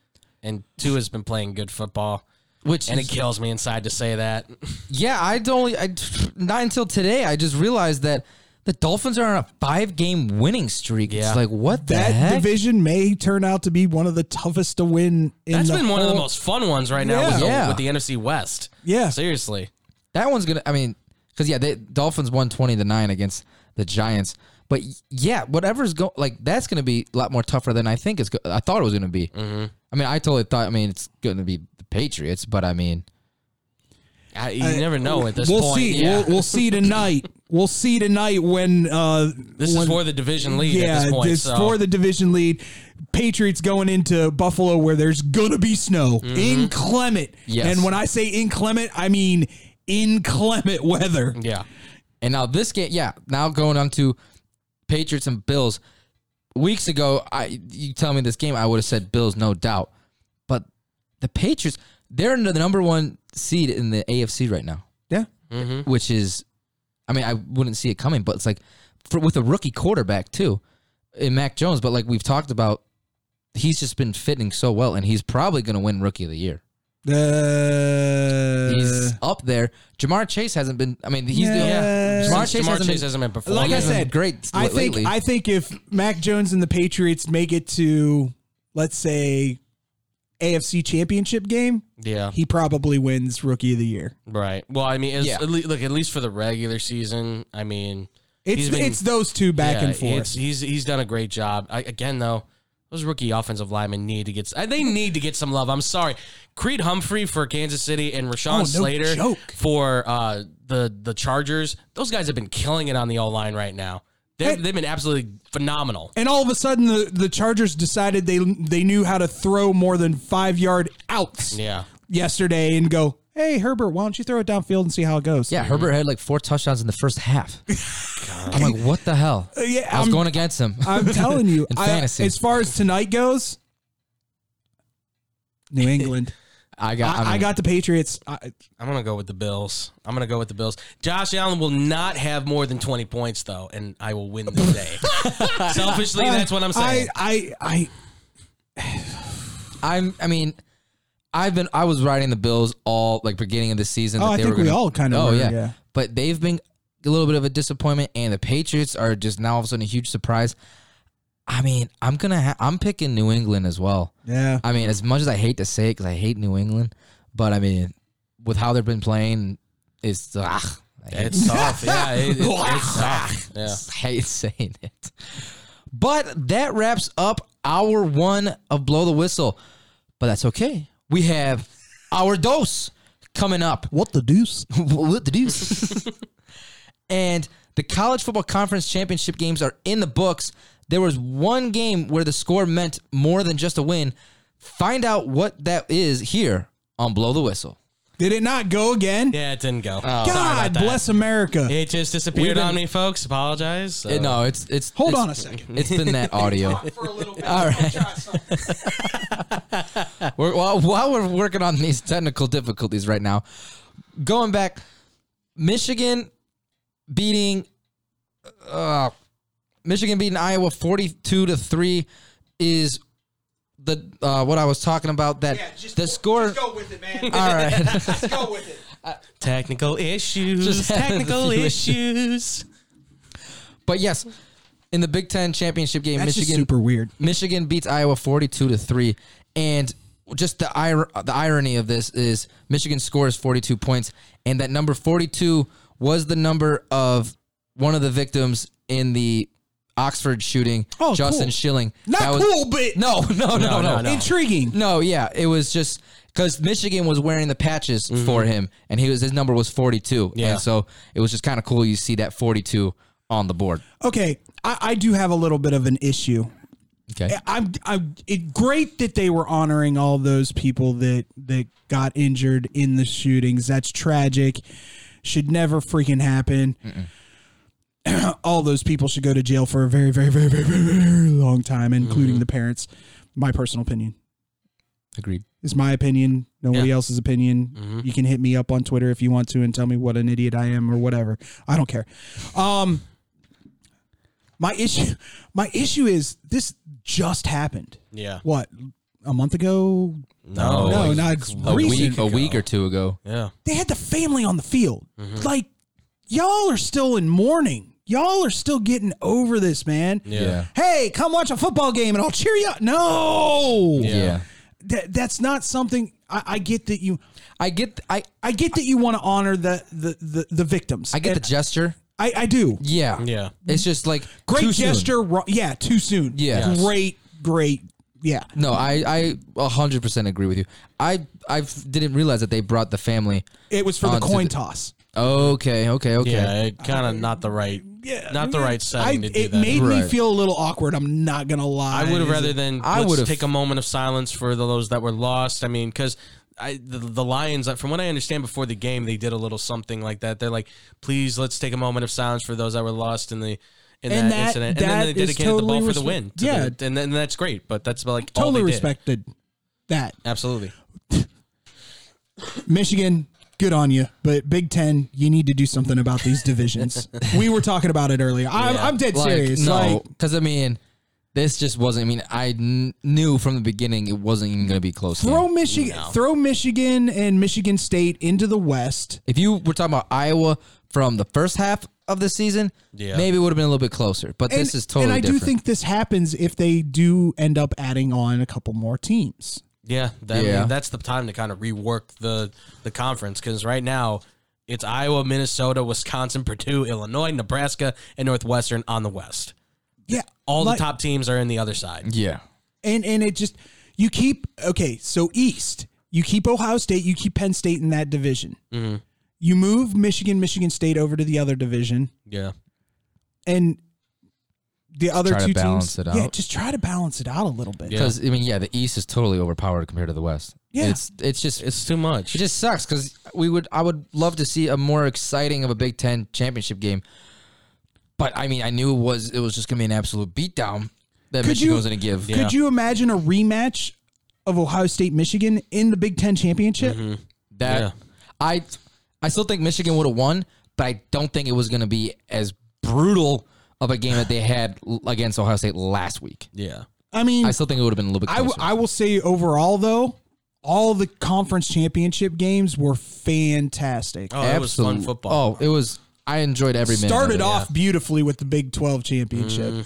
[SPEAKER 6] and two has been playing good football.
[SPEAKER 2] Which
[SPEAKER 6] And it
[SPEAKER 2] is-
[SPEAKER 6] kills me inside to say that.
[SPEAKER 2] Yeah, I don't. I not until today. I just realized that the Dolphins are on a five-game winning streak.
[SPEAKER 6] Yeah.
[SPEAKER 2] It's like what the
[SPEAKER 3] that
[SPEAKER 2] heck?
[SPEAKER 3] division may turn out to be one of the toughest to win. In
[SPEAKER 6] That's
[SPEAKER 3] the
[SPEAKER 6] been one of the
[SPEAKER 3] whole-
[SPEAKER 6] most fun ones right now with, the,
[SPEAKER 2] Yeah.
[SPEAKER 6] with the NFC West.
[SPEAKER 3] Yeah.
[SPEAKER 6] Seriously.
[SPEAKER 2] That one's gonna. I mean, because yeah, the Dolphins won twenty to nine against the Giants. But y- yeah, whatever's going like that's gonna be a lot more tougher than I think it's. Go- I thought it was gonna be. I mean, I totally thought. I mean, it's gonna be the Patriots, but I mean,
[SPEAKER 6] I, you never know at this
[SPEAKER 3] we'll
[SPEAKER 6] point.
[SPEAKER 3] see.
[SPEAKER 6] Yeah.
[SPEAKER 3] We'll, we'll see tonight. we'll see tonight when uh,
[SPEAKER 6] this
[SPEAKER 3] when,
[SPEAKER 6] is for the division lead
[SPEAKER 3] yeah,
[SPEAKER 6] at this point.
[SPEAKER 3] it's
[SPEAKER 6] so.
[SPEAKER 3] for the division lead. Patriots going into Buffalo where there's gonna be snow,
[SPEAKER 6] Mm-hmm.
[SPEAKER 3] inclement.
[SPEAKER 2] Yes.
[SPEAKER 3] And when I say inclement, I mean inclement weather.
[SPEAKER 6] yeah.
[SPEAKER 2] and now this game. Yeah, now going on to Patriots and Bills. Weeks ago, I you tell me this game, I would have said Bills, no doubt. But the Patriots, they're the number one seed in the AFC right now.
[SPEAKER 3] Yeah,
[SPEAKER 2] which is, I mean, I wouldn't see it coming, but it's like for, with a rookie quarterback too, in Mac Jones. But like we've talked about, he's just been fitting so well, and he's probably going to win Rookie of the Year.
[SPEAKER 3] Uh,
[SPEAKER 2] He's up there. Jamar Chase hasn't been. I mean, he's the
[SPEAKER 3] Yeah.
[SPEAKER 2] Jamar
[SPEAKER 6] Since
[SPEAKER 2] Chase,
[SPEAKER 6] Jamar
[SPEAKER 2] hasn't,
[SPEAKER 6] Chase
[SPEAKER 2] been,
[SPEAKER 6] hasn't been performing.
[SPEAKER 3] like I
[SPEAKER 2] Hasn't been
[SPEAKER 3] said,
[SPEAKER 2] great
[SPEAKER 3] I
[SPEAKER 2] l-
[SPEAKER 3] think
[SPEAKER 2] lately.
[SPEAKER 3] I think if Mac Jones and the Patriots make it to let's say AFC Championship game,
[SPEAKER 6] yeah.
[SPEAKER 3] he probably wins Rookie of the Year.
[SPEAKER 6] Right. Well, I mean, it's,
[SPEAKER 2] Yeah.
[SPEAKER 6] at le- look, at least for the regular season, I mean,
[SPEAKER 3] It's
[SPEAKER 6] He's been-
[SPEAKER 3] it's those two back
[SPEAKER 6] yeah,
[SPEAKER 3] and forth.
[SPEAKER 6] it's- he's he's done a great job. I, again, though, those rookie offensive linemen need to get. s- They need to get some love. I'm sorry, Creed Humphrey for Kansas City and Rashawn
[SPEAKER 3] Oh, no
[SPEAKER 6] Slater
[SPEAKER 3] joke.
[SPEAKER 6] for uh, the the Chargers. Those guys have been killing it on the O line right now. They've,
[SPEAKER 3] Hey.
[SPEAKER 6] they've been absolutely phenomenal.
[SPEAKER 3] And all of a sudden, the, the Chargers decided they they knew how to throw more than five yard outs
[SPEAKER 6] Yeah.
[SPEAKER 3] yesterday and go, hey Herbert, why don't you throw it downfield and see how it goes?
[SPEAKER 2] yeah, Herbert had like four touchdowns in the first half. I'm like, what the hell?
[SPEAKER 3] Uh, yeah,
[SPEAKER 2] I was
[SPEAKER 3] I'm-
[SPEAKER 2] going against him.
[SPEAKER 3] I'm telling you,
[SPEAKER 2] In
[SPEAKER 3] I-
[SPEAKER 2] fantasy.
[SPEAKER 3] as far as tonight goes, New England.
[SPEAKER 2] I got.
[SPEAKER 3] I, I
[SPEAKER 2] mean,
[SPEAKER 3] got the Patriots. I,
[SPEAKER 6] I'm gonna go with the Bills. I'm gonna go with the Bills. Josh Allen will not have more than 20 points though, and I will win the day. Selfishly, that's what I'm saying.
[SPEAKER 3] I, I, I
[SPEAKER 2] I'm. I mean, I've been. I was riding the Bills all like beginning of the season.
[SPEAKER 3] Oh,
[SPEAKER 2] that
[SPEAKER 3] I
[SPEAKER 2] they
[SPEAKER 3] think
[SPEAKER 2] were
[SPEAKER 3] we
[SPEAKER 2] gonna-
[SPEAKER 3] all kinda
[SPEAKER 2] Oh
[SPEAKER 3] were,
[SPEAKER 2] yeah.
[SPEAKER 3] yeah.
[SPEAKER 2] But they've been a little bit of a disappointment, and the Patriots are just now all of a sudden a huge surprise. I mean, I'm gonna. Ha- I'm picking New England as well.
[SPEAKER 3] yeah.
[SPEAKER 2] I mean, as much as I hate to say it because I hate New England, but I mean, with how they've been playing, it's ah, I hate
[SPEAKER 6] it's tough. Yeah, it- it- it's tough. Yeah.
[SPEAKER 2] hate saying it. But that wraps up hour one of Blow the Whistle. But that's okay. We have our dose coming up.
[SPEAKER 3] What the deuce?
[SPEAKER 2] what the deuce? and the college football conference championship games are in the books. There was one game where the score meant more than just a win. Find out what that is here on Blow the Whistle.
[SPEAKER 3] Did it not go again?
[SPEAKER 6] Yeah, it didn't go.
[SPEAKER 3] God bless America.
[SPEAKER 6] It just disappeared on me, folks. Apologize. Uh, So-
[SPEAKER 2] Uh, No, it's it's
[SPEAKER 3] Hold
[SPEAKER 2] it's-
[SPEAKER 3] on a second.
[SPEAKER 2] It's been that audio. All right. we're, while, while we're working on these technical difficulties right now, going back, Michigan beating, uh, Michigan beating Iowa forty-two to three is the uh, what I was talking about. That the score.
[SPEAKER 3] with it, man.
[SPEAKER 2] all right.
[SPEAKER 3] Let's go with it.
[SPEAKER 6] Technical issues.
[SPEAKER 2] Just having a
[SPEAKER 6] technical
[SPEAKER 2] few
[SPEAKER 6] issues.
[SPEAKER 2] But yes, in the Big Ten championship game,
[SPEAKER 3] That's just
[SPEAKER 2] Michigan
[SPEAKER 3] super weird.
[SPEAKER 2] Michigan beats Iowa 42 to 3 and just the ir- the irony of this is Michigan scores 42 points and that number 42 was the number of one of the victims in the Oxford shooting,
[SPEAKER 3] Oh,
[SPEAKER 2] Justin
[SPEAKER 3] cool.
[SPEAKER 2] Schilling.
[SPEAKER 3] Not
[SPEAKER 2] That was-
[SPEAKER 3] cool, but
[SPEAKER 2] No, no, no, no, no.
[SPEAKER 3] intriguing.
[SPEAKER 2] yeah, it was just because Michigan was wearing the patches for him, and he was his number was forty two.
[SPEAKER 6] Yeah.
[SPEAKER 2] and so it was just kind of cool. You see that forty two on the board.
[SPEAKER 3] Okay, I, I do have a little bit of an issue.
[SPEAKER 2] Okay,
[SPEAKER 3] I'm, I'm it, great that they were honoring all those people that that got injured in the shootings. That's tragic. Should never freaking happen. all those people should go to jail for a very, very, very, very, very, very long time, including the parents. My personal opinion.
[SPEAKER 2] agreed.
[SPEAKER 3] It's my opinion, nobody else's opinion.
[SPEAKER 2] Mm-hmm.
[SPEAKER 3] You can hit me up on Twitter if you want to and tell me what an idiot I am or whatever. I don't care. Um my issue my issue is this just happened.
[SPEAKER 6] Yeah.
[SPEAKER 3] What? A month ago?
[SPEAKER 6] No.
[SPEAKER 3] no, not it's
[SPEAKER 2] A
[SPEAKER 3] recent.
[SPEAKER 2] week, a week or two ago.
[SPEAKER 6] Yeah.
[SPEAKER 3] They had the family on the field.
[SPEAKER 2] Mm-hmm.
[SPEAKER 3] Like y'all are still in mourning. Y'all are still getting over this, man.
[SPEAKER 6] Yeah.
[SPEAKER 3] Hey, come watch a football game and I'll cheer you up. No.
[SPEAKER 2] Yeah.
[SPEAKER 3] That, that's not something I, I get that you
[SPEAKER 2] I get, I,
[SPEAKER 3] I get that you want to honor the the the, the victims.
[SPEAKER 2] I get the
[SPEAKER 3] And
[SPEAKER 2] gesture.
[SPEAKER 3] I, I do.
[SPEAKER 2] Yeah,
[SPEAKER 6] Yeah.
[SPEAKER 2] It's just like
[SPEAKER 3] Great
[SPEAKER 2] too soon.
[SPEAKER 3] gesture. Ro- yeah, too soon.
[SPEAKER 2] Yeah. Yes.
[SPEAKER 3] Great, great. Yeah.
[SPEAKER 2] No, I I hundred percent agree with you. I I didn't realize that they brought the family.
[SPEAKER 3] It was for the
[SPEAKER 2] On to
[SPEAKER 3] coin
[SPEAKER 2] the-
[SPEAKER 3] toss.
[SPEAKER 2] Okay, okay, okay.
[SPEAKER 6] Yeah. It kind of not the right. Yeah. Not the right setting
[SPEAKER 3] I-
[SPEAKER 6] to do
[SPEAKER 3] it
[SPEAKER 6] that.
[SPEAKER 3] made me
[SPEAKER 2] Right.
[SPEAKER 3] feel a little awkward. I'm not gonna lie.
[SPEAKER 6] I would have
[SPEAKER 3] Is
[SPEAKER 6] rather
[SPEAKER 3] it-
[SPEAKER 6] than
[SPEAKER 2] I
[SPEAKER 6] I
[SPEAKER 2] would've-
[SPEAKER 6] would take a moment of silence for those that were lost. I mean, because I the, the Lions, from what I understand, before the game they did a little something like that. They're like, please let's take a moment of silence for those that were lost in the. In
[SPEAKER 3] And
[SPEAKER 6] that,
[SPEAKER 3] that-
[SPEAKER 6] incident,
[SPEAKER 3] that
[SPEAKER 6] and then they
[SPEAKER 3] is
[SPEAKER 6] dedicated the
[SPEAKER 3] totally
[SPEAKER 6] ball for the
[SPEAKER 3] respe-
[SPEAKER 6] win. to
[SPEAKER 3] Yeah.
[SPEAKER 6] the- and then that's great, but that's about like all
[SPEAKER 3] totally
[SPEAKER 6] they did.
[SPEAKER 3] respected that.
[SPEAKER 6] Absolutely,
[SPEAKER 3] Michigan, good on you, but Big Ten, you need to do something about these divisions. we were talking about it earlier. I'm, I'm dead
[SPEAKER 2] Like,
[SPEAKER 3] serious.
[SPEAKER 2] no,
[SPEAKER 3] Like,
[SPEAKER 2] because I mean, this just wasn't. I mean, I kn- knew from the beginning it wasn't even going to be close. game.
[SPEAKER 3] throw Michigan, throw Michigan and Michigan State into the West.
[SPEAKER 2] If you were talking about Iowa from the first half of the season,
[SPEAKER 6] Yeah.
[SPEAKER 2] maybe it would have been a little bit closer. But this is totally
[SPEAKER 3] And I
[SPEAKER 2] different.
[SPEAKER 3] do think this happens if they do end up adding on a couple more teams.
[SPEAKER 6] yeah, that, I mean,
[SPEAKER 2] Yeah.
[SPEAKER 6] that's the time to kind of rework the the conference because right now it's Iowa, Minnesota, Wisconsin, Purdue, Illinois, Nebraska, and Northwestern on the West.
[SPEAKER 3] Yeah,
[SPEAKER 6] All
[SPEAKER 3] like-
[SPEAKER 6] the top teams are in the other side.
[SPEAKER 2] yeah,
[SPEAKER 3] and and it just you keep okay. So East, you keep Ohio State, you keep Penn State in that division.
[SPEAKER 2] Mm-hmm.
[SPEAKER 3] You move Michigan, Michigan State over to the other division,
[SPEAKER 6] Yeah.
[SPEAKER 3] and the other
[SPEAKER 2] Try to
[SPEAKER 3] two
[SPEAKER 2] balance
[SPEAKER 3] teams.
[SPEAKER 2] it
[SPEAKER 3] Yeah,
[SPEAKER 2] out.
[SPEAKER 3] just try to balance it out a little bit.
[SPEAKER 2] because I mean, yeah, the East is totally overpowered compared to the West.
[SPEAKER 3] Yeah.
[SPEAKER 2] it's it's just
[SPEAKER 6] It's too much.
[SPEAKER 2] It just sucks because we would. I would love to see a more exciting of a Big Ten championship game. But I mean, I knew it was it was just gonna be an absolute beatdown that
[SPEAKER 3] Could
[SPEAKER 2] Michigan
[SPEAKER 3] you-
[SPEAKER 2] was gonna give.
[SPEAKER 3] Could you imagine a rematch of Ohio State, Michigan in the Big Ten championship?
[SPEAKER 2] That
[SPEAKER 6] Yeah.
[SPEAKER 2] I, I still think Michigan would have won, but I don't think it was gonna be as brutal of a game that they had l- against Ohio State last week.
[SPEAKER 6] yeah.
[SPEAKER 3] I mean,
[SPEAKER 2] I still think it would have been a little bit
[SPEAKER 3] I, w-
[SPEAKER 2] closer.
[SPEAKER 3] I will say overall though, all the conference championship games were fantastic.
[SPEAKER 6] Oh, it was fun
[SPEAKER 2] Absolute-
[SPEAKER 6] football.
[SPEAKER 2] Oh, it was. I enjoyed every minute. of
[SPEAKER 3] Started
[SPEAKER 2] it.
[SPEAKER 3] off beautifully with the Big Twelve championship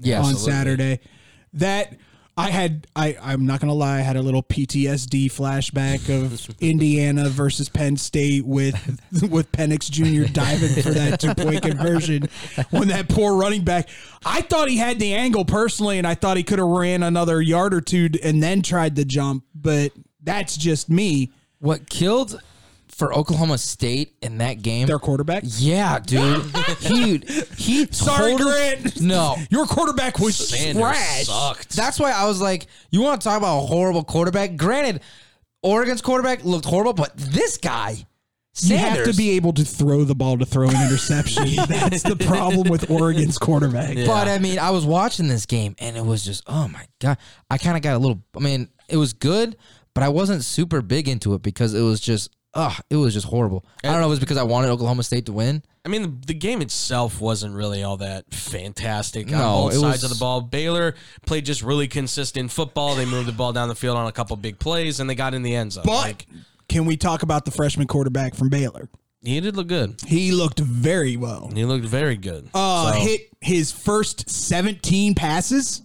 [SPEAKER 2] yes.
[SPEAKER 3] on Saturday. That I had I I'm not gonna lie, I had a little PTSD flashback of Indiana versus Penn State with with Penix Jr. diving for that two point conversion when that poor running back. I thought he had the angle personally, and I thought he could have ran another yard or two and then tried the jump, but that's just me.
[SPEAKER 2] What killed for Oklahoma State in that game?
[SPEAKER 3] Their quarterback.
[SPEAKER 2] Yeah, dude. he he
[SPEAKER 3] Sorry,
[SPEAKER 2] totally-
[SPEAKER 3] Grant.
[SPEAKER 2] No.
[SPEAKER 3] Your quarterback was
[SPEAKER 6] Sanders
[SPEAKER 3] trash.
[SPEAKER 6] sucked.
[SPEAKER 2] That's why I was like, you want to talk about a horrible quarterback? Granted, Oregon's quarterback looked horrible, but this guy,
[SPEAKER 3] You
[SPEAKER 2] Sanders,
[SPEAKER 3] have to be able to throw the ball to throw an interception. That's the problem with Oregon's quarterback.
[SPEAKER 2] But I mean, I was watching this game and it was just, oh my god. I kind of got a little. I mean, it was good, but I wasn't super big into it because it was just, ugh, it was just horrible. I don't know. if It was because I wanted Oklahoma State to win.
[SPEAKER 6] I mean, the, the game itself wasn't really all that fantastic on
[SPEAKER 2] No,
[SPEAKER 6] both
[SPEAKER 2] it
[SPEAKER 6] sides
[SPEAKER 2] was-
[SPEAKER 6] of the ball. Baylor played just really consistent football. They moved the ball down the field on a couple big plays, and they got in the end zone.
[SPEAKER 3] But
[SPEAKER 6] Like,
[SPEAKER 3] can we talk about the freshman quarterback from Baylor?
[SPEAKER 6] he did look good.
[SPEAKER 3] He looked very well.
[SPEAKER 6] He looked very good.
[SPEAKER 3] Uh,
[SPEAKER 6] So,
[SPEAKER 3] hit his first 17 passes.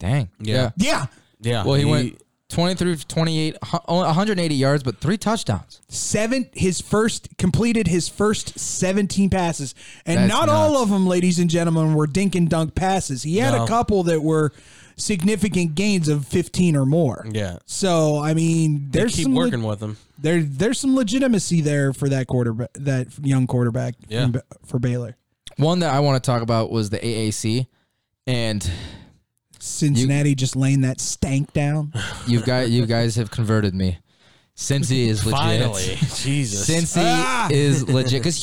[SPEAKER 2] Dang.
[SPEAKER 6] Yeah.
[SPEAKER 3] Yeah.
[SPEAKER 6] yeah.
[SPEAKER 2] Well, he, went 23 for 28, hu- 180 yards, but three touchdowns.
[SPEAKER 3] seven his first completed his first 17 passes and
[SPEAKER 2] That's
[SPEAKER 3] not all
[SPEAKER 2] nuts.
[SPEAKER 3] of them ladies and gentlemen were dink and dunk passes he had
[SPEAKER 6] No.
[SPEAKER 3] a couple that were significant gains of 15 or more
[SPEAKER 6] Yeah.
[SPEAKER 3] so i mean
[SPEAKER 6] They
[SPEAKER 3] there's
[SPEAKER 6] keep
[SPEAKER 3] some le-
[SPEAKER 6] working with them.
[SPEAKER 3] there there's some legitimacy there for that quarterback that young quarterback
[SPEAKER 6] Yeah.
[SPEAKER 3] from Ba- for baylor
[SPEAKER 2] One that I want to talk about was the AAC. And
[SPEAKER 3] cincinnati just laying that stank down
[SPEAKER 2] you guys, you guys have converted me. Cincy is legit.
[SPEAKER 6] Finally, Jesus.
[SPEAKER 2] Cincy
[SPEAKER 3] Ah!
[SPEAKER 2] is legit because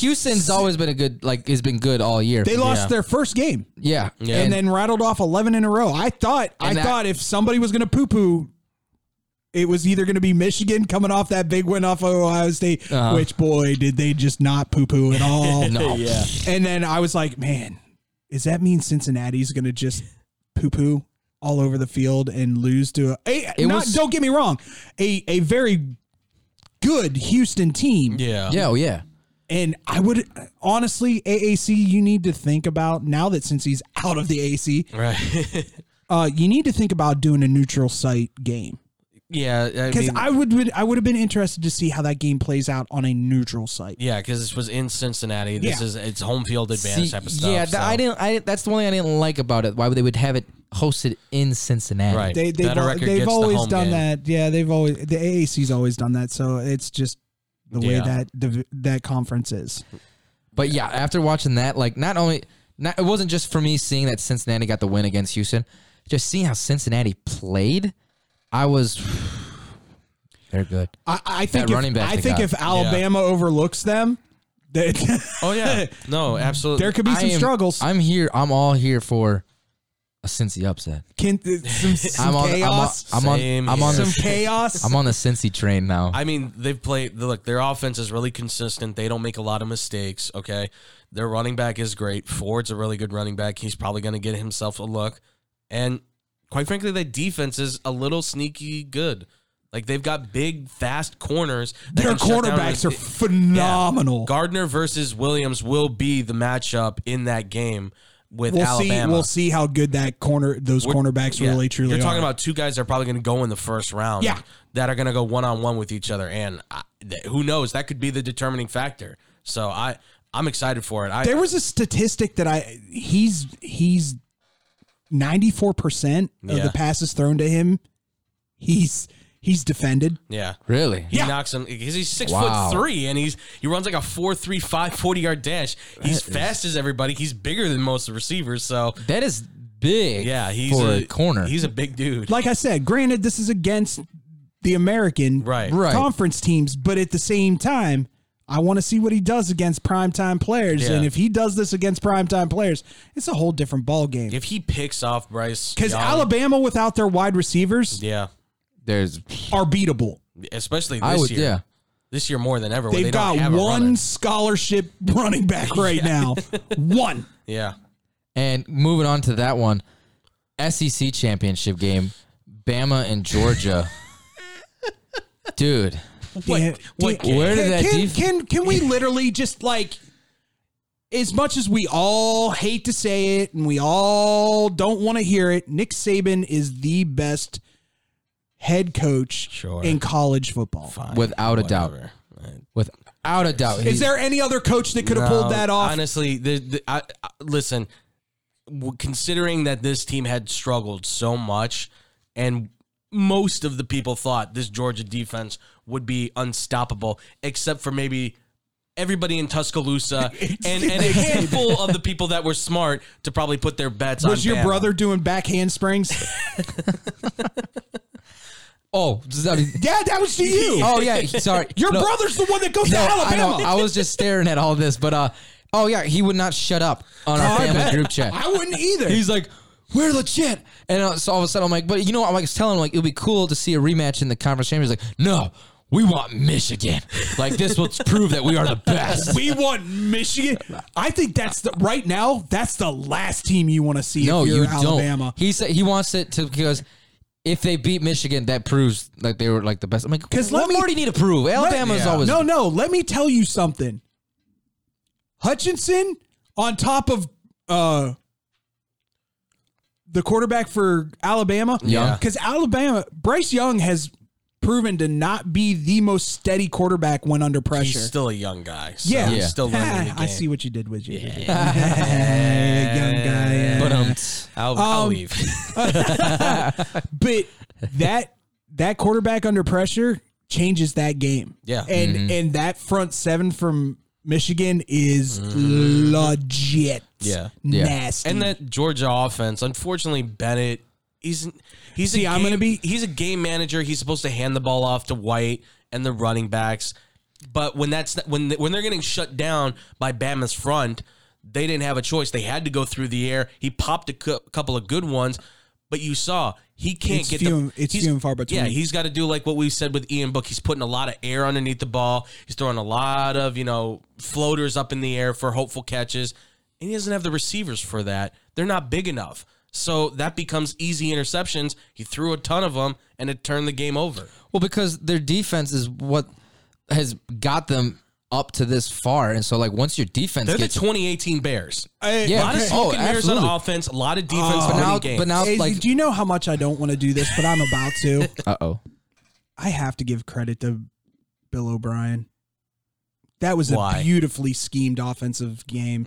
[SPEAKER 2] Houston's always been a good, like, has been good all year.
[SPEAKER 3] they lost
[SPEAKER 6] Yeah.
[SPEAKER 3] their first game
[SPEAKER 2] yeah,
[SPEAKER 6] Yeah.
[SPEAKER 3] and then rattled off 11 in a row. I thought I
[SPEAKER 2] And that-
[SPEAKER 3] thought if somebody was going to poo poo it was either going to be Michigan coming off that big win off of Ohio State,
[SPEAKER 2] Uh-huh.
[SPEAKER 3] which boy did they just not poo poo at all.
[SPEAKER 2] No.
[SPEAKER 6] Yeah.
[SPEAKER 3] And then I was like, man, does that mean Cincinnati's going to just poo poo all over the field and lose to a, a-
[SPEAKER 2] It
[SPEAKER 3] not,
[SPEAKER 2] was-
[SPEAKER 3] don't get me wrong, a a very good Houston team.
[SPEAKER 6] Yeah.
[SPEAKER 2] yeah, oh yeah.
[SPEAKER 3] And I would honestly, AAC, you need to think about now that since he's out of the AC,
[SPEAKER 6] Right.
[SPEAKER 3] uh, you need to think about doing a neutral site game
[SPEAKER 6] yeah. I
[SPEAKER 3] because
[SPEAKER 6] mean,
[SPEAKER 3] I, would, would I would have been interested to see how that game plays out on a neutral site.
[SPEAKER 6] yeah, because this was in Cincinnati. This
[SPEAKER 3] Yeah.
[SPEAKER 6] is it's home field advantage
[SPEAKER 2] See,
[SPEAKER 6] type of stuff.
[SPEAKER 2] Yeah, th-
[SPEAKER 6] so-
[SPEAKER 2] I didn't. I that's the only thing I didn't like about it. Why would they would have it hosted in Cincinnati?
[SPEAKER 6] Right.
[SPEAKER 3] They they've,
[SPEAKER 6] Better
[SPEAKER 3] al-
[SPEAKER 6] record
[SPEAKER 3] they've
[SPEAKER 6] gets the
[SPEAKER 3] always
[SPEAKER 6] home
[SPEAKER 3] done
[SPEAKER 6] game.
[SPEAKER 3] that. Yeah, they've always the AAC's always done that. So it's just the way
[SPEAKER 6] Yeah.
[SPEAKER 3] that div- that conference is.
[SPEAKER 2] But yeah, after watching that, like not only not it wasn't just for me seeing that Cincinnati got the win against Houston, just seeing how Cincinnati played, I was they're good.
[SPEAKER 3] I, I think
[SPEAKER 2] That
[SPEAKER 3] if,
[SPEAKER 2] running back
[SPEAKER 3] I
[SPEAKER 2] they
[SPEAKER 3] think
[SPEAKER 2] got.
[SPEAKER 3] if Alabama overlooks them, that
[SPEAKER 6] Oh yeah. No, absolutely.
[SPEAKER 3] there could be
[SPEAKER 2] I
[SPEAKER 3] some
[SPEAKER 2] am-
[SPEAKER 3] struggles.
[SPEAKER 2] I'm here. I'm all here for a Cincy upset.
[SPEAKER 3] Can, some, some
[SPEAKER 2] I'm on.
[SPEAKER 3] chaos.
[SPEAKER 2] I'm on. I'm
[SPEAKER 6] Same
[SPEAKER 2] on, I'm on
[SPEAKER 6] here.
[SPEAKER 2] the.
[SPEAKER 3] some chaos.
[SPEAKER 2] I'm on the Cincy train now.
[SPEAKER 6] I mean, they've played. Look, their offense is really consistent. They don't make a lot of mistakes. Okay, their running back is great. Ford's a really good running back. He's probably going to get himself a look. And quite frankly, their defense is a little sneaky good. Like they've got big, fast corners. that
[SPEAKER 3] Their
[SPEAKER 6] can shut down-
[SPEAKER 3] cornerbacks are
[SPEAKER 6] Yeah.
[SPEAKER 3] phenomenal.
[SPEAKER 6] Gardner versus Williams will be the matchup in that game with
[SPEAKER 3] we'll
[SPEAKER 6] Alabama.
[SPEAKER 3] see. We'll see how good that corner those
[SPEAKER 6] We're-
[SPEAKER 3] cornerbacks
[SPEAKER 6] yeah.
[SPEAKER 3] really truly.
[SPEAKER 6] You're talking
[SPEAKER 3] are.
[SPEAKER 6] about two guys that are probably going to go in the first round.
[SPEAKER 3] Yeah.
[SPEAKER 6] that are going to go one on one with each other, and I, th- who knows? That could be the determining factor. So I, I'm excited for it. I,
[SPEAKER 3] There was a statistic that I he's he's ninety four percent of
[SPEAKER 6] Yeah.
[SPEAKER 3] the passes thrown to him. He's he's defended.
[SPEAKER 6] yeah.
[SPEAKER 2] really.
[SPEAKER 6] He knocks him because he's six
[SPEAKER 2] Wow.
[SPEAKER 6] foot three and he's he runs like a four three five 40 yard dash. He's fast as everybody. He's bigger than most of the receivers. So
[SPEAKER 2] That is big.
[SPEAKER 6] yeah, he's
[SPEAKER 2] for
[SPEAKER 6] a,
[SPEAKER 2] a corner.
[SPEAKER 6] He's a big dude.
[SPEAKER 3] Like I said, granted this is against the American
[SPEAKER 6] Right.
[SPEAKER 2] Right.
[SPEAKER 3] conference teams, but at the same time, I want to see what he does against primetime players.
[SPEAKER 6] Yeah.
[SPEAKER 3] And if he does this against primetime players, it's a whole different ball game.
[SPEAKER 6] If he picks off Bryce,
[SPEAKER 3] Because
[SPEAKER 6] Young-
[SPEAKER 3] Alabama without their wide receivers
[SPEAKER 6] yeah,
[SPEAKER 2] There's.
[SPEAKER 3] are beatable.
[SPEAKER 6] especially this
[SPEAKER 2] I would.
[SPEAKER 6] year.
[SPEAKER 2] Yeah.
[SPEAKER 6] This year more than ever. when
[SPEAKER 3] They've
[SPEAKER 6] they don't
[SPEAKER 3] got
[SPEAKER 6] have a runner.
[SPEAKER 3] one scholarship running back right now. one.
[SPEAKER 6] Yeah.
[SPEAKER 2] And moving on to that one, SEC championship game, Bama and Georgia. Dude,
[SPEAKER 3] Dan-
[SPEAKER 6] what
[SPEAKER 3] Dan-
[SPEAKER 2] Where
[SPEAKER 3] can,
[SPEAKER 2] did that
[SPEAKER 3] can,
[SPEAKER 2] def-
[SPEAKER 3] can can we literally just like as much as we all hate to say it and we all don't want to hear it, Nick Saban is the best head coach
[SPEAKER 6] Sure.
[SPEAKER 3] in college football.
[SPEAKER 2] without a doubt,
[SPEAKER 6] Whatever.
[SPEAKER 2] without a doubt,
[SPEAKER 3] Is there any other coach that could have
[SPEAKER 6] No,
[SPEAKER 3] pulled that off?
[SPEAKER 6] Honestly, the, the, I, I, listen, w- considering that this team had struggled so much and most of the people thought this Georgia defense would be unstoppable, except for maybe everybody in Tuscaloosa and, and a handful of the people that were smart to probably put their bets on
[SPEAKER 3] Was your
[SPEAKER 6] Bama.
[SPEAKER 3] brother doing backhand springs?
[SPEAKER 2] Oh, does that-
[SPEAKER 3] yeah, that was to you.
[SPEAKER 2] oh yeah. Sorry,
[SPEAKER 3] Your
[SPEAKER 2] No,
[SPEAKER 3] brother's the one that goes
[SPEAKER 2] No,
[SPEAKER 3] to
[SPEAKER 2] I
[SPEAKER 3] Alabama.
[SPEAKER 2] know. I was just staring at all this, but uh, oh yeah, he would not shut up on our
[SPEAKER 3] I
[SPEAKER 2] family
[SPEAKER 3] bet.
[SPEAKER 2] group chat.
[SPEAKER 3] I wouldn't either.
[SPEAKER 2] He's like, we're legit. And uh, so all of a sudden, I'm like, but you know, what? I'm like, telling him, like, it would be cool to see a rematch in the conference champions. He's like, no, we want Michigan. Like, this will prove that we are the best.
[SPEAKER 3] we want Michigan. I think that's the right now. That's the last team you want to see.
[SPEAKER 2] No,
[SPEAKER 3] if
[SPEAKER 2] you
[SPEAKER 3] you're Alabama.
[SPEAKER 2] don't. He said he wants it to because if they beat Michigan, that proves like they were like the best. I'm like,
[SPEAKER 3] 'Cause
[SPEAKER 2] because
[SPEAKER 3] let
[SPEAKER 2] what
[SPEAKER 3] me-
[SPEAKER 2] more do you need to prove? Alabama's always
[SPEAKER 3] no, no. Let me tell you something. Hutchinson on top of uh, the quarterback for Alabama?
[SPEAKER 2] Young.
[SPEAKER 3] Because Alabama, Bryce Young has proven to not be the most steady quarterback when under pressure.
[SPEAKER 6] He's still a young guy. So
[SPEAKER 3] yeah.
[SPEAKER 6] He's still learning the game.
[SPEAKER 3] I see what you did with you. Young guy. yeah.
[SPEAKER 6] But um, I'll, I'll
[SPEAKER 3] Um,
[SPEAKER 6] leave.
[SPEAKER 3] but that that quarterback under pressure changes that game.
[SPEAKER 6] Yeah.
[SPEAKER 3] And and that front seven from Michigan is legit.
[SPEAKER 6] Mm-hmm. Yeah.
[SPEAKER 2] Yeah.
[SPEAKER 3] Nasty.
[SPEAKER 6] and that Georgia offense, unfortunately, Bennett. He's he's
[SPEAKER 3] See,
[SPEAKER 6] a game,
[SPEAKER 3] I'm gonna be-
[SPEAKER 6] he's a game manager. He's supposed to hand the ball off to White and the running backs, but when that's when when they're getting shut down by Bama's front, they didn't have a choice. They had to go through the air. He popped a cou- couple of good ones, but you saw he can't
[SPEAKER 3] It's
[SPEAKER 6] get
[SPEAKER 3] few
[SPEAKER 6] the,
[SPEAKER 3] and- it's
[SPEAKER 6] he's-
[SPEAKER 3] few and far between.
[SPEAKER 6] Yeah, he's got to do like what we said with Ian Book. He's putting a lot of air underneath the ball. He's throwing a lot of you know floaters up in the air for hopeful catches, and he doesn't have the receivers for that. They're not big enough, so that becomes easy interceptions. He threw a ton of them, and it turned the game over.
[SPEAKER 2] Well, because their defense is what has got them up to this far, and so like once your defense
[SPEAKER 6] They're the
[SPEAKER 2] gets
[SPEAKER 6] 2018 Bears.
[SPEAKER 3] Hey,
[SPEAKER 2] Yeah,
[SPEAKER 6] A lot of
[SPEAKER 2] okay.
[SPEAKER 6] smoke
[SPEAKER 2] Oh,
[SPEAKER 6] and mirrors on
[SPEAKER 2] absolutely.
[SPEAKER 6] offense, a lot of
[SPEAKER 3] Oh,
[SPEAKER 6] defense,
[SPEAKER 2] but now,
[SPEAKER 6] game.
[SPEAKER 2] but now,
[SPEAKER 3] Hey,
[SPEAKER 2] like,
[SPEAKER 3] do you know how much I don't want to do this, but I'm about to?
[SPEAKER 2] uh oh,
[SPEAKER 3] I have to give credit to Bill O'Brien. That was
[SPEAKER 6] Why?
[SPEAKER 3] a beautifully schemed offensive game.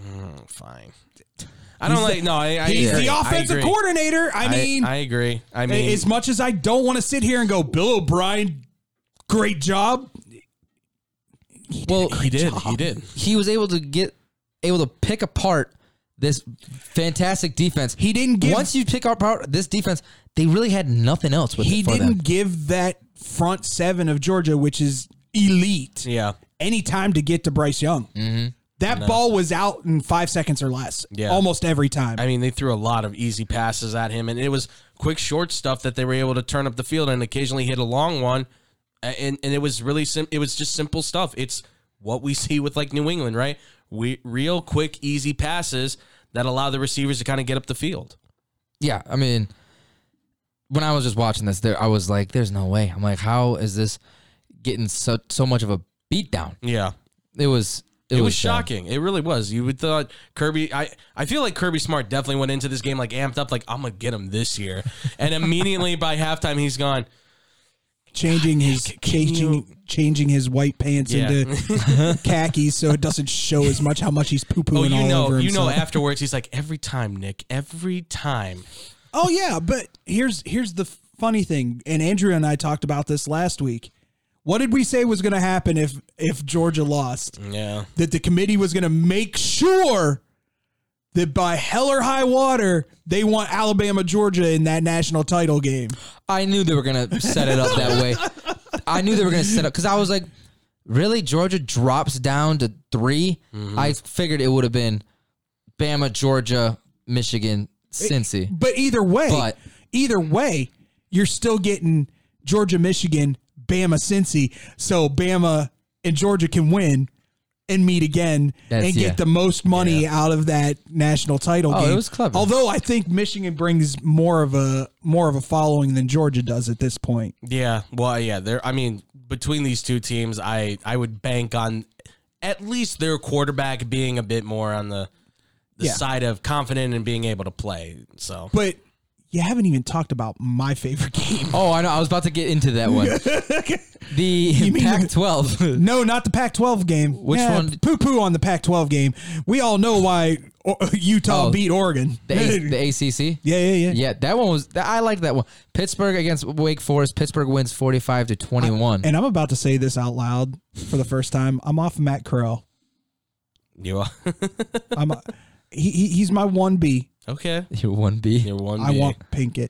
[SPEAKER 6] fine. I don't like. No, I, I
[SPEAKER 3] He's
[SPEAKER 6] agree.
[SPEAKER 3] the
[SPEAKER 6] I
[SPEAKER 3] offensive
[SPEAKER 6] agree.
[SPEAKER 3] coordinator. I mean,
[SPEAKER 6] I agree. I mean,
[SPEAKER 3] as much as I don't want to sit here and go, Bill O'Brien, great job.
[SPEAKER 2] well,
[SPEAKER 6] he did. He did.
[SPEAKER 2] he was able to get able to pick apart this fantastic defense.
[SPEAKER 3] He didn't give-
[SPEAKER 2] once you pick apart this defense, they really had nothing else with
[SPEAKER 3] He
[SPEAKER 2] it for
[SPEAKER 3] didn't
[SPEAKER 2] them.
[SPEAKER 3] give that front seven of Georgia, which is elite,
[SPEAKER 6] Yeah. Mm-hmm.
[SPEAKER 3] any time to get to Bryce Young. That ball was out in five seconds or less,
[SPEAKER 6] Yeah.
[SPEAKER 3] almost every time.
[SPEAKER 6] I mean, they threw a lot of easy passes at him, and it was quick, short stuff that they were able to turn up the field and occasionally hit a long one. A- And and it was really sim- it was just simple stuff. It's what we see with like New England, right? We real quick, easy passes that allow the receivers to kind of get up the field.
[SPEAKER 2] Yeah, I mean, when I was just watching this, there I was like, "There's no way." I'm like, "How is this getting so so much of a beatdown?"
[SPEAKER 6] Yeah,
[SPEAKER 2] It was. It,
[SPEAKER 6] it, was,
[SPEAKER 2] bad.
[SPEAKER 6] shocking. It really was. You would thought Kirby. I I feel like Kirby Smart definitely went into this game like amped up, like I'm gonna get him this year, and immediately by halftime he's gone.
[SPEAKER 3] changing his changing changing his white pants
[SPEAKER 6] Yeah.
[SPEAKER 3] into khakis so it doesn't show as much how much he's poo pooing
[SPEAKER 6] Oh, you
[SPEAKER 3] all
[SPEAKER 6] know,
[SPEAKER 3] over
[SPEAKER 6] you know.
[SPEAKER 3] himself.
[SPEAKER 6] Afterwards, he's like, every time, Nick, every time.
[SPEAKER 3] oh yeah, but here's here's the funny thing, and Andrea and I talked about this last week. What did we say was going to happen if if Georgia lost?
[SPEAKER 6] Yeah.
[SPEAKER 3] That the committee was going to make sure that by hell or high water they want Alabama Georgia in that national title game.
[SPEAKER 2] I knew they were gonna set it up that way. I knew they were gonna set up because I was like, really, Georgia drops down to 3
[SPEAKER 3] Mm-hmm.
[SPEAKER 2] I figured it would have been Bama, Georgia, Michigan, Cincy.
[SPEAKER 3] But either way,
[SPEAKER 2] But-
[SPEAKER 3] either way, you're still getting Georgia, Michigan, Bama, Cincy. So Bama and Georgia can win and meet again
[SPEAKER 2] That's-
[SPEAKER 3] and get
[SPEAKER 2] yeah.
[SPEAKER 3] the most money out of that national title
[SPEAKER 2] Oh, it
[SPEAKER 3] game.
[SPEAKER 2] was clever.
[SPEAKER 3] Although I think Michigan brings more of a more of a following than Georgia does at this point.
[SPEAKER 6] Yeah. Well, yeah. There. I mean, between these two teams, I I would bank on at least their quarterback being a bit more on the the
[SPEAKER 3] Yeah.
[SPEAKER 6] side of confident and being able to play. So
[SPEAKER 3] But you haven't even talked about my favorite game.
[SPEAKER 2] oh, I know. I was about to get into that one. the
[SPEAKER 3] mean-
[SPEAKER 2] Pac-12.
[SPEAKER 3] No, not the Pac-12 game.
[SPEAKER 2] Which one?
[SPEAKER 3] Poo-poo on the Pac-12 game. We all know why O- Utah
[SPEAKER 2] Oh,
[SPEAKER 3] beat Oregon.
[SPEAKER 2] The, A- the ACC.
[SPEAKER 3] Yeah, yeah, yeah.
[SPEAKER 2] Yeah, that one was. I liked that one. Pittsburgh against Wake Forest. Pittsburgh wins forty-five to twenty-one.
[SPEAKER 3] And I'm about to say this out loud for the first time. I'm off Matt Corral.
[SPEAKER 6] you are
[SPEAKER 3] I'm he, he, he's my one B.
[SPEAKER 6] okay.
[SPEAKER 2] You're one B.
[SPEAKER 6] You're one.
[SPEAKER 3] I want Pinkett.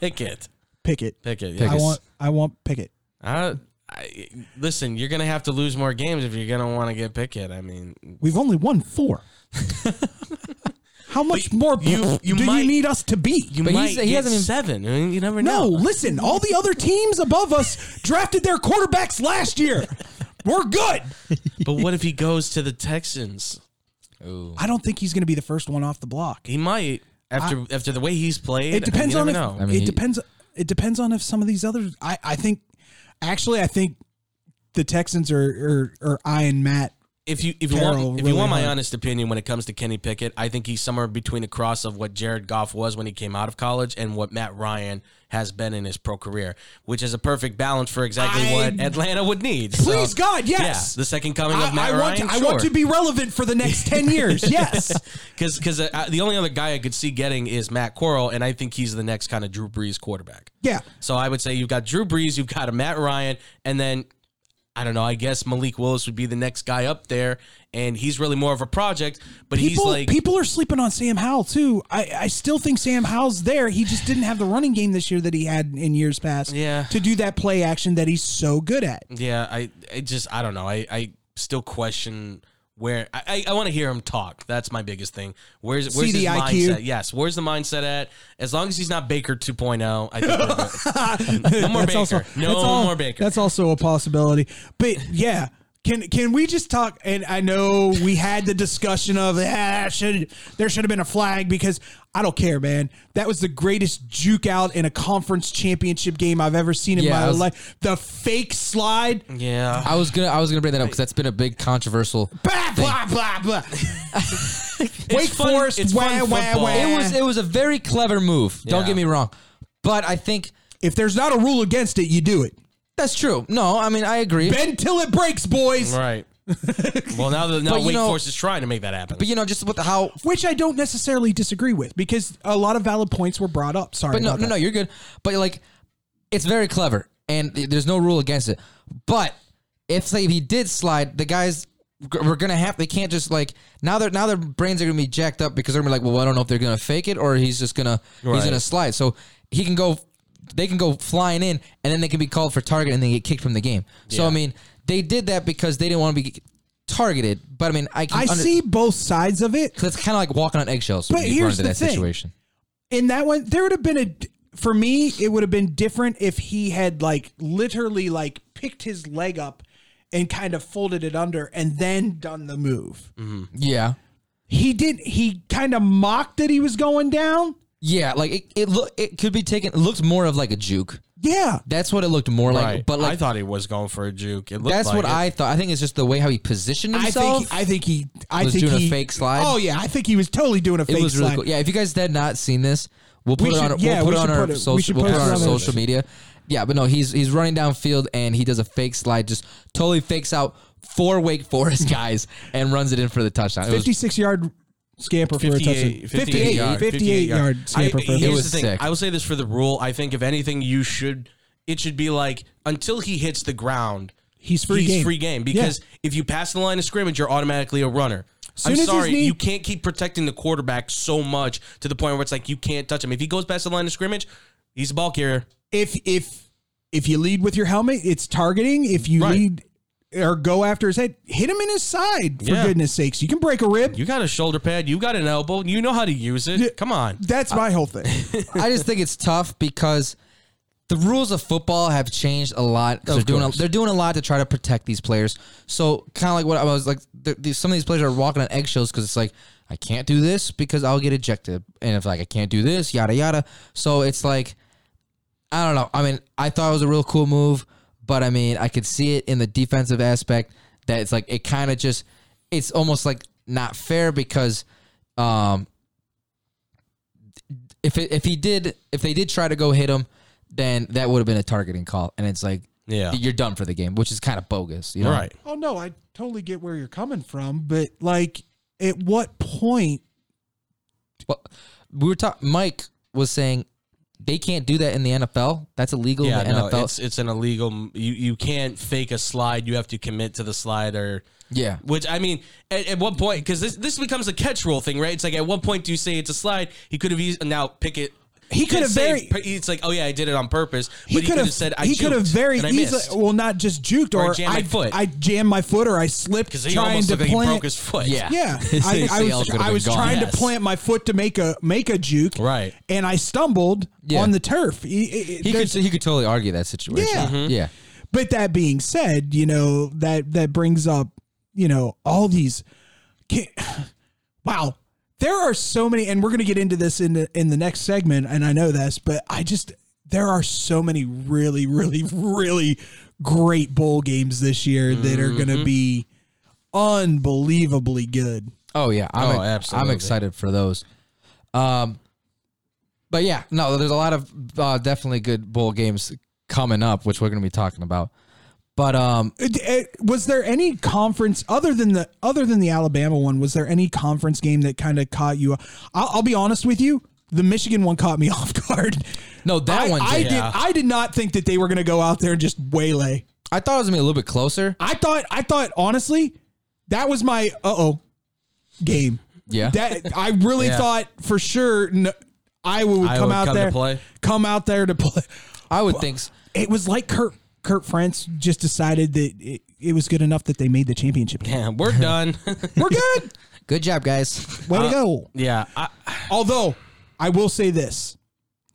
[SPEAKER 6] Pickett.
[SPEAKER 3] Pickett.
[SPEAKER 6] Pickett. Yeah.
[SPEAKER 2] Pickett.
[SPEAKER 3] I
[SPEAKER 2] Yes.
[SPEAKER 3] want I want Pickett.
[SPEAKER 6] I, I, listen, you're gonna have to lose more games if you're gonna want to get Pickett. I mean,
[SPEAKER 3] We've only won four. How much more
[SPEAKER 6] you- you
[SPEAKER 3] do
[SPEAKER 6] might-
[SPEAKER 3] you need us to be?
[SPEAKER 6] you
[SPEAKER 2] But
[SPEAKER 6] might
[SPEAKER 2] he's- he
[SPEAKER 6] get
[SPEAKER 2] hasn't even-
[SPEAKER 6] seven. I mean, you never
[SPEAKER 3] no,
[SPEAKER 6] know.
[SPEAKER 3] listen, all the other teams above us drafted their quarterbacks last year. We're good.
[SPEAKER 6] But what if he goes to the Texans?
[SPEAKER 3] I don't think he's going to be the first one off the block.
[SPEAKER 6] He might after after the way he's played.
[SPEAKER 3] It depends
[SPEAKER 6] you
[SPEAKER 3] on if,
[SPEAKER 6] never know.
[SPEAKER 2] I mean,
[SPEAKER 3] it
[SPEAKER 2] he-
[SPEAKER 3] depends it depends on if some of these others. I I think actually I think the Texans are are, are eyeing Matt
[SPEAKER 6] if you if you
[SPEAKER 3] Carroll
[SPEAKER 6] want if
[SPEAKER 3] really
[SPEAKER 6] you want my
[SPEAKER 3] hard.
[SPEAKER 6] honest opinion when it comes to Kenny Pickett, I think he's somewhere between a cross of what Jared Goff was when he came out of college and what Matt Ryan has been in his pro career, which is a perfect balance for exactly
[SPEAKER 3] I-
[SPEAKER 6] what Atlanta would need.
[SPEAKER 3] Please,
[SPEAKER 6] So,
[SPEAKER 3] God, yes.
[SPEAKER 6] yeah, the second coming
[SPEAKER 3] I,
[SPEAKER 6] of Matt
[SPEAKER 3] I want
[SPEAKER 6] Ryan.
[SPEAKER 3] to, I want to be relevant for the next ten years. Yes,
[SPEAKER 6] because because uh, the only other guy I could see getting is Matt Corral, and I think he's the next kind of Drew Brees quarterback.
[SPEAKER 3] yeah.
[SPEAKER 6] So I would say you've got Drew Brees, you've got a Matt Ryan, and then I don't know. I guess Malik Willis would be the next guy up there, and he's really more of a project. But he's
[SPEAKER 3] People,
[SPEAKER 6] like,
[SPEAKER 3] people are sleeping on Sam Howell too. I, I still think Sam Howell's there. He just didn't have the running game this year that he had in years past.
[SPEAKER 6] Yeah.
[SPEAKER 3] to do that play action that he's so good at.
[SPEAKER 6] yeah, I, I just, I don't know. I, I still question where I, I, I want to hear him talk. That's my biggest thing. Where's, where's his
[SPEAKER 3] CDIQ.
[SPEAKER 6] mindset? Yes, where's the mindset at? As long as he's not Baker 2.0, I think we're good. no more
[SPEAKER 3] That's
[SPEAKER 6] Baker.
[SPEAKER 3] also-
[SPEAKER 6] no
[SPEAKER 3] that's all-
[SPEAKER 6] more Baker.
[SPEAKER 3] That's also a possibility. But yeah, can can we just talk? And I know we had the discussion of ah, should there should have been a flag because I don't care, man. That was the greatest juke out in a conference championship game I've ever seen in
[SPEAKER 2] Yeah,
[SPEAKER 3] my
[SPEAKER 2] I was-
[SPEAKER 3] life. The fake slide,
[SPEAKER 6] yeah.
[SPEAKER 3] Uh,
[SPEAKER 2] I was gonna I was gonna bring that up because that's been a big controversial.
[SPEAKER 3] blah blah blah blah. Wake
[SPEAKER 6] fun-
[SPEAKER 3] Forest,
[SPEAKER 6] it's
[SPEAKER 3] wah,
[SPEAKER 6] fun
[SPEAKER 3] wah,
[SPEAKER 6] football.
[SPEAKER 3] wah.
[SPEAKER 2] It was it was a very clever move.
[SPEAKER 6] Eh.
[SPEAKER 2] Don't
[SPEAKER 6] Yeah.
[SPEAKER 2] get me wrong, but I think
[SPEAKER 3] if there's not a rule against it, you do it.
[SPEAKER 2] that's true. No, I mean I agree.
[SPEAKER 3] Bend till it breaks, boys.
[SPEAKER 6] Right. well, now the now
[SPEAKER 2] But you
[SPEAKER 6] Wake
[SPEAKER 2] know-
[SPEAKER 6] Force is trying to make that happen.
[SPEAKER 2] But you know, just with how
[SPEAKER 3] Which I don't necessarily disagree with because a lot of valid points were brought up. Sorry,
[SPEAKER 2] But no,
[SPEAKER 3] about
[SPEAKER 2] no,
[SPEAKER 3] that.
[SPEAKER 2] no, you're good. But like, it's very clever, and th- there's no rule against it. But if say he did slide, the guys g- we're gonna have they can't just like now their now their brains are gonna be jacked up because they're gonna be like, well, I don't know if they're gonna fake it or he's just gonna he's
[SPEAKER 6] Right.
[SPEAKER 2] gonna slide. So he can go, they can go flying in, and then they can be called for target and they get kicked from the game. So I mean, they did that because they didn't want to be targeted. But I mean, I can
[SPEAKER 3] I
[SPEAKER 2] under-
[SPEAKER 3] see both sides of it.
[SPEAKER 2] 'cause It's kind of like walking on eggshells.
[SPEAKER 3] But
[SPEAKER 2] when you run
[SPEAKER 3] here's
[SPEAKER 2] into
[SPEAKER 3] the
[SPEAKER 2] that
[SPEAKER 3] thing.
[SPEAKER 2] situation.
[SPEAKER 3] In that one, there would have been a for me, it would have been different if he had like literally like picked his leg up and kind of folded it under and then done the move.
[SPEAKER 2] Mm. Yeah.
[SPEAKER 3] He did he kind of mocked that he was going down.
[SPEAKER 2] Yeah, like it, it look it could be taken. It looks more of like a juke.
[SPEAKER 3] Yeah.
[SPEAKER 2] That's what it looked more like.
[SPEAKER 6] Right.
[SPEAKER 2] But like
[SPEAKER 6] I thought he was going for a juke. It looked
[SPEAKER 2] that's
[SPEAKER 6] like
[SPEAKER 2] what
[SPEAKER 6] it.
[SPEAKER 2] I thought. I think it's just the way how he positioned
[SPEAKER 3] I
[SPEAKER 2] himself.
[SPEAKER 3] think I think he I
[SPEAKER 2] Was
[SPEAKER 3] think
[SPEAKER 2] doing a
[SPEAKER 3] he,
[SPEAKER 2] fake slide?
[SPEAKER 3] Oh yeah, I think he was totally doing a
[SPEAKER 2] it
[SPEAKER 3] fake
[SPEAKER 2] was really
[SPEAKER 3] slide.
[SPEAKER 2] cool. Yeah, if you guys had not seen this, we'll put
[SPEAKER 3] We
[SPEAKER 2] it on.
[SPEAKER 3] should-
[SPEAKER 2] our
[SPEAKER 3] yeah,
[SPEAKER 2] we'll put
[SPEAKER 3] we
[SPEAKER 2] it on
[SPEAKER 3] should
[SPEAKER 2] our
[SPEAKER 3] put it- we should
[SPEAKER 2] social. We'll put it
[SPEAKER 3] post
[SPEAKER 2] on
[SPEAKER 3] it
[SPEAKER 2] our
[SPEAKER 3] on
[SPEAKER 2] social
[SPEAKER 3] this.
[SPEAKER 2] media. Yeah, but no, he's he's running downfield and he does a fake slide, just totally fakes out four Wake Forest guys and runs it in for the touchdown. It was
[SPEAKER 3] 56 yard scamper for a touchdown.
[SPEAKER 6] 58, 58 yard,
[SPEAKER 3] 58 yard scamper
[SPEAKER 6] I,
[SPEAKER 3] for
[SPEAKER 6] here's
[SPEAKER 3] a
[SPEAKER 2] It
[SPEAKER 3] touchdown.
[SPEAKER 2] was
[SPEAKER 6] the thing.
[SPEAKER 2] sick.
[SPEAKER 6] I will say this for the rule. I think if anything, you should it should be like until he hits the ground,
[SPEAKER 3] He's free
[SPEAKER 6] he's
[SPEAKER 3] game.
[SPEAKER 6] free game because if you pass the line of scrimmage, you're automatically a runner.
[SPEAKER 3] Soon
[SPEAKER 6] I'm
[SPEAKER 3] as his
[SPEAKER 6] sorry,
[SPEAKER 3] knee-
[SPEAKER 6] you can't keep protecting the quarterback so much to the point where it's like you can't touch him. If he goes past the line of scrimmage, he's a ball carrier.
[SPEAKER 3] if if if you lead with your helmet, it's targeting. If you
[SPEAKER 6] Right.
[SPEAKER 3] lead or go after his head, hit him in his side. For
[SPEAKER 6] Yeah.
[SPEAKER 3] goodness sakes, you can break a rib.
[SPEAKER 6] You got a shoulder pad, you got an elbow, you know how to use it. Come on.
[SPEAKER 3] That's my whole thing.
[SPEAKER 2] I just think it's tough because the rules of football have changed a lot. 'cause They're doing a, they're doing a lot to try to protect these players. So kind of like what I was like, th- these, some of these players are walking on eggshells because it's like I can't do this because I'll get ejected, and if like I can't do this, yada yada. So it's like I don't know. I mean, I thought it was a real cool move, but I mean, I could see it in the defensive aspect that it's like it kind of just it's almost like not fair because um if it, if he did if they did try to go hit him, then that would have been a targeting call, and it's like
[SPEAKER 6] Yeah.
[SPEAKER 2] you're done for the game, which is kind of bogus, you know?
[SPEAKER 6] Right.
[SPEAKER 3] oh no, I totally get where you're coming from, but like, at what point?
[SPEAKER 2] Well, we were talking. Mike was saying they can't do that in the NFL. That's illegal
[SPEAKER 6] Yeah,
[SPEAKER 2] in the
[SPEAKER 6] no,
[SPEAKER 2] NFL.
[SPEAKER 6] it's it's an illegal. You you can't fake a slide. You have to commit to the slide, or
[SPEAKER 2] yeah,
[SPEAKER 6] which I mean, at, at what point? Because this this becomes a catch rule thing, right? It's like at what point do you say it's a slide? He could have used uh, now pick it.
[SPEAKER 3] He could have
[SPEAKER 6] say-
[SPEAKER 3] very-
[SPEAKER 6] It's like oh yeah, I did it on purpose. But
[SPEAKER 3] He could have
[SPEAKER 6] said I
[SPEAKER 3] He could have
[SPEAKER 6] juked,
[SPEAKER 3] very
[SPEAKER 6] and I
[SPEAKER 3] easily.
[SPEAKER 6] missed.
[SPEAKER 3] Well, not just juked or,
[SPEAKER 6] Or jammed my
[SPEAKER 3] I,
[SPEAKER 6] foot.
[SPEAKER 3] I jammed my foot or I slipped
[SPEAKER 6] because he
[SPEAKER 3] trying
[SPEAKER 6] almost
[SPEAKER 3] to
[SPEAKER 6] looked like he
[SPEAKER 3] plant.
[SPEAKER 6] broke his foot.
[SPEAKER 2] Yeah.
[SPEAKER 3] Yeah,
[SPEAKER 2] His
[SPEAKER 3] I, I
[SPEAKER 2] ACL
[SPEAKER 3] was,
[SPEAKER 2] could have
[SPEAKER 3] I
[SPEAKER 2] been
[SPEAKER 3] was
[SPEAKER 2] gone.
[SPEAKER 3] trying
[SPEAKER 6] Yes.
[SPEAKER 3] to plant my foot to make a make a juke,
[SPEAKER 6] Right.
[SPEAKER 3] And I stumbled
[SPEAKER 2] Yeah.
[SPEAKER 3] on the turf. I- I-
[SPEAKER 2] he could
[SPEAKER 3] there's-
[SPEAKER 2] he could totally argue that situation.
[SPEAKER 3] Yeah.
[SPEAKER 6] Mm-hmm.
[SPEAKER 2] yeah.
[SPEAKER 3] but that being said, you know that that brings up you know all these. Can, wow, there are so many, and we're going to get into this in the, in the next segment, and I know this, but I just there are so many really, really, really great bowl games this year that are going to be unbelievably good.
[SPEAKER 2] Oh yeah, I'm
[SPEAKER 6] Oh, absolutely.
[SPEAKER 2] I'm excited for those. Um, but yeah, no, there's a lot of uh, definitely good bowl games coming up, which we're going to be talking about. But um,
[SPEAKER 3] It- it- was there any conference other than the other than the Alabama one? Was there any conference game that kind of caught you? I'll, I'll be honest with you. The Michigan one caught me off guard.
[SPEAKER 2] no, that
[SPEAKER 3] I,
[SPEAKER 2] one
[SPEAKER 3] I
[SPEAKER 2] did.
[SPEAKER 3] did. I did not think that they were going to go out there and just waylay.
[SPEAKER 2] I thought it was going to be a little bit closer.
[SPEAKER 3] I thought. I thought honestly, that was my uh oh game.
[SPEAKER 2] Yeah,
[SPEAKER 3] That I really thought for sure no, Iowa would
[SPEAKER 6] Iowa
[SPEAKER 3] come
[SPEAKER 6] would
[SPEAKER 3] out
[SPEAKER 6] come to
[SPEAKER 3] there
[SPEAKER 6] play.
[SPEAKER 3] Come out there to play.
[SPEAKER 2] I would think. s-
[SPEAKER 3] It was like Kurt Kurt France just decided that it, it was good enough that they made the championship. game.
[SPEAKER 6] Yeah, Uh, we're done.
[SPEAKER 3] We're good.
[SPEAKER 2] Good job, guys.
[SPEAKER 3] Way to go.
[SPEAKER 6] yeah, I,
[SPEAKER 3] Although I will say this: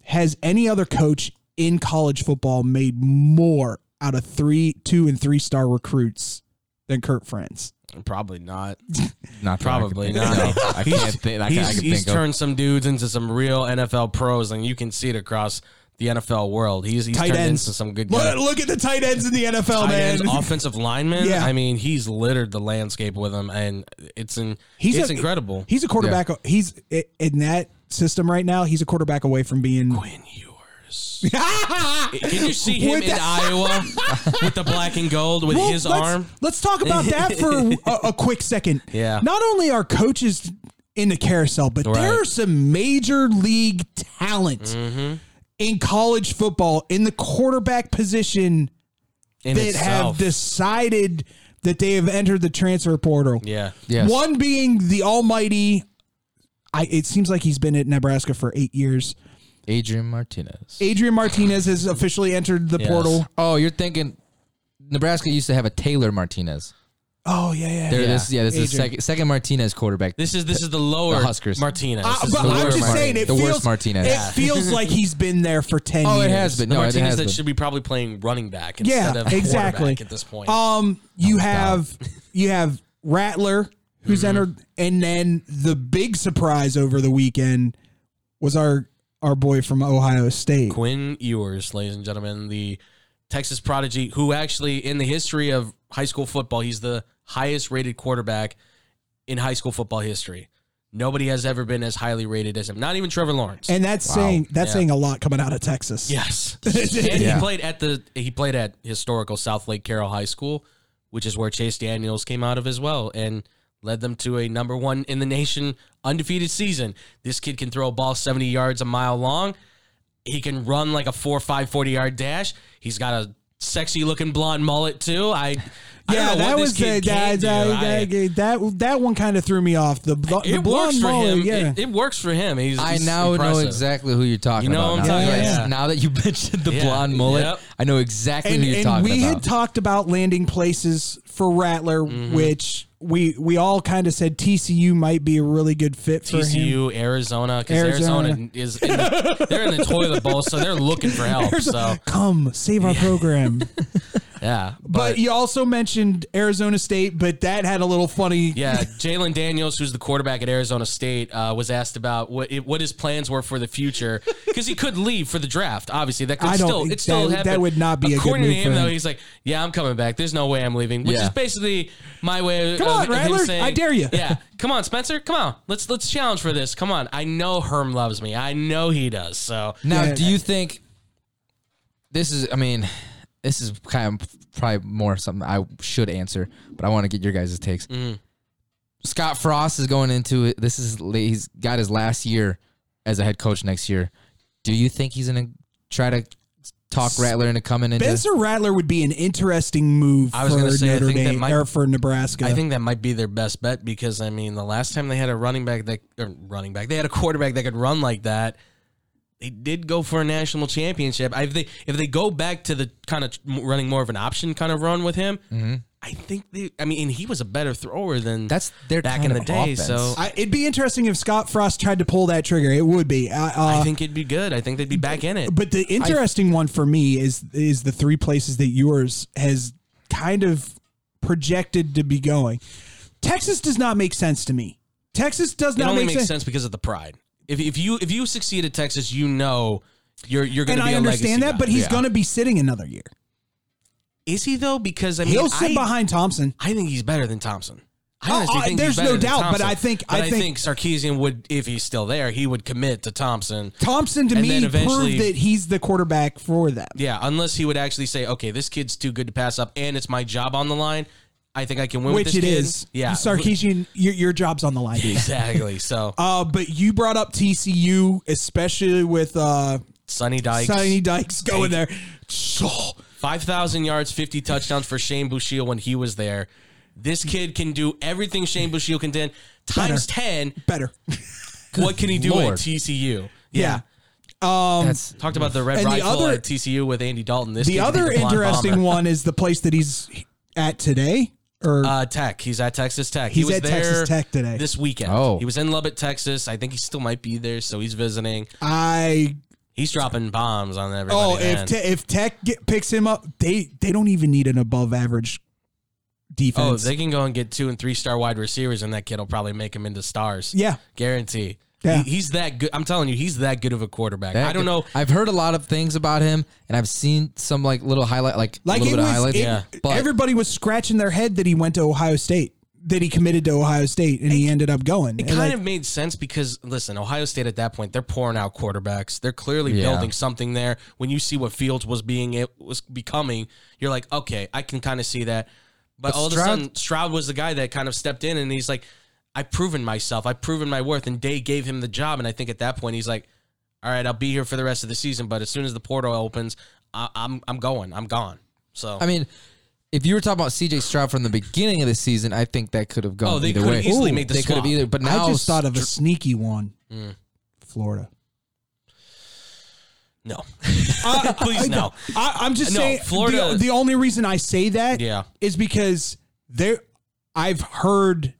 [SPEAKER 3] Has any other coach in college football made more out of three, two, and three star recruits than Kurt France?
[SPEAKER 6] probably not.
[SPEAKER 2] Not that I can
[SPEAKER 6] Probably
[SPEAKER 2] think of.
[SPEAKER 6] not.
[SPEAKER 2] No, I can't think. I can,
[SPEAKER 6] he's
[SPEAKER 2] I can
[SPEAKER 6] he's
[SPEAKER 2] think of.
[SPEAKER 6] turned some dudes into some real NFL pros, and you can see it across the NFL world. He's, he's
[SPEAKER 3] Tight
[SPEAKER 6] turned
[SPEAKER 3] ends.
[SPEAKER 6] into some good
[SPEAKER 3] Look,
[SPEAKER 6] guys.
[SPEAKER 3] look at the tight ends in the NFL,
[SPEAKER 6] Tight
[SPEAKER 3] man.
[SPEAKER 6] ends, offensive linemen.
[SPEAKER 3] Yeah.
[SPEAKER 6] I mean, he's littered the landscape with them, and it's in,
[SPEAKER 3] He's
[SPEAKER 6] it's
[SPEAKER 3] a-
[SPEAKER 6] incredible.
[SPEAKER 3] He's a quarterback. He's i- in that system right now. He's a quarterback away from being.
[SPEAKER 6] Win yours. Can you see him
[SPEAKER 3] With
[SPEAKER 6] in
[SPEAKER 3] that-
[SPEAKER 6] Iowa with the black and gold with
[SPEAKER 3] Well,
[SPEAKER 6] his
[SPEAKER 3] let's,
[SPEAKER 6] arm?
[SPEAKER 3] Let's talk about that for a, a quick second.
[SPEAKER 6] Yeah.
[SPEAKER 3] Not only are coaches in the carousel, but there
[SPEAKER 6] Right.
[SPEAKER 3] are some major league talent in college football in the quarterback position
[SPEAKER 6] In
[SPEAKER 3] that have
[SPEAKER 6] itself.
[SPEAKER 3] decided that they have entered the transfer portal.
[SPEAKER 6] yeah.
[SPEAKER 2] Yes.
[SPEAKER 3] One being the almighty. I, it seems like he's been at Nebraska for eight years.
[SPEAKER 2] Adrian Martinez.
[SPEAKER 3] Adrian Martinez has officially entered the
[SPEAKER 6] Yes.
[SPEAKER 3] portal.
[SPEAKER 2] Oh, you're thinking Nebraska used to have a Taylor Martinez.
[SPEAKER 3] Oh yeah, yeah.
[SPEAKER 2] There,
[SPEAKER 3] yeah.
[SPEAKER 2] this, yeah, this is the
[SPEAKER 3] Adrian.
[SPEAKER 2] second, second Martinez quarterback.
[SPEAKER 6] This is this is the lower
[SPEAKER 2] The Huskers.
[SPEAKER 6] Martinez.
[SPEAKER 3] I,
[SPEAKER 6] This is
[SPEAKER 3] Uh, but
[SPEAKER 6] the
[SPEAKER 3] I'm
[SPEAKER 6] lower
[SPEAKER 3] just
[SPEAKER 6] Martinez.
[SPEAKER 3] saying, it
[SPEAKER 2] The worst
[SPEAKER 3] feels
[SPEAKER 2] Martinez.
[SPEAKER 3] It
[SPEAKER 2] Yeah.
[SPEAKER 3] feels like he's been there for ten.
[SPEAKER 2] oh,
[SPEAKER 3] years.
[SPEAKER 2] it has been.
[SPEAKER 6] The
[SPEAKER 2] No, it
[SPEAKER 6] Martinez
[SPEAKER 2] has
[SPEAKER 6] that
[SPEAKER 2] been.
[SPEAKER 6] should be probably playing running back
[SPEAKER 3] Yeah,
[SPEAKER 6] instead of
[SPEAKER 3] exactly.
[SPEAKER 6] quarterback at this point.
[SPEAKER 3] Um, you have you have Rattler who's
[SPEAKER 6] Mm-hmm.
[SPEAKER 3] entered, and then the big surprise over the weekend was our our boy from Ohio State.
[SPEAKER 6] Quinn Ewers, ladies and gentlemen, the Texas prodigy, who actually in the history of high school football, he's the highest rated quarterback in high school football history. Nobody has ever been as highly rated as him. Not even Trevor Lawrence.
[SPEAKER 3] And that's saying that's
[SPEAKER 6] Yeah.
[SPEAKER 3] saying a lot coming out of Texas.
[SPEAKER 6] yes, and he played at the he played at historical South Lake Carroll High School, which is where Chase Daniels came out of as well, and led them to a number one in the nation undefeated season. This kid can throw a ball seventy yards a mile long. He can run like a four, five, 40 yard dash. He's got a sexy looking blonde mullet too. I I
[SPEAKER 3] Yeah,
[SPEAKER 6] don't know
[SPEAKER 3] that
[SPEAKER 6] what this
[SPEAKER 3] was the,
[SPEAKER 6] kid
[SPEAKER 3] that,
[SPEAKER 6] can
[SPEAKER 3] that,
[SPEAKER 6] do. I-
[SPEAKER 3] that, that one kind of threw me off. The, bl- the
[SPEAKER 6] it works
[SPEAKER 3] blonde
[SPEAKER 6] for
[SPEAKER 3] mullet,
[SPEAKER 6] him.
[SPEAKER 3] Yeah.
[SPEAKER 6] It, it works for him. He's,
[SPEAKER 2] I
[SPEAKER 6] he's
[SPEAKER 2] now know
[SPEAKER 6] impressive.
[SPEAKER 2] exactly who you're talking
[SPEAKER 6] You know
[SPEAKER 2] about.
[SPEAKER 6] what
[SPEAKER 2] now.
[SPEAKER 6] I'm
[SPEAKER 3] talking
[SPEAKER 2] Yes,
[SPEAKER 3] about?
[SPEAKER 2] now that you mentioned the
[SPEAKER 6] Yeah.
[SPEAKER 2] blonde mullet,
[SPEAKER 6] Yep.
[SPEAKER 2] I know exactly
[SPEAKER 3] and,
[SPEAKER 2] who you're
[SPEAKER 3] and
[SPEAKER 2] talking
[SPEAKER 3] we
[SPEAKER 2] about.
[SPEAKER 3] had talked about landing places for Rattler,
[SPEAKER 6] Mm-hmm.
[SPEAKER 3] which we we all kind of said TCU might be a really good fit for him.
[SPEAKER 6] TCU, Arizona, because
[SPEAKER 3] Arizona.
[SPEAKER 6] Arizona. is in the, they're in the toilet bowl, so they're looking for help. So
[SPEAKER 3] Come save our program. but,
[SPEAKER 6] yeah, but,
[SPEAKER 3] you also mentioned Arizona State, but that had a little funny.
[SPEAKER 6] yeah, Jalen Daniels, who's the quarterback at Arizona State, uh, was asked about what it, what his plans were for the future because he could leave for the draft. Obviously, that could
[SPEAKER 3] I don't
[SPEAKER 6] still
[SPEAKER 3] think
[SPEAKER 6] it still
[SPEAKER 3] that- that
[SPEAKER 6] happen.
[SPEAKER 3] would not be a good
[SPEAKER 6] according
[SPEAKER 3] move
[SPEAKER 6] to
[SPEAKER 3] for
[SPEAKER 6] him, though.
[SPEAKER 3] him.
[SPEAKER 6] He's like, yeah, I'm coming back. There's no way I'm leaving, which
[SPEAKER 2] Yeah.
[SPEAKER 6] is basically my way.
[SPEAKER 3] Come
[SPEAKER 6] of
[SPEAKER 3] on,
[SPEAKER 6] him
[SPEAKER 3] Rattler,
[SPEAKER 6] saying,
[SPEAKER 3] I dare you.
[SPEAKER 6] Yeah, come on, Spencer, come on. Let's let's challenge for this. Come on, I know Herm loves me. I know he does. So
[SPEAKER 2] now,
[SPEAKER 3] Yeah.
[SPEAKER 2] do you think this is? I mean, this is kind of probably more something I should answer, but I want to get your guys' takes.
[SPEAKER 3] Mm.
[SPEAKER 2] Scott Frost is going into it. This is he's got his last year as a head coach next year. Do you think he's gonna try to talk Rattler into coming into?
[SPEAKER 3] Spencer Rattler would be an interesting move
[SPEAKER 6] I was
[SPEAKER 3] for
[SPEAKER 6] gonna say, I
[SPEAKER 3] Notre
[SPEAKER 6] think that
[SPEAKER 3] Dame
[SPEAKER 6] might-
[SPEAKER 3] or for Nebraska.
[SPEAKER 6] I think that might be their best bet because I mean the last time they had a running back that or running back they had a quarterback that could run like that. They did go for a national championship. I, if they if they go back to the kind of running more of an option kind of run with him,
[SPEAKER 3] Mm-hmm.
[SPEAKER 6] I think they. I mean, and he was a better thrower than
[SPEAKER 2] That's their
[SPEAKER 6] back
[SPEAKER 2] kind
[SPEAKER 6] in the
[SPEAKER 2] of
[SPEAKER 6] day.
[SPEAKER 2] offense.
[SPEAKER 6] So I,
[SPEAKER 3] I, it'd be interesting if Scott Frost tried to pull that trigger. It would be. I, uh,
[SPEAKER 6] think it'd be good. I think they'd be back in it.
[SPEAKER 3] But the interesting one for me is is the three places that yours has kind of projected to be going. Texas does not make sense to me. Texas does
[SPEAKER 6] It
[SPEAKER 3] not
[SPEAKER 6] only
[SPEAKER 3] make
[SPEAKER 6] makes
[SPEAKER 3] sense.
[SPEAKER 6] sense. because of the pride. If, if you if you succeed at Texas, you know you're you're going
[SPEAKER 3] And
[SPEAKER 6] to be
[SPEAKER 3] I
[SPEAKER 6] a legacy
[SPEAKER 3] understand that,
[SPEAKER 6] guy.
[SPEAKER 3] but he's
[SPEAKER 6] Yeah.
[SPEAKER 3] going to be sitting another year.
[SPEAKER 6] is he though? Because I mean,
[SPEAKER 3] He'll sit
[SPEAKER 6] I-
[SPEAKER 3] behind Thompson.
[SPEAKER 6] I think he's better than Thompson. I honestly
[SPEAKER 3] Oh,
[SPEAKER 6] think
[SPEAKER 3] there's
[SPEAKER 6] he's better
[SPEAKER 3] no
[SPEAKER 6] than
[SPEAKER 3] doubt, but
[SPEAKER 6] Thompson.
[SPEAKER 3] I think-
[SPEAKER 6] But
[SPEAKER 3] I
[SPEAKER 6] I
[SPEAKER 3] think-
[SPEAKER 6] think Sarkeesian would, if he's still there, he would commit to Thompson.
[SPEAKER 3] Thompson to
[SPEAKER 6] And
[SPEAKER 3] me
[SPEAKER 6] then
[SPEAKER 3] proved
[SPEAKER 6] eventually-
[SPEAKER 3] that he's the quarterback for them.
[SPEAKER 6] Yeah, unless he would actually say, "Okay, this kid's too good to pass up, and it's my job on the line. I think I can win
[SPEAKER 3] Which
[SPEAKER 6] with this
[SPEAKER 3] it
[SPEAKER 6] kid."
[SPEAKER 3] is.
[SPEAKER 6] Yeah,
[SPEAKER 3] Sarkeesian, your, your job's on the line. dude.
[SPEAKER 6] exactly. So
[SPEAKER 3] Uh, but you brought up TCU, especially with uh,
[SPEAKER 6] Sonny Dykes,
[SPEAKER 3] Sonny Dykes going there.
[SPEAKER 6] five thousand yards, fifty touchdowns for Shane Bushill when he was there. This kid can do everything Shane Bushill can do times ten.
[SPEAKER 3] Better.
[SPEAKER 6] What can he do
[SPEAKER 2] Lord.
[SPEAKER 6] at TCU?
[SPEAKER 3] Yeah.
[SPEAKER 2] That's
[SPEAKER 6] Talked about the red
[SPEAKER 3] And the
[SPEAKER 6] rifle
[SPEAKER 3] other-
[SPEAKER 6] at TCU with Andy Dalton. This
[SPEAKER 3] The
[SPEAKER 6] kid can be
[SPEAKER 3] other
[SPEAKER 6] blonde
[SPEAKER 3] interesting
[SPEAKER 6] bomber.
[SPEAKER 3] one is the place that he's at today. Or
[SPEAKER 6] Uh, Tech. He's at Texas Tech.
[SPEAKER 3] He's
[SPEAKER 6] he was
[SPEAKER 3] at
[SPEAKER 6] there
[SPEAKER 3] Texas Tech today.
[SPEAKER 6] This weekend.
[SPEAKER 2] Oh.
[SPEAKER 6] He was in Lubbock, Texas. I think he still might be there, so he's visiting.
[SPEAKER 3] I
[SPEAKER 6] He's dropping bombs on everybody.
[SPEAKER 3] oh,
[SPEAKER 6] man.
[SPEAKER 3] if te- if Tech get, picks him up, they they don't even need an above average
[SPEAKER 6] oh,
[SPEAKER 3] defense.
[SPEAKER 6] they can go and get two and three star wide receivers, and that kid will probably make him into stars.
[SPEAKER 3] yeah,
[SPEAKER 6] Guarantee.
[SPEAKER 3] Yeah.
[SPEAKER 6] He- he's that good. I'm telling you, he's that good of a quarterback.
[SPEAKER 2] That
[SPEAKER 6] I don't
[SPEAKER 2] could-
[SPEAKER 6] know.
[SPEAKER 2] I've heard a lot of things about him, and I've seen some like little highlight, like,
[SPEAKER 3] like
[SPEAKER 2] a
[SPEAKER 3] it
[SPEAKER 2] little bit of
[SPEAKER 3] was.
[SPEAKER 2] highlights.
[SPEAKER 3] it-
[SPEAKER 2] yeah, but
[SPEAKER 3] everybody was scratching their head that he went to Ohio State, that he committed to Ohio State, and he ended up going.
[SPEAKER 6] It
[SPEAKER 3] And,
[SPEAKER 6] kind
[SPEAKER 3] like,
[SPEAKER 6] of made sense because listen, Ohio State at that point they're pouring out quarterbacks. They're clearly
[SPEAKER 2] Yeah.
[SPEAKER 6] building something there. When you see what Fields was being, it was becoming. You're like, okay, I can kind of see that. But,
[SPEAKER 2] But
[SPEAKER 6] all
[SPEAKER 2] Stroud-
[SPEAKER 6] of a sudden, Stroud was the guy that kind of stepped in, and he's like, I've proven myself. I've proven my worth. And Day gave him the job, and I think at that point he's like, all right, I'll be here for the rest of the season. But as soon as the portal opens, I, I'm I'm going. I'm gone. So
[SPEAKER 2] I mean, if you were talking about C.J. Stroud from the beginning of the season, I think that could have gone
[SPEAKER 6] Oh, they
[SPEAKER 2] either
[SPEAKER 6] could
[SPEAKER 2] way.
[SPEAKER 6] have easily made the
[SPEAKER 2] they could have
[SPEAKER 6] swap.
[SPEAKER 2] either, but now
[SPEAKER 3] I just thought of a sneaky one, Florida.
[SPEAKER 6] no, please no.
[SPEAKER 3] I, I'm just
[SPEAKER 6] No,
[SPEAKER 3] saying.
[SPEAKER 6] Florida-
[SPEAKER 3] The, the only reason I say that is
[SPEAKER 6] Yeah.
[SPEAKER 3] because there. I've heard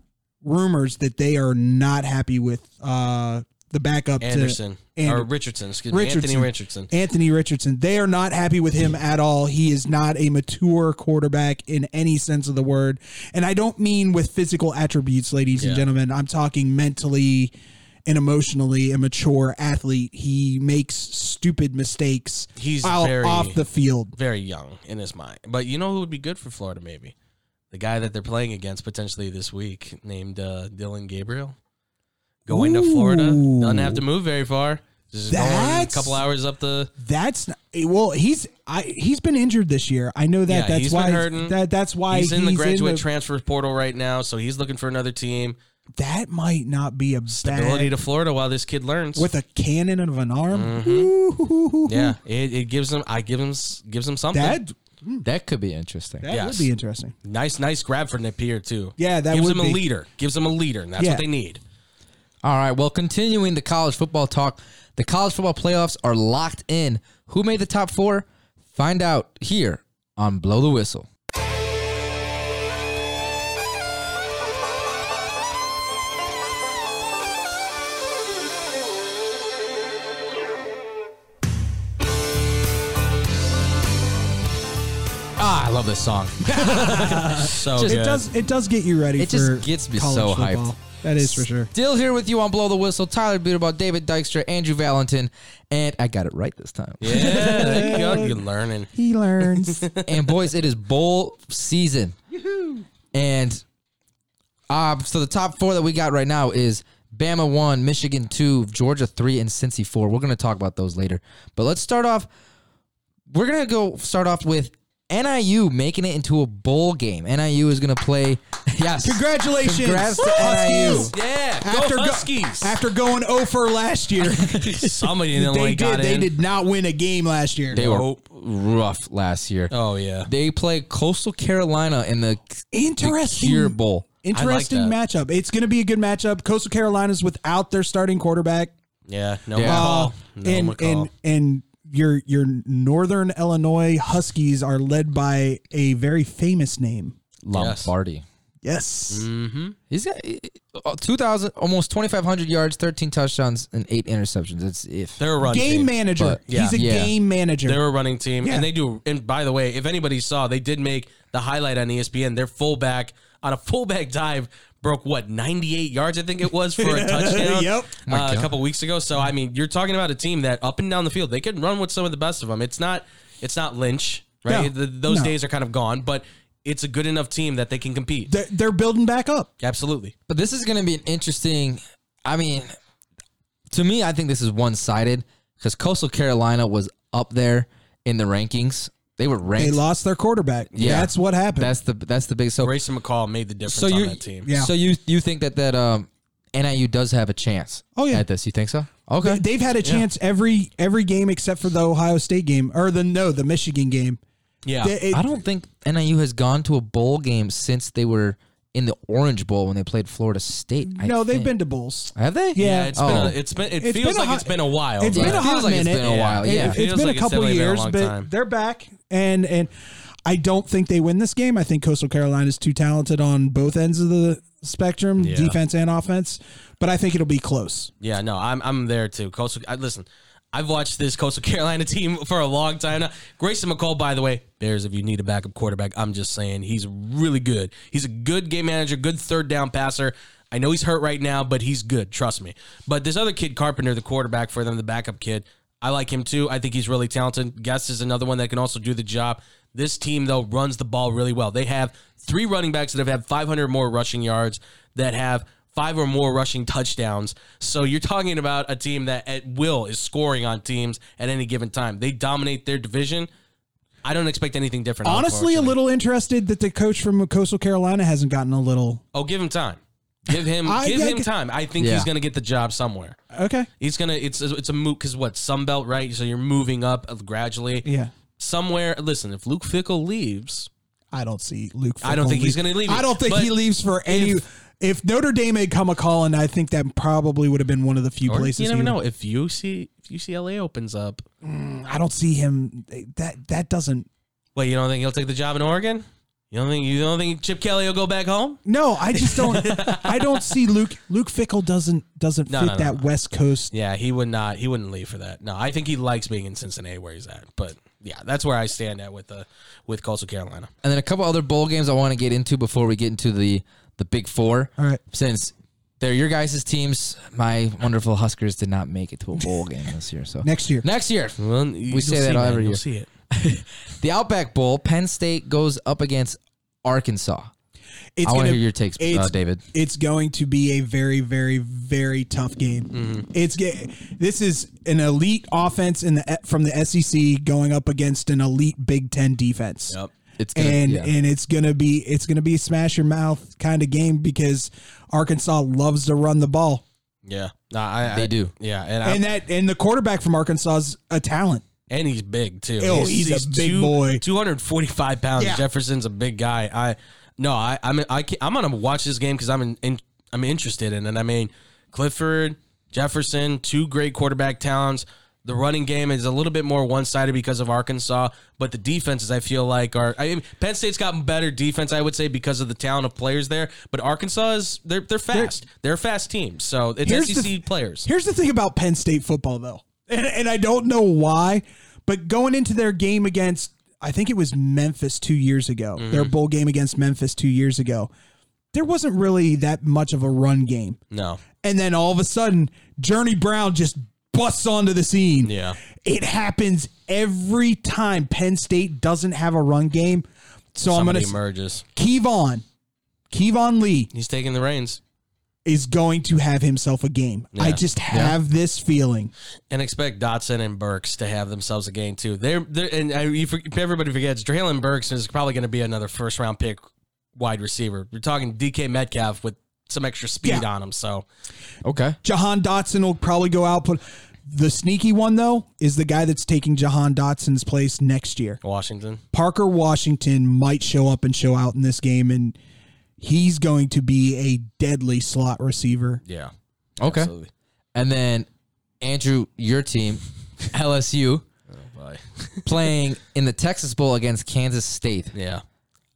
[SPEAKER 3] rumors that they are not happy with uh, the backup
[SPEAKER 6] Anderson
[SPEAKER 3] to Ander-
[SPEAKER 6] or Richardson, excuse me,
[SPEAKER 3] Richardson.
[SPEAKER 6] Anthony Richardson.
[SPEAKER 3] Anthony Richardson. They are not happy with him at all. He is not a mature quarterback in any sense of the word. And I don't mean with physical attributes, ladies and
[SPEAKER 6] Yeah.
[SPEAKER 3] gentlemen. I'm talking mentally and emotionally immature athlete. He makes stupid mistakes
[SPEAKER 6] He's
[SPEAKER 3] out-
[SPEAKER 6] very-
[SPEAKER 3] off the field.
[SPEAKER 6] very young in his mind. But you know who would be good for Florida, maybe? The guy that they're playing against potentially this week, named uh, Dylan Gabriel. Going to Florida. Doesn't have to move very far. Just going a
[SPEAKER 3] That's-
[SPEAKER 6] couple hours up the.
[SPEAKER 3] That's not, well, he's I he's been injured this year. I know that
[SPEAKER 6] Yeah,
[SPEAKER 3] that's
[SPEAKER 6] he's
[SPEAKER 3] why
[SPEAKER 6] been hurting.
[SPEAKER 3] that that's why
[SPEAKER 6] He's in the graduate
[SPEAKER 3] the-
[SPEAKER 6] transfer portal right now, so he's looking for another team.
[SPEAKER 3] that might not be a
[SPEAKER 6] Ability
[SPEAKER 3] bad
[SPEAKER 6] to Florida while this kid learns.
[SPEAKER 3] with a cannon of an arm.
[SPEAKER 6] Mm-hmm.
[SPEAKER 3] Ooh.
[SPEAKER 6] yeah, it, it gives him. I give him s- gives him something.
[SPEAKER 3] That
[SPEAKER 2] that could be interesting.
[SPEAKER 3] That
[SPEAKER 6] Yes.
[SPEAKER 3] would be interesting.
[SPEAKER 6] nice, nice grab for Napier too.
[SPEAKER 3] Yeah, that
[SPEAKER 6] gives
[SPEAKER 3] would
[SPEAKER 6] him a
[SPEAKER 3] be.
[SPEAKER 6] leader. Gives him a leader, and that's
[SPEAKER 3] Yeah.
[SPEAKER 6] what they need.
[SPEAKER 2] All right. Well, continuing the college football talk, the college football playoffs are locked in. Who made the top four? Find out here on Blow the Whistle.
[SPEAKER 6] Ah, I love this song. so
[SPEAKER 2] Just-
[SPEAKER 6] good.
[SPEAKER 3] It does. It does get you ready.
[SPEAKER 2] It
[SPEAKER 3] for
[SPEAKER 2] just gets me
[SPEAKER 3] college
[SPEAKER 2] so hyped.
[SPEAKER 3] football. That is for sure.
[SPEAKER 2] Still here with you on Blow the Whistle. Tyler Beaterbaugh, David Dykstra, Andrew Valentin, and I got it right this time.
[SPEAKER 6] Yeah, there you go. You're learning.
[SPEAKER 3] He learns.
[SPEAKER 2] and boys, it is bowl season. And um, so the top four that we got right now is Bama one, Michigan two, Georgia three, and Cincy four. We're gonna talk about those later, but let's start off. We're gonna go start off with NIU making it into a bowl game. NIU is gonna play. Yes,
[SPEAKER 3] Congratulations,
[SPEAKER 2] Congrats to NIU.
[SPEAKER 3] Huskies.
[SPEAKER 6] Yeah, go
[SPEAKER 3] After go-
[SPEAKER 6] Huskies.
[SPEAKER 3] After going 0 for last year,
[SPEAKER 6] Somebody in
[SPEAKER 3] they
[SPEAKER 6] Illinois
[SPEAKER 3] did.
[SPEAKER 6] got
[SPEAKER 3] They
[SPEAKER 6] in.
[SPEAKER 3] did not win a game last year.
[SPEAKER 2] they were rough last year.
[SPEAKER 6] Oh yeah,
[SPEAKER 2] They play Coastal Carolina in the
[SPEAKER 3] Interesting.
[SPEAKER 2] Cure Bowl.
[SPEAKER 3] Interesting
[SPEAKER 6] that.
[SPEAKER 3] matchup. It's going to be a good matchup. Coastal Carolina's without their starting quarterback.
[SPEAKER 6] yeah. No
[SPEAKER 2] Yeah.
[SPEAKER 6] McCall.
[SPEAKER 3] Uh,
[SPEAKER 6] no
[SPEAKER 3] and
[SPEAKER 6] McCall.
[SPEAKER 3] and and your your Northern Illinois Huskies are led by a very famous name.
[SPEAKER 2] Lombardi.
[SPEAKER 3] Yes.
[SPEAKER 2] He's got uh, 2,000, almost 2,500 yards, 13 touchdowns, and eight interceptions. It's if.
[SPEAKER 6] they're a run
[SPEAKER 3] game
[SPEAKER 6] team.
[SPEAKER 3] manager.
[SPEAKER 2] But,
[SPEAKER 6] yeah.
[SPEAKER 3] He's a
[SPEAKER 2] Yeah.
[SPEAKER 3] game manager.
[SPEAKER 6] They're a running team,
[SPEAKER 3] Yeah.
[SPEAKER 6] and they do. And by the way, if anybody saw, they did make the highlight on E ESPN. Their fullback on a fullback dive broke what 98 yards, I think it was, for a touchdown.
[SPEAKER 3] Yep.
[SPEAKER 6] uh, a couple weeks ago. So I mean, you're talking about a team that up and down the field they can run with some of the best of them. It's not. It's not Lynch, right?
[SPEAKER 3] No,
[SPEAKER 6] The- those
[SPEAKER 3] no.
[SPEAKER 6] days are kind of gone, but. it's a good enough team that they can compete.
[SPEAKER 3] They're, they're building back up.
[SPEAKER 6] Absolutely.
[SPEAKER 2] But this is going to be an interesting. I mean, to me, I think this is one sided because Coastal Carolina was up there in the rankings. They were ranked.
[SPEAKER 3] They lost their quarterback.
[SPEAKER 2] Yeah.
[SPEAKER 3] That's what happened.
[SPEAKER 2] That's the that's the big so.
[SPEAKER 6] Grayson McCall made the difference
[SPEAKER 2] so
[SPEAKER 6] on
[SPEAKER 2] you
[SPEAKER 6] that team.
[SPEAKER 3] Yeah.
[SPEAKER 2] so you you think that that um NIU does have a chance?
[SPEAKER 3] Oh, yeah.
[SPEAKER 2] at this you think so? Okay,
[SPEAKER 3] They, have had a chance every every game except for the Ohio State game or the no the Michigan game.
[SPEAKER 6] Yeah.
[SPEAKER 3] They- it-
[SPEAKER 2] I don't think NIU has gone to a bowl game since they were in the Orange Bowl when they played Florida State. I
[SPEAKER 3] no, they've
[SPEAKER 2] think.
[SPEAKER 3] been to bowls.
[SPEAKER 2] Have they?
[SPEAKER 3] Yeah.
[SPEAKER 6] Yeah, it's
[SPEAKER 2] Oh.
[SPEAKER 6] been a, it's been it
[SPEAKER 3] It's
[SPEAKER 6] feels
[SPEAKER 3] been a
[SPEAKER 6] like
[SPEAKER 3] hot-
[SPEAKER 6] it's been a while.
[SPEAKER 3] It's
[SPEAKER 6] but-
[SPEAKER 3] been a
[SPEAKER 2] it feels
[SPEAKER 3] hot
[SPEAKER 2] like it's
[SPEAKER 3] minute.
[SPEAKER 2] been a while, yeah.
[SPEAKER 3] it,
[SPEAKER 2] It
[SPEAKER 3] has
[SPEAKER 6] feels like
[SPEAKER 3] been a
[SPEAKER 6] it's
[SPEAKER 3] couple
[SPEAKER 6] definitely been a
[SPEAKER 3] years,
[SPEAKER 6] long
[SPEAKER 3] but
[SPEAKER 6] time.
[SPEAKER 3] they're back, and and I don't think they win this game. I think Coastal Carolina's too talented on both ends of the spectrum,
[SPEAKER 6] Yeah.
[SPEAKER 3] defense and offense. But I think it'll be close.
[SPEAKER 6] Yeah, no, I'm I'm there too. Coastal, I, listen, I've watched this Coastal Carolina team for a long time now. Grayson McCall, by the way, Bears. If you need a backup quarterback, I'm just saying he's really good. He's a good game manager, good third down passer. I know he's hurt right now, but he's good. Trust me. But this other kid, Carpenter, the quarterback for them, the backup kid, I like him too. I think he's really talented. Guest is another one that can also do the job. This team though runs the ball really well. They have three running backs that have had 500 more rushing yards that have five or more rushing touchdowns. So you're talking about a team that at will is scoring on teams at any given time. They dominate their division. I don't expect anything different.
[SPEAKER 3] Honestly, a
[SPEAKER 6] unfortunately.
[SPEAKER 3] little interested that the coach from Coastal Carolina hasn't gotten a little
[SPEAKER 6] Oh, give him time. Give him
[SPEAKER 3] I-
[SPEAKER 6] give
[SPEAKER 3] I-
[SPEAKER 6] him time. I think
[SPEAKER 2] Yeah.
[SPEAKER 6] he's going to get the job somewhere.
[SPEAKER 3] okay.
[SPEAKER 6] He's going to it's it's a move cuz what? Sunbelt, right? So you're moving up gradually.
[SPEAKER 3] Yeah,
[SPEAKER 6] Somewhere, listen, if Luke Fickle leaves,
[SPEAKER 3] I don't see Luke.
[SPEAKER 6] I don't
[SPEAKER 3] Fickle
[SPEAKER 6] think he's
[SPEAKER 3] leave-
[SPEAKER 6] gonna leave
[SPEAKER 3] I
[SPEAKER 6] it,
[SPEAKER 3] don't think
[SPEAKER 6] but
[SPEAKER 3] he leaves for any. If Notre Dame had come a call, and I think that probably would have been one of the few
[SPEAKER 6] or
[SPEAKER 3] places.
[SPEAKER 6] you
[SPEAKER 3] he
[SPEAKER 6] never
[SPEAKER 3] would-
[SPEAKER 6] know if UC if UCLA opens up.
[SPEAKER 3] I don't see him. That that doesn't.
[SPEAKER 6] Wait, you don't think he'll take the job in Oregon? You don't think you don't think Chip Kelly will go back home?
[SPEAKER 3] No, I just don't. I don't see Luke. Luke Fickle doesn't doesn't
[SPEAKER 6] No,
[SPEAKER 3] fit
[SPEAKER 6] no, no,
[SPEAKER 3] that
[SPEAKER 6] no.
[SPEAKER 3] West Coast.
[SPEAKER 6] Yeah, he would not. He wouldn't leave for that. No, I think he likes being in Cincinnati where he's at. But yeah, that's where I stand at with uh, with Coastal Carolina.
[SPEAKER 2] And then a couple other bowl games I want to get into before we get into the the Big Four.
[SPEAKER 3] All right.
[SPEAKER 2] Since they're your guys' teams, my wonderful Huskers did not make it to a bowl game this year. So
[SPEAKER 3] Next year.
[SPEAKER 2] next year,
[SPEAKER 6] Well,
[SPEAKER 2] we say that all every year.
[SPEAKER 6] You'll see it.
[SPEAKER 2] The Outback Bowl, Penn State goes up against Arkansas.
[SPEAKER 3] It's
[SPEAKER 2] I want
[SPEAKER 3] gonna-
[SPEAKER 2] to hear your takes, uh,
[SPEAKER 3] it's-
[SPEAKER 2] David.
[SPEAKER 3] It's going to be a very, very, very tough game.
[SPEAKER 6] Mm-hmm.
[SPEAKER 3] It's ga- this is an elite offense in the from the SEC going up against an elite Big Ten defense.
[SPEAKER 6] Yep.
[SPEAKER 2] It's gonna,
[SPEAKER 3] and
[SPEAKER 2] yeah.
[SPEAKER 3] and it's gonna be it's gonna be a smash your mouth kind of game because Arkansas loves to run the ball
[SPEAKER 6] Yeah, no, I, I-
[SPEAKER 2] They do.
[SPEAKER 6] Yeah, and, I,
[SPEAKER 3] and that and the quarterback from Arkansas is a talent.
[SPEAKER 6] and he's big too.
[SPEAKER 3] Oh, he's a big boy.
[SPEAKER 6] Two hundred forty-five pounds.
[SPEAKER 3] Yeah.
[SPEAKER 6] Jefferson's a big guy. I no, I I'm I can't, I'm gonna watch this game because I'm in, in, I'm interested in it. I mean, Clifford, Jefferson, two great quarterback talents. The running game is a little bit more one-sided because of Arkansas, but the defenses I feel like are. I mean, Penn State's gotten better defense, I would say, because of the talent of players there. But Arkansas is they're they're fast. They're, a fast team, so it's SEC
[SPEAKER 3] the,
[SPEAKER 6] players.
[SPEAKER 3] Here's the thing about Penn State football, though, and, and I don't know why, but going into their game against, I think it was Memphis two years ago, their
[SPEAKER 2] Mm-hmm.
[SPEAKER 3] bowl game against Memphis two years ago, there wasn't really that much of a run game.
[SPEAKER 6] No,
[SPEAKER 3] And then all of a sudden, Journey Brown just busts onto the scene.
[SPEAKER 6] Yeah.
[SPEAKER 3] It happens every time Penn State doesn't have a run game. So
[SPEAKER 6] somebody
[SPEAKER 3] I'm going to.
[SPEAKER 6] emerges.
[SPEAKER 3] Kevon. Kevon Lee
[SPEAKER 6] He's taking the reins.
[SPEAKER 3] is going to have himself a game. I
[SPEAKER 6] Yeah.
[SPEAKER 3] just have this feeling.
[SPEAKER 6] and expect Dotson and Burks to have themselves a game too. They're, they're and I, you, for- everybody forgets Draylen Burks is probably going to be another first round pick wide receiver. You're talking DK Metcalf with some extra speed
[SPEAKER 3] Yeah.
[SPEAKER 6] on him. So
[SPEAKER 2] okay.
[SPEAKER 3] Jahan Dotson will probably go out, but the sneaky one though is the guy that's taking Jahan Dotson's place next year.
[SPEAKER 6] Washington,
[SPEAKER 3] Parker Washington might show up and show out in this game, and he's going to be a deadly slot receiver.
[SPEAKER 6] yeah,
[SPEAKER 2] Okay.
[SPEAKER 6] absolutely.
[SPEAKER 2] And then Andrew, your team, LSU,
[SPEAKER 6] Bye.
[SPEAKER 2] playing in the Texas Bowl against Kansas State.
[SPEAKER 6] Yeah,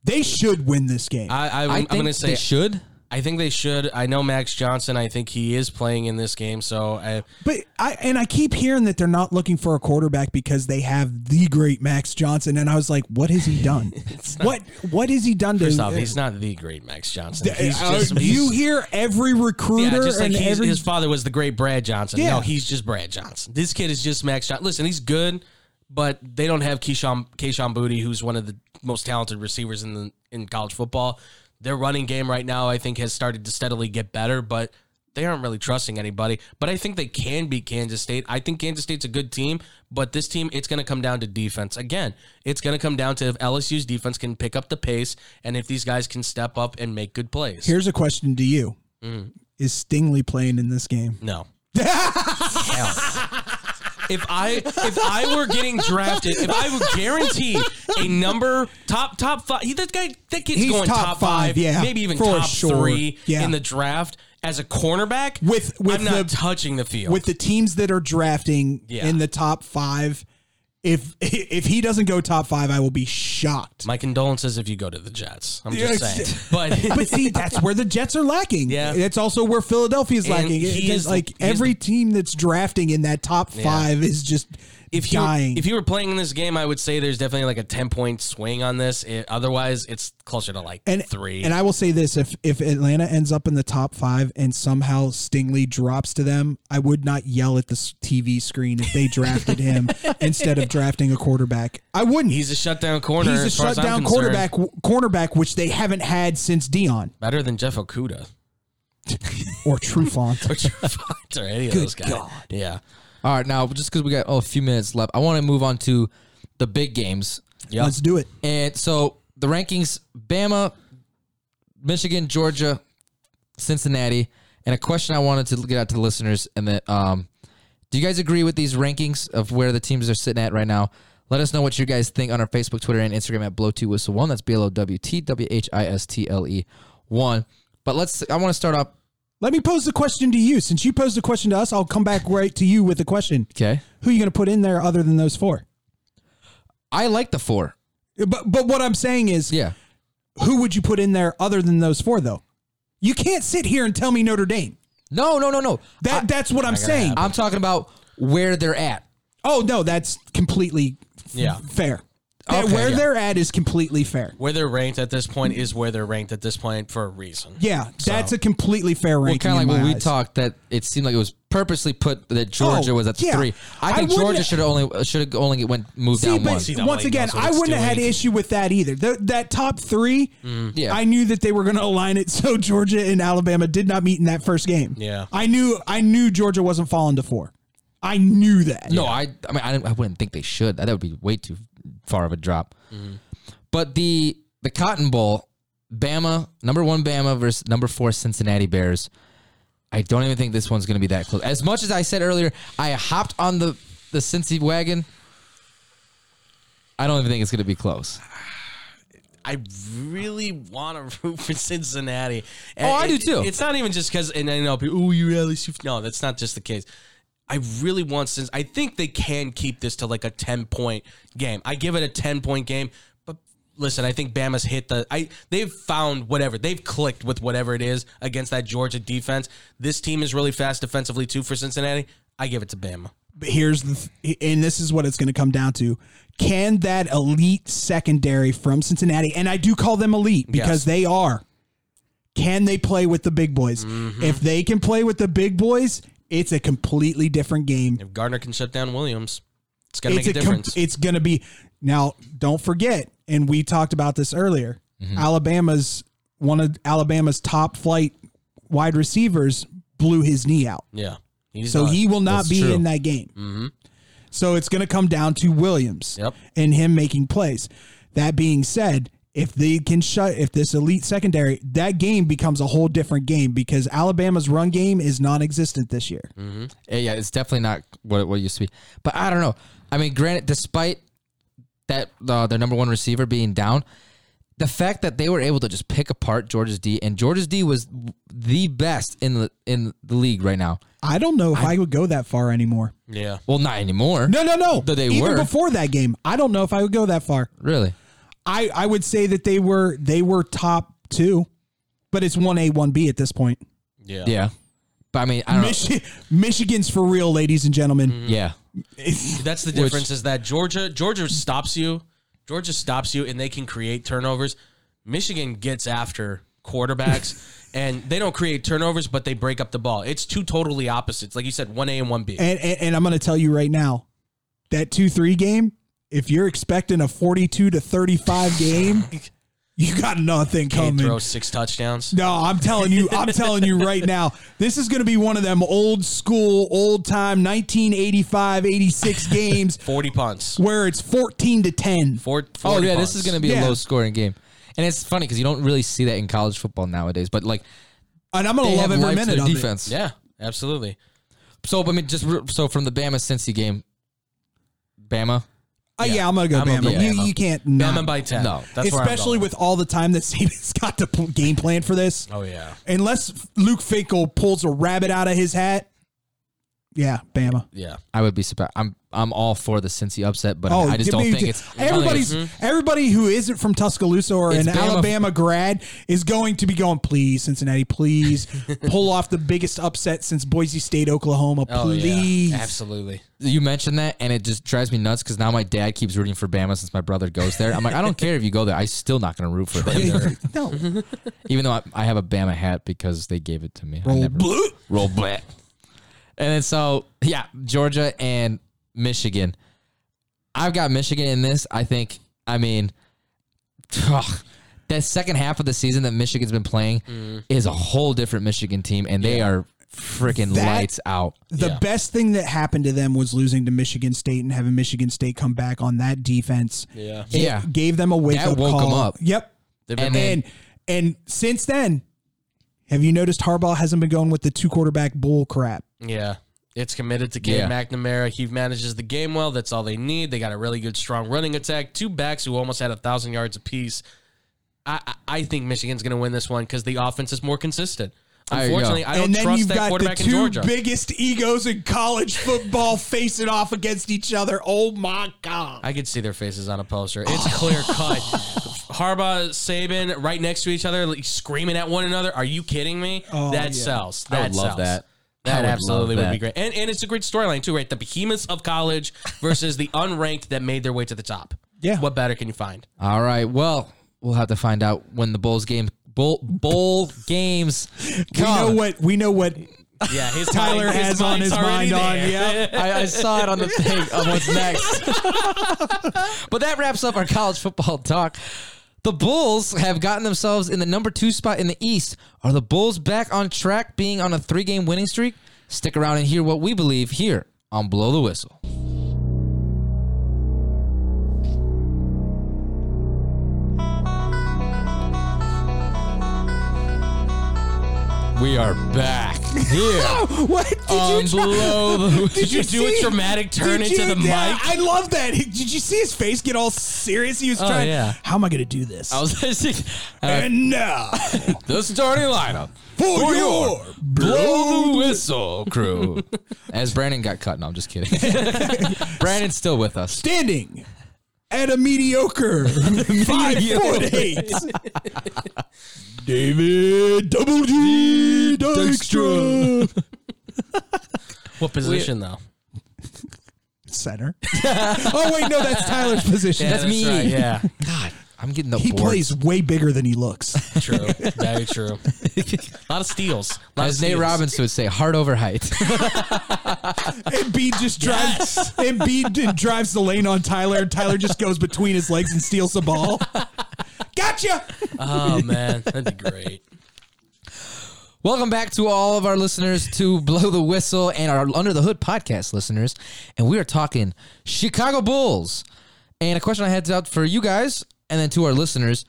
[SPEAKER 3] They should win this game.
[SPEAKER 6] I, I,
[SPEAKER 2] I
[SPEAKER 6] I'm
[SPEAKER 2] think
[SPEAKER 6] going to say
[SPEAKER 2] they should.
[SPEAKER 6] I think they should. I know Max Johnson. I think he is playing in this game. So I,
[SPEAKER 3] But I and I keep hearing that they're not looking for a quarterback because they have the great Max Johnson, and I was like, what has he done? what what has he done to?
[SPEAKER 6] first off, he's not the great Max Johnson. He's
[SPEAKER 3] Uh,
[SPEAKER 6] just
[SPEAKER 3] you
[SPEAKER 6] he's,
[SPEAKER 3] hear every recruiter
[SPEAKER 6] Yeah, just like
[SPEAKER 3] and
[SPEAKER 6] he's,
[SPEAKER 3] every
[SPEAKER 6] his father was the great Brad Johnson.
[SPEAKER 3] Yeah.
[SPEAKER 6] No, he's just Brad Johnson. This kid is just Max Johnson. Listen, he's good, but they don't have Keyshawn Keyshawn Booty, who's one of the most talented receivers in the in college football. Their running game right now, I think, has started to steadily get better, but they aren't really trusting anybody. But I think they can beat Kansas State. I think Kansas State's a good team, but this team, it's going to come down to defense. Again, it's going to come down to if LSU's defense can pick up the pace and if these guys can step up and make good plays.
[SPEAKER 3] Here's a question to you:
[SPEAKER 6] Mm.
[SPEAKER 3] Is Stingley playing in this game?
[SPEAKER 6] No. Hell. If I if I were getting drafted, if I were guaranteed a number top top five, he, that guy that kid's
[SPEAKER 3] He's
[SPEAKER 6] going
[SPEAKER 3] top
[SPEAKER 6] top,
[SPEAKER 3] five,
[SPEAKER 6] five,
[SPEAKER 3] yeah,
[SPEAKER 6] maybe even
[SPEAKER 3] for
[SPEAKER 6] top
[SPEAKER 3] sure.
[SPEAKER 6] three
[SPEAKER 3] Yeah.
[SPEAKER 6] in the draft as a cornerback.
[SPEAKER 3] With- with
[SPEAKER 6] I'm not
[SPEAKER 3] the-
[SPEAKER 6] touching the field.
[SPEAKER 3] With the teams that are drafting
[SPEAKER 6] Yeah.
[SPEAKER 3] in the top five, if if he doesn't go top five, I will be shocked.
[SPEAKER 6] My condolences if you go to the Jets. I'm just
[SPEAKER 3] Yeah,
[SPEAKER 6] saying, but
[SPEAKER 3] but see, that's where the Jets are lacking.
[SPEAKER 6] Yeah.
[SPEAKER 3] that's also where Philadelphia is
[SPEAKER 6] And
[SPEAKER 3] lacking. It-
[SPEAKER 6] he
[SPEAKER 3] it's
[SPEAKER 6] is-
[SPEAKER 3] like
[SPEAKER 6] he is
[SPEAKER 3] every
[SPEAKER 6] the-
[SPEAKER 3] team that's drafting in that top five is just
[SPEAKER 6] if you
[SPEAKER 3] dying.
[SPEAKER 6] if you were playing in this game, I would say there's definitely like a ten point swing on this. It, otherwise, it's closer to like
[SPEAKER 3] and
[SPEAKER 6] three.
[SPEAKER 3] And I will say this: if if Atlanta ends up in the top five and somehow Stingley drops to them, I would not yell at the s- TV screen if they drafted him instead of drafting a quarterback. I wouldn't.
[SPEAKER 6] he's a shutdown corner.
[SPEAKER 3] He's a
[SPEAKER 6] as far as I'm
[SPEAKER 3] shutdown
[SPEAKER 6] concerned.
[SPEAKER 3] quarterback, cornerback, which they haven't had since Dion
[SPEAKER 6] better than Jeff Okuda.
[SPEAKER 3] or Trufant.
[SPEAKER 6] Or Trufant or any of those guys. Yeah.
[SPEAKER 2] All right, now just because we got oh, a few minutes left, I want to move on to the big games.
[SPEAKER 3] Let's do it.
[SPEAKER 2] And so the rankings: Bama, Michigan, Georgia, Cincinnati. And a question I wanted to get out to the listeners, and that um, do you guys agree with these rankings of where the teams are sitting at right now? Let us know what you guys think on our Facebook, Twitter, and Instagram at Blow Two Whistle One. That's B L O W T W H I S T L E One. But let's. I want to start up.
[SPEAKER 3] Let me pose the question to you. Since you posed the question to us, I'll come back right to you with the question.
[SPEAKER 2] Okay.
[SPEAKER 3] Who you going to put in there other than those four?
[SPEAKER 2] I like the four.
[SPEAKER 3] But but what I'm saying is,
[SPEAKER 2] Yeah.
[SPEAKER 3] who would you put in there other than those four? Though you can't sit here and tell me Notre Dame.
[SPEAKER 2] No, no, no, no.
[SPEAKER 3] That that's what I'm saying.
[SPEAKER 2] I'm talking about where they're at.
[SPEAKER 3] Oh no, that's completely f-
[SPEAKER 6] Yeah.
[SPEAKER 3] fair. That
[SPEAKER 2] Okay,
[SPEAKER 3] where
[SPEAKER 2] yeah.
[SPEAKER 3] they're at is completely fair.
[SPEAKER 6] Where they're ranked at this point is where they're ranked at this point for a reason.
[SPEAKER 3] Yeah, that's a completely fair
[SPEAKER 2] Well,
[SPEAKER 3] ranking.
[SPEAKER 2] kind of like
[SPEAKER 3] in
[SPEAKER 2] when
[SPEAKER 3] my
[SPEAKER 2] we
[SPEAKER 3] eyes.
[SPEAKER 2] talked that it seemed like it was purposely put that Georgia
[SPEAKER 3] Oh,
[SPEAKER 2] was at the
[SPEAKER 3] yeah.
[SPEAKER 2] three. I
[SPEAKER 3] I
[SPEAKER 2] think
[SPEAKER 3] wouldn't-
[SPEAKER 2] Georgia should have only should have only went moved
[SPEAKER 3] See,
[SPEAKER 2] down
[SPEAKER 3] but
[SPEAKER 2] one.
[SPEAKER 6] See, that
[SPEAKER 3] once
[SPEAKER 6] like
[SPEAKER 3] again,
[SPEAKER 6] knows what
[SPEAKER 3] I
[SPEAKER 6] it's
[SPEAKER 3] wouldn't have had
[SPEAKER 6] doing.
[SPEAKER 3] issue with that either. Th- that top three,
[SPEAKER 6] Mm.
[SPEAKER 2] Yeah.
[SPEAKER 3] I knew that they were going to align it. So Georgia and Alabama did not meet in that first game.
[SPEAKER 6] Yeah.
[SPEAKER 3] I knew. I knew Georgia wasn't falling to four. I knew that.
[SPEAKER 2] No, I I mean I, didn't- I wouldn't think they should. That would be way too far of a drop.
[SPEAKER 3] Mm-hmm.
[SPEAKER 2] But the the Cotton Bowl, Bama number one Bama versus number four Cincinnati Bears. I don't even think this one's going to be that close. As much as I said earlier, I hopped on the the Cincy wagon. I don't even think it's going to be close.
[SPEAKER 6] I really want to root for Cincinnati.
[SPEAKER 2] Oh, I do too.
[SPEAKER 6] It's not even just because, and I know people, oh, you LSU. No, that's not just the case. I really want since I think they can keep this to like a ten point game. I give it a ten point game, but listen, I think Bama's hit the. I they've found whatever they've clicked with whatever it is against that Georgia defense. This team is really fast defensively too for Cincinnati. I give it to Bama.
[SPEAKER 3] But here's the, th- and this is what it's going to come down to: Can that elite secondary from Cincinnati, and I do call them elite because
[SPEAKER 6] Yes.
[SPEAKER 3] they are, can they play with the big boys?
[SPEAKER 6] Mm-hmm.
[SPEAKER 3] If they can play with the big boys, it's a completely different game.
[SPEAKER 6] If Gardner can shut down Williams, it's gonna make a,
[SPEAKER 3] a com-
[SPEAKER 6] difference.
[SPEAKER 3] it's going to be now. Don't forget, and we talked about this earlier. Alabama's one of Alabama's top flight wide receivers blew his knee out,
[SPEAKER 6] yeah, he's
[SPEAKER 3] so
[SPEAKER 6] done.
[SPEAKER 3] he will not
[SPEAKER 2] That's
[SPEAKER 3] be
[SPEAKER 2] true.
[SPEAKER 3] in that game. So it's going to come down to Williams
[SPEAKER 6] Yep.
[SPEAKER 3] and him making plays. That being said. If they can shut, if this elite secondary, that game becomes a whole different game because Alabama's run game is non-existent this year.
[SPEAKER 2] Eh, Yeah, yeah, it's definitely not what it, what it used to be. But I don't know. I mean, granted, despite that uh, their number one receiver being down, the fact that they were able to just pick apart Georgia's D and Georgia's D was the best in the in the league right now.
[SPEAKER 3] I don't know if I would go that far anymore.
[SPEAKER 6] yeah.
[SPEAKER 2] Well, not anymore.
[SPEAKER 3] No, no, no.
[SPEAKER 2] That they
[SPEAKER 3] Even
[SPEAKER 2] were.
[SPEAKER 3] before that game, I don't know if I would go that far.
[SPEAKER 2] really.
[SPEAKER 3] I I would say that they were they were top two, but it's one A one B at this point.
[SPEAKER 6] Yeah.
[SPEAKER 2] Yeah, but I mean, I don't. know.
[SPEAKER 3] Michi- Michigan's for real, ladies and gentlemen.
[SPEAKER 2] Yeah,
[SPEAKER 6] That's the difference is that Georgia Georgia stops you. Georgia stops you and they can create turnovers. Michigan gets after quarterbacks and they don't create turnovers but they break up the ball. It's two totally opposites. Like you said, 1A and 1B.
[SPEAKER 3] And, and and I'm gonna tell you right now, that 2 3 game, if you're expecting a 42 to 35 game, you got nothing
[SPEAKER 6] Can't
[SPEAKER 3] coming.
[SPEAKER 6] throw six touchdowns.
[SPEAKER 3] um, No, I'm telling you, I'm telling you right now, this is going to be one of them old school, old time 1985 86 games
[SPEAKER 6] 40 punts.
[SPEAKER 3] where it's 14 to 10.
[SPEAKER 6] Four,
[SPEAKER 2] Oh
[SPEAKER 6] 40
[SPEAKER 2] yeah,
[SPEAKER 6] punts.
[SPEAKER 2] this is going to be
[SPEAKER 3] Yeah.
[SPEAKER 2] a low scoring game, and it's funny because you don't really see that in college football nowadays. But like
[SPEAKER 3] And I'm going
[SPEAKER 2] they
[SPEAKER 3] to
[SPEAKER 2] have
[SPEAKER 3] love every
[SPEAKER 2] life to
[SPEAKER 3] minute
[SPEAKER 2] their
[SPEAKER 3] of it.
[SPEAKER 2] defense.
[SPEAKER 6] Yeah, absolutely.
[SPEAKER 2] So I mean, just re- so from the Bama Cincy game, Bama.
[SPEAKER 3] Uh, yeah. I'm going to go
[SPEAKER 6] I'm
[SPEAKER 3] Bama.
[SPEAKER 6] gonna be
[SPEAKER 3] You,
[SPEAKER 6] Bama.
[SPEAKER 3] you can't.
[SPEAKER 6] Bama
[SPEAKER 3] not.
[SPEAKER 6] by 10.
[SPEAKER 2] No.
[SPEAKER 6] that's where I'm
[SPEAKER 3] Especially
[SPEAKER 6] going.
[SPEAKER 3] with all the time that Saban's got to pl- game plan for this.
[SPEAKER 6] Oh, yeah.
[SPEAKER 3] Unless Luke Finkel pulls a rabbit out of his hat. Yeah, Bama.
[SPEAKER 6] Yeah.
[SPEAKER 2] I would be surprised. I'm I'm all for the Cincy upset, but I just
[SPEAKER 3] Oh, give
[SPEAKER 2] don't
[SPEAKER 3] me-
[SPEAKER 2] think it's I don't think
[SPEAKER 3] everybody's
[SPEAKER 2] it's- Hmm?
[SPEAKER 3] everybody who isn't from Tuscaloosa or
[SPEAKER 2] It's
[SPEAKER 3] an
[SPEAKER 2] Bama-
[SPEAKER 3] Alabama grad is going to be going, please, Cincinnati, please pull off the biggest upset since Boise State, Oklahoma,
[SPEAKER 6] Oh,
[SPEAKER 3] please.
[SPEAKER 6] yeah. Absolutely.
[SPEAKER 2] you mentioned that, and it just drives me nuts because now my dad keeps rooting for Bama since my brother goes there. I'm like, I don't care if you go there. I'm still not going to root for them,
[SPEAKER 3] no,
[SPEAKER 2] even though I, I have a Bama hat because they gave it to me. I
[SPEAKER 3] roll
[SPEAKER 2] never-
[SPEAKER 3] blue.
[SPEAKER 2] roll black. And then so yeah, Georgia and Michigan. I've got Michigan in this. I think. I mean, ugh, that second half of the season that Michigan's been playing
[SPEAKER 6] Mm.
[SPEAKER 2] is a whole different Michigan team, and they are freaking
[SPEAKER 3] That-
[SPEAKER 2] lights out.
[SPEAKER 3] The
[SPEAKER 6] Yeah.
[SPEAKER 3] best thing that happened to them was losing to Michigan State and having Michigan State come back on that defense.
[SPEAKER 6] Yeah.
[SPEAKER 3] It
[SPEAKER 2] Yeah.
[SPEAKER 3] gave them a wake
[SPEAKER 2] That
[SPEAKER 3] up
[SPEAKER 2] woke 'em
[SPEAKER 3] call.
[SPEAKER 2] up.
[SPEAKER 3] Yep.
[SPEAKER 2] They've been-
[SPEAKER 3] and, and and since then, have you noticed Harbaugh hasn't been going with the two quarterback bull crap?
[SPEAKER 6] Yeah. It's committed to Cade
[SPEAKER 2] Yeah.
[SPEAKER 6] McNamara. He manages the game well. That's all they need. They got a really good, strong running attack. Two backs who almost had a thousand yards apiece. I I I think Michigan's going to win this one because the offense is more consistent.
[SPEAKER 2] There you go.
[SPEAKER 6] Unfortunately, I don't
[SPEAKER 3] and then
[SPEAKER 6] trust
[SPEAKER 3] you've
[SPEAKER 6] that
[SPEAKER 3] got the
[SPEAKER 6] quarterback in
[SPEAKER 3] two
[SPEAKER 6] Georgia.
[SPEAKER 3] biggest egos in college football facing off against each other. Oh my god!
[SPEAKER 6] I could see their faces on a poster. It's clear cut. Harbaugh, Saban, right next to each other, like, screaming at one another. Are you kidding me? that
[SPEAKER 3] Oh, yeah.
[SPEAKER 6] sells.
[SPEAKER 2] I
[SPEAKER 6] That
[SPEAKER 2] would love
[SPEAKER 6] sells.
[SPEAKER 2] that. I
[SPEAKER 6] That
[SPEAKER 2] would
[SPEAKER 6] absolutely
[SPEAKER 2] love
[SPEAKER 6] would be
[SPEAKER 2] that.
[SPEAKER 6] great. And, and it's a great storyline, too, right? The behemoths of college versus the unranked that made their way to the top.
[SPEAKER 3] Yeah.
[SPEAKER 6] What better can you find?
[SPEAKER 2] All right. Well, we'll have to find out when the Bulls game bowl bowl games
[SPEAKER 3] We know
[SPEAKER 2] come.
[SPEAKER 3] what we know what
[SPEAKER 6] Yeah, his
[SPEAKER 3] Tyler
[SPEAKER 6] mind-
[SPEAKER 3] has on
[SPEAKER 6] mind's
[SPEAKER 3] his
[SPEAKER 6] already
[SPEAKER 3] mind on.
[SPEAKER 6] there.
[SPEAKER 3] Yeah,
[SPEAKER 2] I, I saw it on the thing of what's next. but that wraps up our college football talk. The Bulls have gotten themselves in the number two spot in the East. Are the Bulls back on track being on a three game winning streak? Stick around and hear what we believe here on Blow the Whistle. We are back here
[SPEAKER 3] what did
[SPEAKER 2] on
[SPEAKER 3] you try-
[SPEAKER 2] Blow the Whistle.
[SPEAKER 6] Did you do a dramatic turn
[SPEAKER 3] Did
[SPEAKER 6] into
[SPEAKER 3] you-
[SPEAKER 6] the
[SPEAKER 3] yeah,
[SPEAKER 6] mic?
[SPEAKER 3] I love that. He- Did you see his face get all serious? He was
[SPEAKER 2] Oh,
[SPEAKER 3] trying.
[SPEAKER 2] yeah.
[SPEAKER 3] How am I going to do this?
[SPEAKER 2] I was listening.
[SPEAKER 3] and now
[SPEAKER 2] The starting lineup.
[SPEAKER 3] for, your
[SPEAKER 2] Blow the whistle, crew. As Brandon got cut. No, I'm just kidding. Brandon's still with us.
[SPEAKER 3] standing at a mediocre five foot eight. David Double G Dykstra
[SPEAKER 6] What position, though?
[SPEAKER 3] center. oh wait, no, that's Tyler's position.
[SPEAKER 2] That's me.
[SPEAKER 6] right, yeah.
[SPEAKER 2] God, I'm getting the
[SPEAKER 3] he
[SPEAKER 2] board.
[SPEAKER 3] plays way bigger than he looks.
[SPEAKER 6] True. Very true. A lot of steals. A lot
[SPEAKER 2] As
[SPEAKER 6] of
[SPEAKER 2] Nate
[SPEAKER 6] steals.
[SPEAKER 2] Robinson would say, heart over height.
[SPEAKER 3] Embiid just drives. Embiid drives the lane on Tyler. and Tyler just goes between his legs and steals the ball. Gotcha.
[SPEAKER 6] Oh, man. That'd be great.
[SPEAKER 2] Welcome back to all of our listeners to Blow the Whistle and our Under the Hood podcast listeners. And we are talking Chicago Bulls. And a question I had out for you guys and then to our listeners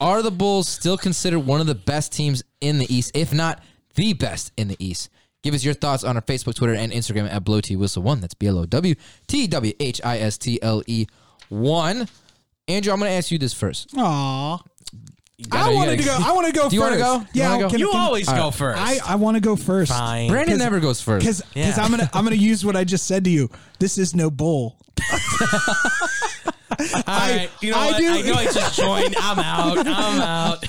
[SPEAKER 2] Are the Bulls still considered one of the best teams in the East, if not the best in the East? Give us your thoughts on our Facebook, Twitter, and Instagram at Blow T Whistle One. That's B L O W T W H I S T L E One. Andrew, I'm going to ask you this first.
[SPEAKER 3] Aw. I
[SPEAKER 2] you
[SPEAKER 3] wanted
[SPEAKER 2] gotta-
[SPEAKER 3] to go. I want to go.
[SPEAKER 2] Do you
[SPEAKER 3] want
[SPEAKER 2] wanna
[SPEAKER 3] to
[SPEAKER 2] go? You
[SPEAKER 3] Yeah.
[SPEAKER 2] wanna go?
[SPEAKER 3] can-
[SPEAKER 6] You
[SPEAKER 3] can-
[SPEAKER 6] always go first.
[SPEAKER 3] I, I want to go first.
[SPEAKER 6] Fine.
[SPEAKER 2] Brandon
[SPEAKER 3] 'Cause-
[SPEAKER 2] never goes first.
[SPEAKER 3] Because
[SPEAKER 6] Yeah.
[SPEAKER 3] I'm gonna I'm gonna use what I just said to you. This is no bowl.
[SPEAKER 6] I, you know
[SPEAKER 3] I
[SPEAKER 6] what?
[SPEAKER 3] do-
[SPEAKER 6] I know I just joined. I'm out. I'm out.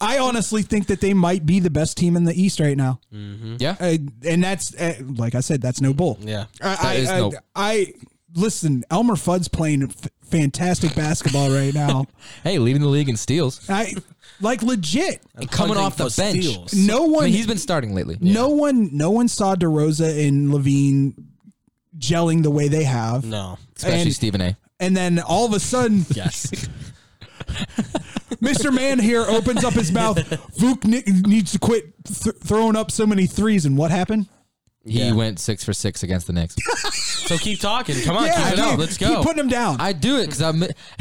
[SPEAKER 3] I honestly think that they might be the best team in the East right now.
[SPEAKER 6] Mm-hmm.
[SPEAKER 2] Yeah.
[SPEAKER 3] Uh, and that's uh, like I said, that's no bull.
[SPEAKER 6] Yeah.
[SPEAKER 3] I I,
[SPEAKER 2] is
[SPEAKER 3] I,
[SPEAKER 2] no-
[SPEAKER 3] I- listen. Elmer Fudd's playing f- fantastic basketball right now.
[SPEAKER 2] Hey, leading the league in steals.
[SPEAKER 3] I like legit.
[SPEAKER 2] and coming off the
[SPEAKER 6] for
[SPEAKER 2] bench.
[SPEAKER 6] steals.
[SPEAKER 3] No
[SPEAKER 2] I
[SPEAKER 3] one.
[SPEAKER 2] mean, he's been starting lately.
[SPEAKER 3] No one. No one saw DeRosa and Levine gelling the way they have.
[SPEAKER 6] No.
[SPEAKER 2] especially
[SPEAKER 3] And-
[SPEAKER 2] Stephen A.
[SPEAKER 3] And then all of a sudden,
[SPEAKER 6] Yes.
[SPEAKER 3] Mr. Man here opens up his mouth. Vuk ne- needs to quit th- throwing up so many threes. And what happened?
[SPEAKER 2] He went six for six against the Knicks.
[SPEAKER 6] so keep talking. Come on,
[SPEAKER 3] I
[SPEAKER 6] keep it up.
[SPEAKER 3] keep-
[SPEAKER 6] Let's
[SPEAKER 3] Keep
[SPEAKER 6] go.
[SPEAKER 3] putting him down.
[SPEAKER 2] I do it because I'm.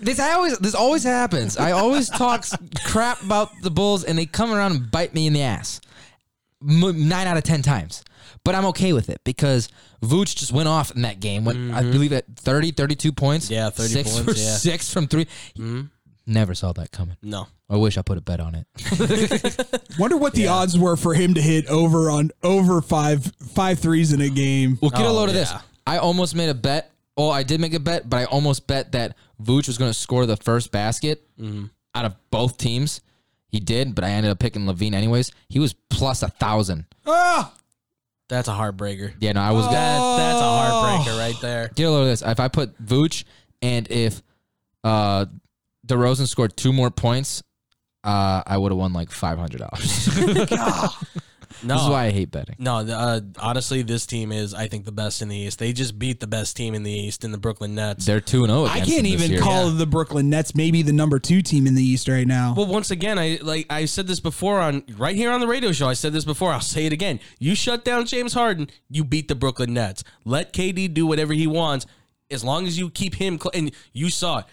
[SPEAKER 2] this I always this always happens. I always talk s- crap about the Bulls, and they come around and bite me in the ass M- nine out of ten times. But I'm okay with it because Vooch just went off in that game. Went, I believe at 30, 32 points.
[SPEAKER 6] Mm-hmm. Yeah, 30
[SPEAKER 2] six
[SPEAKER 6] points,
[SPEAKER 2] For
[SPEAKER 6] yeah. Mm-hmm.
[SPEAKER 2] Six from 3 Never saw that coming.
[SPEAKER 6] no.
[SPEAKER 2] I wish I put a bet on it.
[SPEAKER 3] Wonder what the odds were for him to hit over on over five five threes in a game.
[SPEAKER 2] Well, get a
[SPEAKER 6] Oh,
[SPEAKER 2] load of this.
[SPEAKER 6] yeah.
[SPEAKER 2] I almost made a bet. Oh, I did make a bet, but I almost bet that Vooch was going to score the first basket
[SPEAKER 3] Mm-hmm.
[SPEAKER 2] out of both teams. He did, but I ended up picking Levine anyways. He was plus a thousand.
[SPEAKER 3] Ah,
[SPEAKER 6] That's a heartbreaker. Oh.
[SPEAKER 2] Yeah, no, I
[SPEAKER 3] Oh.
[SPEAKER 2] was gonna
[SPEAKER 6] That, that's a heartbreaker right there.
[SPEAKER 2] get a load of this. If I put Vooch and if uh DeRozan scored two more points, uh, I would have won like five hundred dollars. this is
[SPEAKER 6] No.
[SPEAKER 2] why I hate betting.
[SPEAKER 6] No, the, uh, honestly, this team is, I think, the best in the East. They just beat the best team in the East in the Brooklyn Nets.
[SPEAKER 2] They're two and oh zero.
[SPEAKER 3] I can't even call the Brooklyn Nets maybe the number two team in the East right now.
[SPEAKER 6] well, once again, I like I said this before on right here on the radio show. I said this before. I'll say it again. You shut down James Harden, you beat the Brooklyn Nets. Let KD do whatever he wants, as long as you keep him. Cl- and you saw it.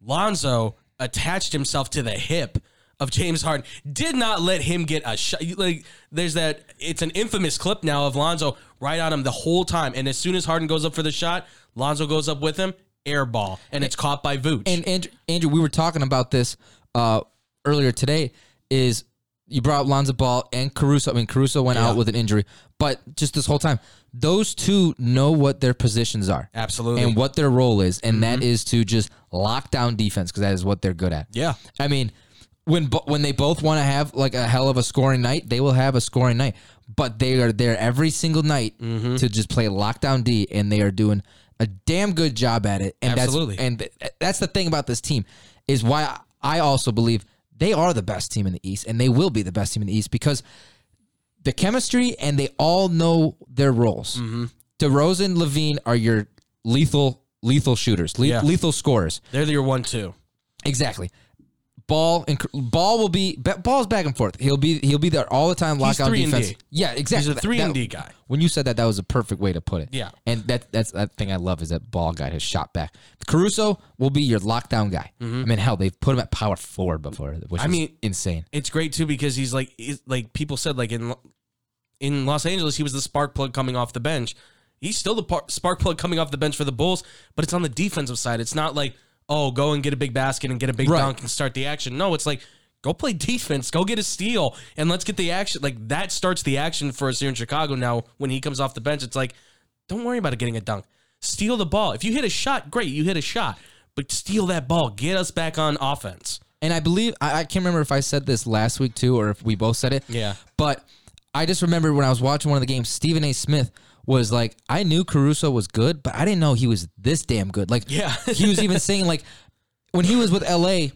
[SPEAKER 6] Lonzo attached himself to the hip of James Harden. Did not let him get a shot. You- Like there's that. It's an infamous clip now of Lonzo right on him the whole time. And as soon as Harden goes up for the shot, Lonzo goes up with him, air ball, and it's caught by Vooch.
[SPEAKER 2] and Andrew, Andrew, we were talking about this uh, earlier today. Is you brought up Lonzo Ball and Caruso? I mean, Caruso went out with an injury, but just this whole time, those two know what their positions are,
[SPEAKER 6] Absolutely.
[SPEAKER 2] and what their role is, and that is to just lock down defense because that is what they're good at.
[SPEAKER 6] Yeah.
[SPEAKER 2] I mean, when bo- when they both want to have like a hell of a scoring night, they will have a scoring night. But they are there every single night
[SPEAKER 6] Mm-hmm.
[SPEAKER 2] to just play lockdown D, and they are doing a damn good job at it. And
[SPEAKER 6] Absolutely.
[SPEAKER 2] that's, and th- that's the thing about this team is why I also believe they are the best team in the East, and they will be the best team in the East because the chemistry and they all know their roles.
[SPEAKER 6] Mm-hmm.
[SPEAKER 2] DeRozan, Levine are your lethal lethal shooters, le-
[SPEAKER 6] Yeah.
[SPEAKER 2] lethal scorers.
[SPEAKER 6] They're your one two.
[SPEAKER 2] Exactly. Ball and ball will be ba- ball's back and forth. He'll be he'll be there all the time. Lock on
[SPEAKER 6] three and
[SPEAKER 2] defense.
[SPEAKER 6] D.
[SPEAKER 2] Yeah, exactly.
[SPEAKER 6] He's a three
[SPEAKER 2] That-
[SPEAKER 6] and D guy.
[SPEAKER 2] When you said that, that was a perfect way to put it.
[SPEAKER 6] Yeah.
[SPEAKER 2] and that that's that thing I love is that ball got his shot back. Caruso will be your lockdown guy. I mean, hell, they've put him at power forward before,
[SPEAKER 6] Mm-hmm.
[SPEAKER 2] which
[SPEAKER 6] I
[SPEAKER 2] I is
[SPEAKER 6] mean-
[SPEAKER 2] insane.
[SPEAKER 6] It's great too because he's like he's like people said like in Lo- in Los Angeles he was the spark plug coming off the bench. He's still the par- spark plug coming off the bench for the Bulls, but it's on the defensive side. It's not like oh go and get a big basket and get a big
[SPEAKER 2] Right.
[SPEAKER 6] dunk and start the action. No, it's like go play defense, go get a steal, and let's get the action. Like that starts the action for us here in Chicago now. When he comes off the bench, it's like don't worry about it getting a dunk. Steal the ball. If you hit a shot, great, you hit a shot. But steal that ball. Get us back on offense.
[SPEAKER 2] And I believe I, I can't remember if I said this last week too, or if we both said it.
[SPEAKER 6] Yeah.
[SPEAKER 2] But I just remember when I was watching one of the games, Stephen A. Smith was like, I knew Caruso was good, but I didn't know he was this damn good. Like,
[SPEAKER 6] Yeah.
[SPEAKER 2] he was even saying like, when he was with LA,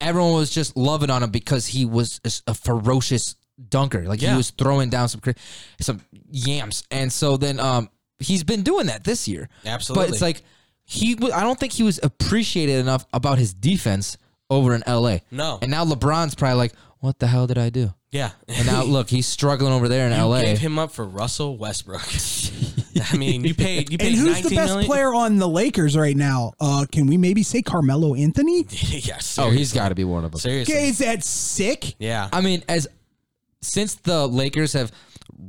[SPEAKER 2] everyone was just loving on him because he was a, a ferocious dunker. Like he
[SPEAKER 6] Yeah.
[SPEAKER 2] was throwing down some cra- some yams, and so then um he's been doing that this year.
[SPEAKER 6] Absolutely.
[SPEAKER 2] but it's like he. wa- I don't think he was appreciated enough about his defense over in LA.
[SPEAKER 6] No.
[SPEAKER 2] and now LeBron's probably like, what the hell did I do?
[SPEAKER 6] Yeah.
[SPEAKER 2] And now look, he's struggling over there in LA.
[SPEAKER 6] gave him up for Russell Westbrook. I mean, you paid you paid
[SPEAKER 3] and who's
[SPEAKER 6] 19
[SPEAKER 3] the best
[SPEAKER 6] million?
[SPEAKER 3] player on the Lakers right now? Uh, can we maybe say Carmelo Anthony?
[SPEAKER 6] yes.
[SPEAKER 2] oh, he's got to be one of them.
[SPEAKER 6] seriously.
[SPEAKER 3] Okay, is that sick?
[SPEAKER 6] Yeah.
[SPEAKER 2] I mean, as since the Lakers have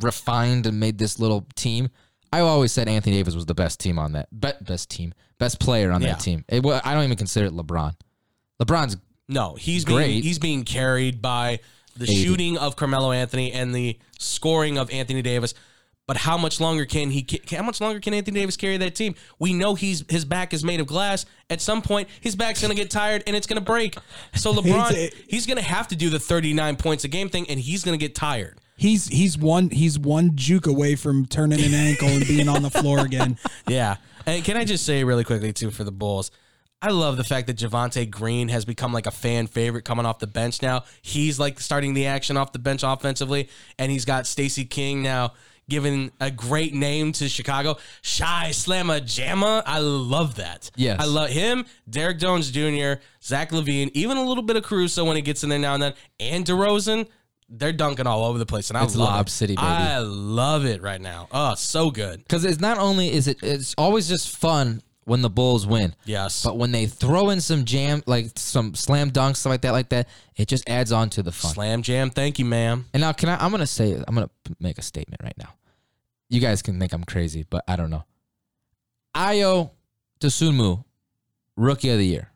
[SPEAKER 2] refined and made this little team, I always said Anthony Davis was the best team on that, be- best team, best player on
[SPEAKER 6] Yeah.
[SPEAKER 2] that team. It, wa- I don't even consider it LeBron. LeBron's
[SPEAKER 6] No, he's being
[SPEAKER 2] Great.
[SPEAKER 6] he's being carried by the shooting of Carmelo Anthony and the scoring of Anthony Davis. But how much longer can he? ca- How much longer can Anthony Davis carry that team? We know he's his back is made of glass. At some point, his back's gonna get tired and it's gonna break. So LeBron,
[SPEAKER 3] It's a-
[SPEAKER 6] he's gonna have to do the thirty nine points a game thing, and he's gonna get tired.
[SPEAKER 3] He's he's one he's one juke away from turning an ankle and being on the floor again.
[SPEAKER 6] Yeah. And can I just say really quickly too for the Bulls? I love the fact that Javante Green has become like a fan favorite coming off the bench now. He's like starting the action off the bench offensively, and he's got Stacey King now giving a great name to Chicago. Shy Slamma Jamma. I love that.
[SPEAKER 2] Yes.
[SPEAKER 6] I love him, Derek Jones Jr., Zach Levine, even a little bit of Caruso when he gets in there now and then, and DeRozan. They're dunking all over the place, and I
[SPEAKER 2] It's
[SPEAKER 6] love
[SPEAKER 2] Lob
[SPEAKER 6] it.
[SPEAKER 2] City, baby.
[SPEAKER 6] I love it right now. Oh, so good.
[SPEAKER 2] Because it's not only is it it's always just fun when the Bulls win.
[SPEAKER 6] Yes.
[SPEAKER 2] But when they throw in some jam like some slam dunks, stuff like that, like that, it just adds on to the fun.
[SPEAKER 6] Slam jam. Thank you, ma'am.
[SPEAKER 2] And now, can I? I'm gonna say, I'm gonna p- make a statement right now. You guys can think I'm crazy, but I don't know. Ayo Dosunmu, rookie of the year.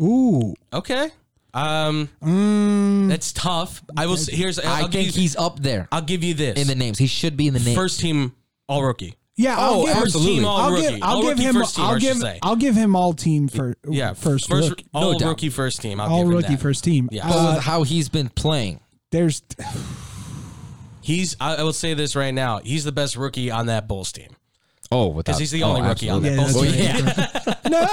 [SPEAKER 3] Ooh.
[SPEAKER 6] Okay. Um,
[SPEAKER 3] Mm.
[SPEAKER 6] that's tough. I will. s- Here's. I'll
[SPEAKER 2] I
[SPEAKER 6] give
[SPEAKER 2] think
[SPEAKER 6] you,
[SPEAKER 2] he's up there
[SPEAKER 6] I'll give you this.
[SPEAKER 2] in the names. He should be in the name.
[SPEAKER 6] first team all rookie.
[SPEAKER 3] Yeah. I'll
[SPEAKER 2] Oh,
[SPEAKER 3] give,
[SPEAKER 2] absolutely.
[SPEAKER 6] Team all
[SPEAKER 3] I'll
[SPEAKER 6] rookie.
[SPEAKER 3] give. I'll
[SPEAKER 6] all
[SPEAKER 3] give
[SPEAKER 6] rookie
[SPEAKER 3] him.
[SPEAKER 6] first team.
[SPEAKER 3] I'll
[SPEAKER 6] I should
[SPEAKER 3] give.
[SPEAKER 6] say.
[SPEAKER 3] I'll give him all team for.
[SPEAKER 6] yeah.
[SPEAKER 3] First.
[SPEAKER 6] First.
[SPEAKER 3] look.
[SPEAKER 6] all
[SPEAKER 2] doubt.
[SPEAKER 6] rookie first team. I'll
[SPEAKER 3] all
[SPEAKER 6] give him
[SPEAKER 3] rookie
[SPEAKER 6] that.
[SPEAKER 3] first team.
[SPEAKER 6] Yeah.
[SPEAKER 2] But
[SPEAKER 3] Uh,
[SPEAKER 2] with how he's been playing,
[SPEAKER 3] there's.
[SPEAKER 6] He's. I, I will say this right now. He's the best rookie on that Bulls team
[SPEAKER 2] oh, without
[SPEAKER 6] because he's the
[SPEAKER 2] oh,
[SPEAKER 6] only rookie on
[SPEAKER 2] absolutely.
[SPEAKER 6] that
[SPEAKER 3] Yeah,
[SPEAKER 6] Bulls
[SPEAKER 3] that's
[SPEAKER 6] team.
[SPEAKER 3] right. No,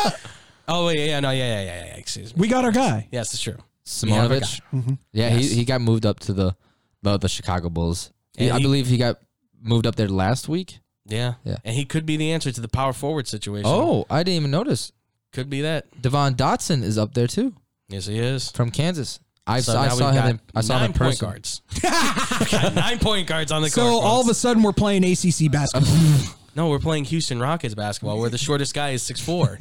[SPEAKER 6] Oh yeah, yeah, no, yeah, yeah, yeah, yeah. Excuse me.
[SPEAKER 3] we Hmm. got our guy.
[SPEAKER 6] yes, that's true. We have a
[SPEAKER 2] Simonovic. Yeah,
[SPEAKER 6] Yes.
[SPEAKER 2] he, he got moved up to the the, the Chicago Bulls. He-
[SPEAKER 6] And
[SPEAKER 2] I
[SPEAKER 6] he-
[SPEAKER 2] believe he got moved up there last week.
[SPEAKER 6] Yeah.
[SPEAKER 2] Yeah.
[SPEAKER 6] and he could be the answer to the power forward situation.
[SPEAKER 2] Oh, I didn't even notice.
[SPEAKER 6] could be that.
[SPEAKER 2] Devon Dotson is up there too
[SPEAKER 6] Yes, he is.
[SPEAKER 2] from Kansas. I,
[SPEAKER 6] So
[SPEAKER 2] saw, I
[SPEAKER 6] now
[SPEAKER 2] saw
[SPEAKER 6] we've
[SPEAKER 2] him.
[SPEAKER 6] got
[SPEAKER 2] In, I saw him
[SPEAKER 6] nine
[SPEAKER 2] in
[SPEAKER 6] point
[SPEAKER 2] person.
[SPEAKER 6] guards. We've got nine point guards on the
[SPEAKER 3] So
[SPEAKER 6] court.
[SPEAKER 3] all of
[SPEAKER 6] folks.
[SPEAKER 3] a sudden we're playing ACC basketball.
[SPEAKER 6] no, we're playing Houston Rockets basketball, where the shortest guy is six four.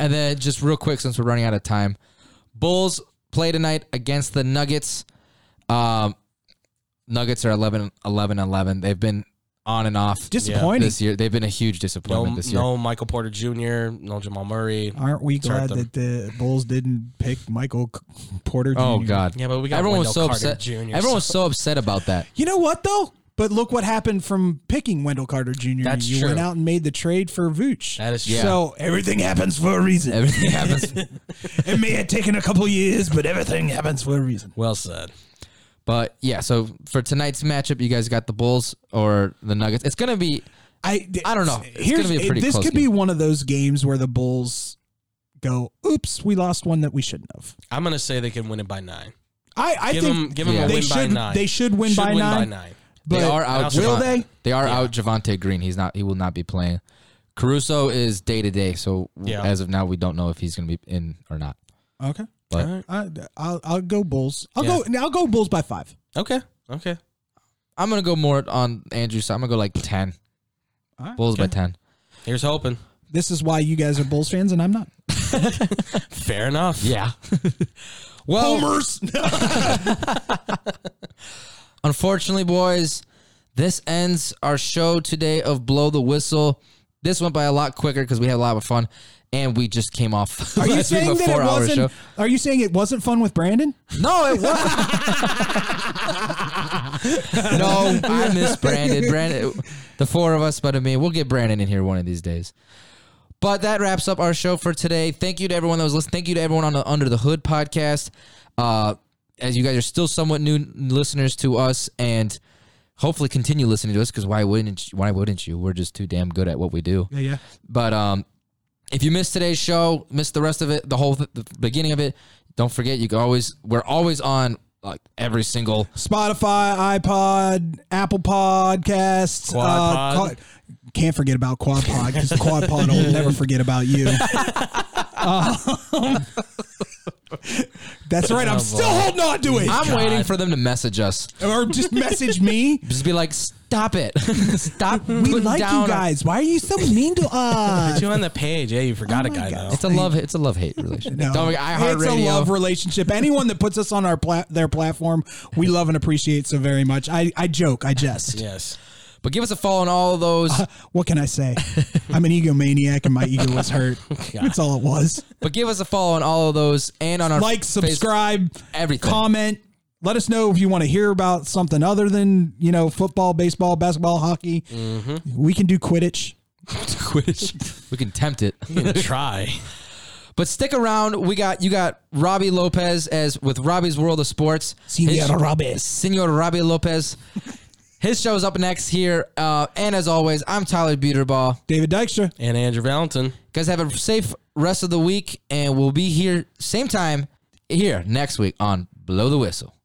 [SPEAKER 2] And then just real quick, since we're running out of time, Bulls play tonight against the Nuggets. Um, Nuggets are 11, 11, 11. They've been on and off
[SPEAKER 3] Disappointing.
[SPEAKER 2] this year. They've been a huge
[SPEAKER 6] no,
[SPEAKER 2] disappointment this year.
[SPEAKER 6] no Michael Porter Jr., no Jamal Murray.
[SPEAKER 3] Aren't we
[SPEAKER 6] Sorry,
[SPEAKER 3] glad
[SPEAKER 6] them.
[SPEAKER 3] that the Bulls didn't pick Michael C- Porter?
[SPEAKER 2] Oh
[SPEAKER 3] Jr.?
[SPEAKER 2] God!
[SPEAKER 6] Yeah, but we got
[SPEAKER 2] everyone was so
[SPEAKER 6] Wendell Carter
[SPEAKER 2] upset.
[SPEAKER 6] Jr.,
[SPEAKER 2] everyone was so upset about that.
[SPEAKER 3] You know what though? But look what happened from picking Wendell Carter Jr.
[SPEAKER 6] That's
[SPEAKER 3] you
[SPEAKER 6] true.
[SPEAKER 3] went out and made the trade for Vooch.
[SPEAKER 6] That is true.
[SPEAKER 3] So everything happens for a reason.
[SPEAKER 2] Everything happens.
[SPEAKER 3] it may have taken a couple years, but everything happens for a reason.
[SPEAKER 6] Well said.
[SPEAKER 2] But yeah, so for tonight's matchup, you guys got the Bulls or the Nuggets. It's gonna be
[SPEAKER 3] I
[SPEAKER 2] I don't know. It's
[SPEAKER 3] Here's,
[SPEAKER 2] gonna be a pretty
[SPEAKER 3] this
[SPEAKER 2] close
[SPEAKER 3] could be
[SPEAKER 2] game.
[SPEAKER 3] one of those games where the Bulls go, "Oops, we lost one that we shouldn't have."
[SPEAKER 6] I'm gonna say they can win it by nine.
[SPEAKER 3] I, I
[SPEAKER 6] Give
[SPEAKER 3] think
[SPEAKER 6] them, give them
[SPEAKER 2] Yeah.
[SPEAKER 6] a
[SPEAKER 3] they
[SPEAKER 6] win by
[SPEAKER 3] should
[SPEAKER 6] nine.
[SPEAKER 3] they should win, by, nine, But
[SPEAKER 2] they are out.
[SPEAKER 6] also
[SPEAKER 3] Will
[SPEAKER 2] Javon-
[SPEAKER 3] they?
[SPEAKER 2] They are out. Javante Green. He's not. He will not be playing. Caruso is day to day. So w-
[SPEAKER 6] Yeah.
[SPEAKER 2] as of now, we don't know if he's gonna be in or not.
[SPEAKER 3] Okay.
[SPEAKER 2] But
[SPEAKER 3] I, I'll I'll go Bulls. I'll
[SPEAKER 6] Yeah.
[SPEAKER 3] go. I'll go Bulls by five.
[SPEAKER 6] Okay. Okay.
[SPEAKER 2] I'm gonna go more on Andrew's side. I'm gonna go like ten.
[SPEAKER 3] Alright.
[SPEAKER 2] Bulls by ten.
[SPEAKER 6] Here's hoping.
[SPEAKER 3] This is why you guys are Bulls fans and I'm not.
[SPEAKER 6] Fair enough.
[SPEAKER 2] Yeah. well, Unfortunately, boys, this ends our show today of Blow the Whistle. This went by a lot quicker because we had a lot of fun, and we just came off.
[SPEAKER 3] Are you
[SPEAKER 2] last week
[SPEAKER 3] saying
[SPEAKER 2] of a
[SPEAKER 3] that it
[SPEAKER 2] four-hour
[SPEAKER 3] wasn't?
[SPEAKER 2] show.
[SPEAKER 3] Are you saying it wasn't fun with Brandon?
[SPEAKER 2] No, it was. no, I miss Brandon. Brandon, the four of us, but I mean, we'll get Brandon in here one of these days. But that wraps up our show for today. Thank you to everyone that was listening. Thank you to everyone on the Under the Hood podcast. Uh, as you guys are still somewhat new listeners to us, and hopefully continue listening to us because why wouldn't you, why wouldn't you? We're just too damn good at what we do.
[SPEAKER 3] Yeah, yeah.
[SPEAKER 2] But um, if you missed today's show, missed the rest of it, the whole th- the beginning of it, don't forget you can always we're always on like every single
[SPEAKER 3] Spotify, iPod, Apple Podcasts.
[SPEAKER 6] Quad Pod.
[SPEAKER 3] Ca- can't forget about Quad Pod because Quad Pod will never forget about you. Um, that's right. I'm still holding on to it.
[SPEAKER 2] I'm waiting for them to message us.
[SPEAKER 3] or just message me.
[SPEAKER 2] Just be like, stop it. stop.
[SPEAKER 3] We like you guys. Why are you so mean to us?
[SPEAKER 6] Put you on the page. Yeah, you forgot a
[SPEAKER 3] my
[SPEAKER 6] guy
[SPEAKER 3] God.
[SPEAKER 6] though.
[SPEAKER 2] It's a love it's a love hate relationship.
[SPEAKER 3] No,
[SPEAKER 2] Don't forget,
[SPEAKER 3] it's a love
[SPEAKER 2] iHeartRadio.
[SPEAKER 3] relationship. Anyone that puts us on our pla- their platform, we love and appreciate so very much. I, I joke, I jest.
[SPEAKER 6] Yes.
[SPEAKER 2] But give us a follow on all of those.
[SPEAKER 3] What can I say? I'm an egomaniac, and my ego was hurt.
[SPEAKER 2] Oh,
[SPEAKER 3] That's all it was.
[SPEAKER 2] but give us a follow on all of those and on our
[SPEAKER 3] Like,
[SPEAKER 2] face-
[SPEAKER 3] subscribe,
[SPEAKER 2] everything.
[SPEAKER 3] comment. Let us know if you want to hear about something other than you know football, baseball, basketball, hockey.
[SPEAKER 2] Mm-hmm.
[SPEAKER 3] We can do Quidditch.
[SPEAKER 2] Quidditch. we can tempt it.
[SPEAKER 6] Try.
[SPEAKER 2] But stick around. We got you got Robbie Lopez as with Robbie's World of Sports. His-
[SPEAKER 3] Senor Robles.
[SPEAKER 2] Senor Robbie Lopez. His show is up next here. Uh, and as always, I'm Tyler Buterball.
[SPEAKER 3] David Dykstra.
[SPEAKER 6] And Andrew Valentin.
[SPEAKER 2] Guys, have a safe rest of the week, and we'll be here same time here next week on Blow the Whistle.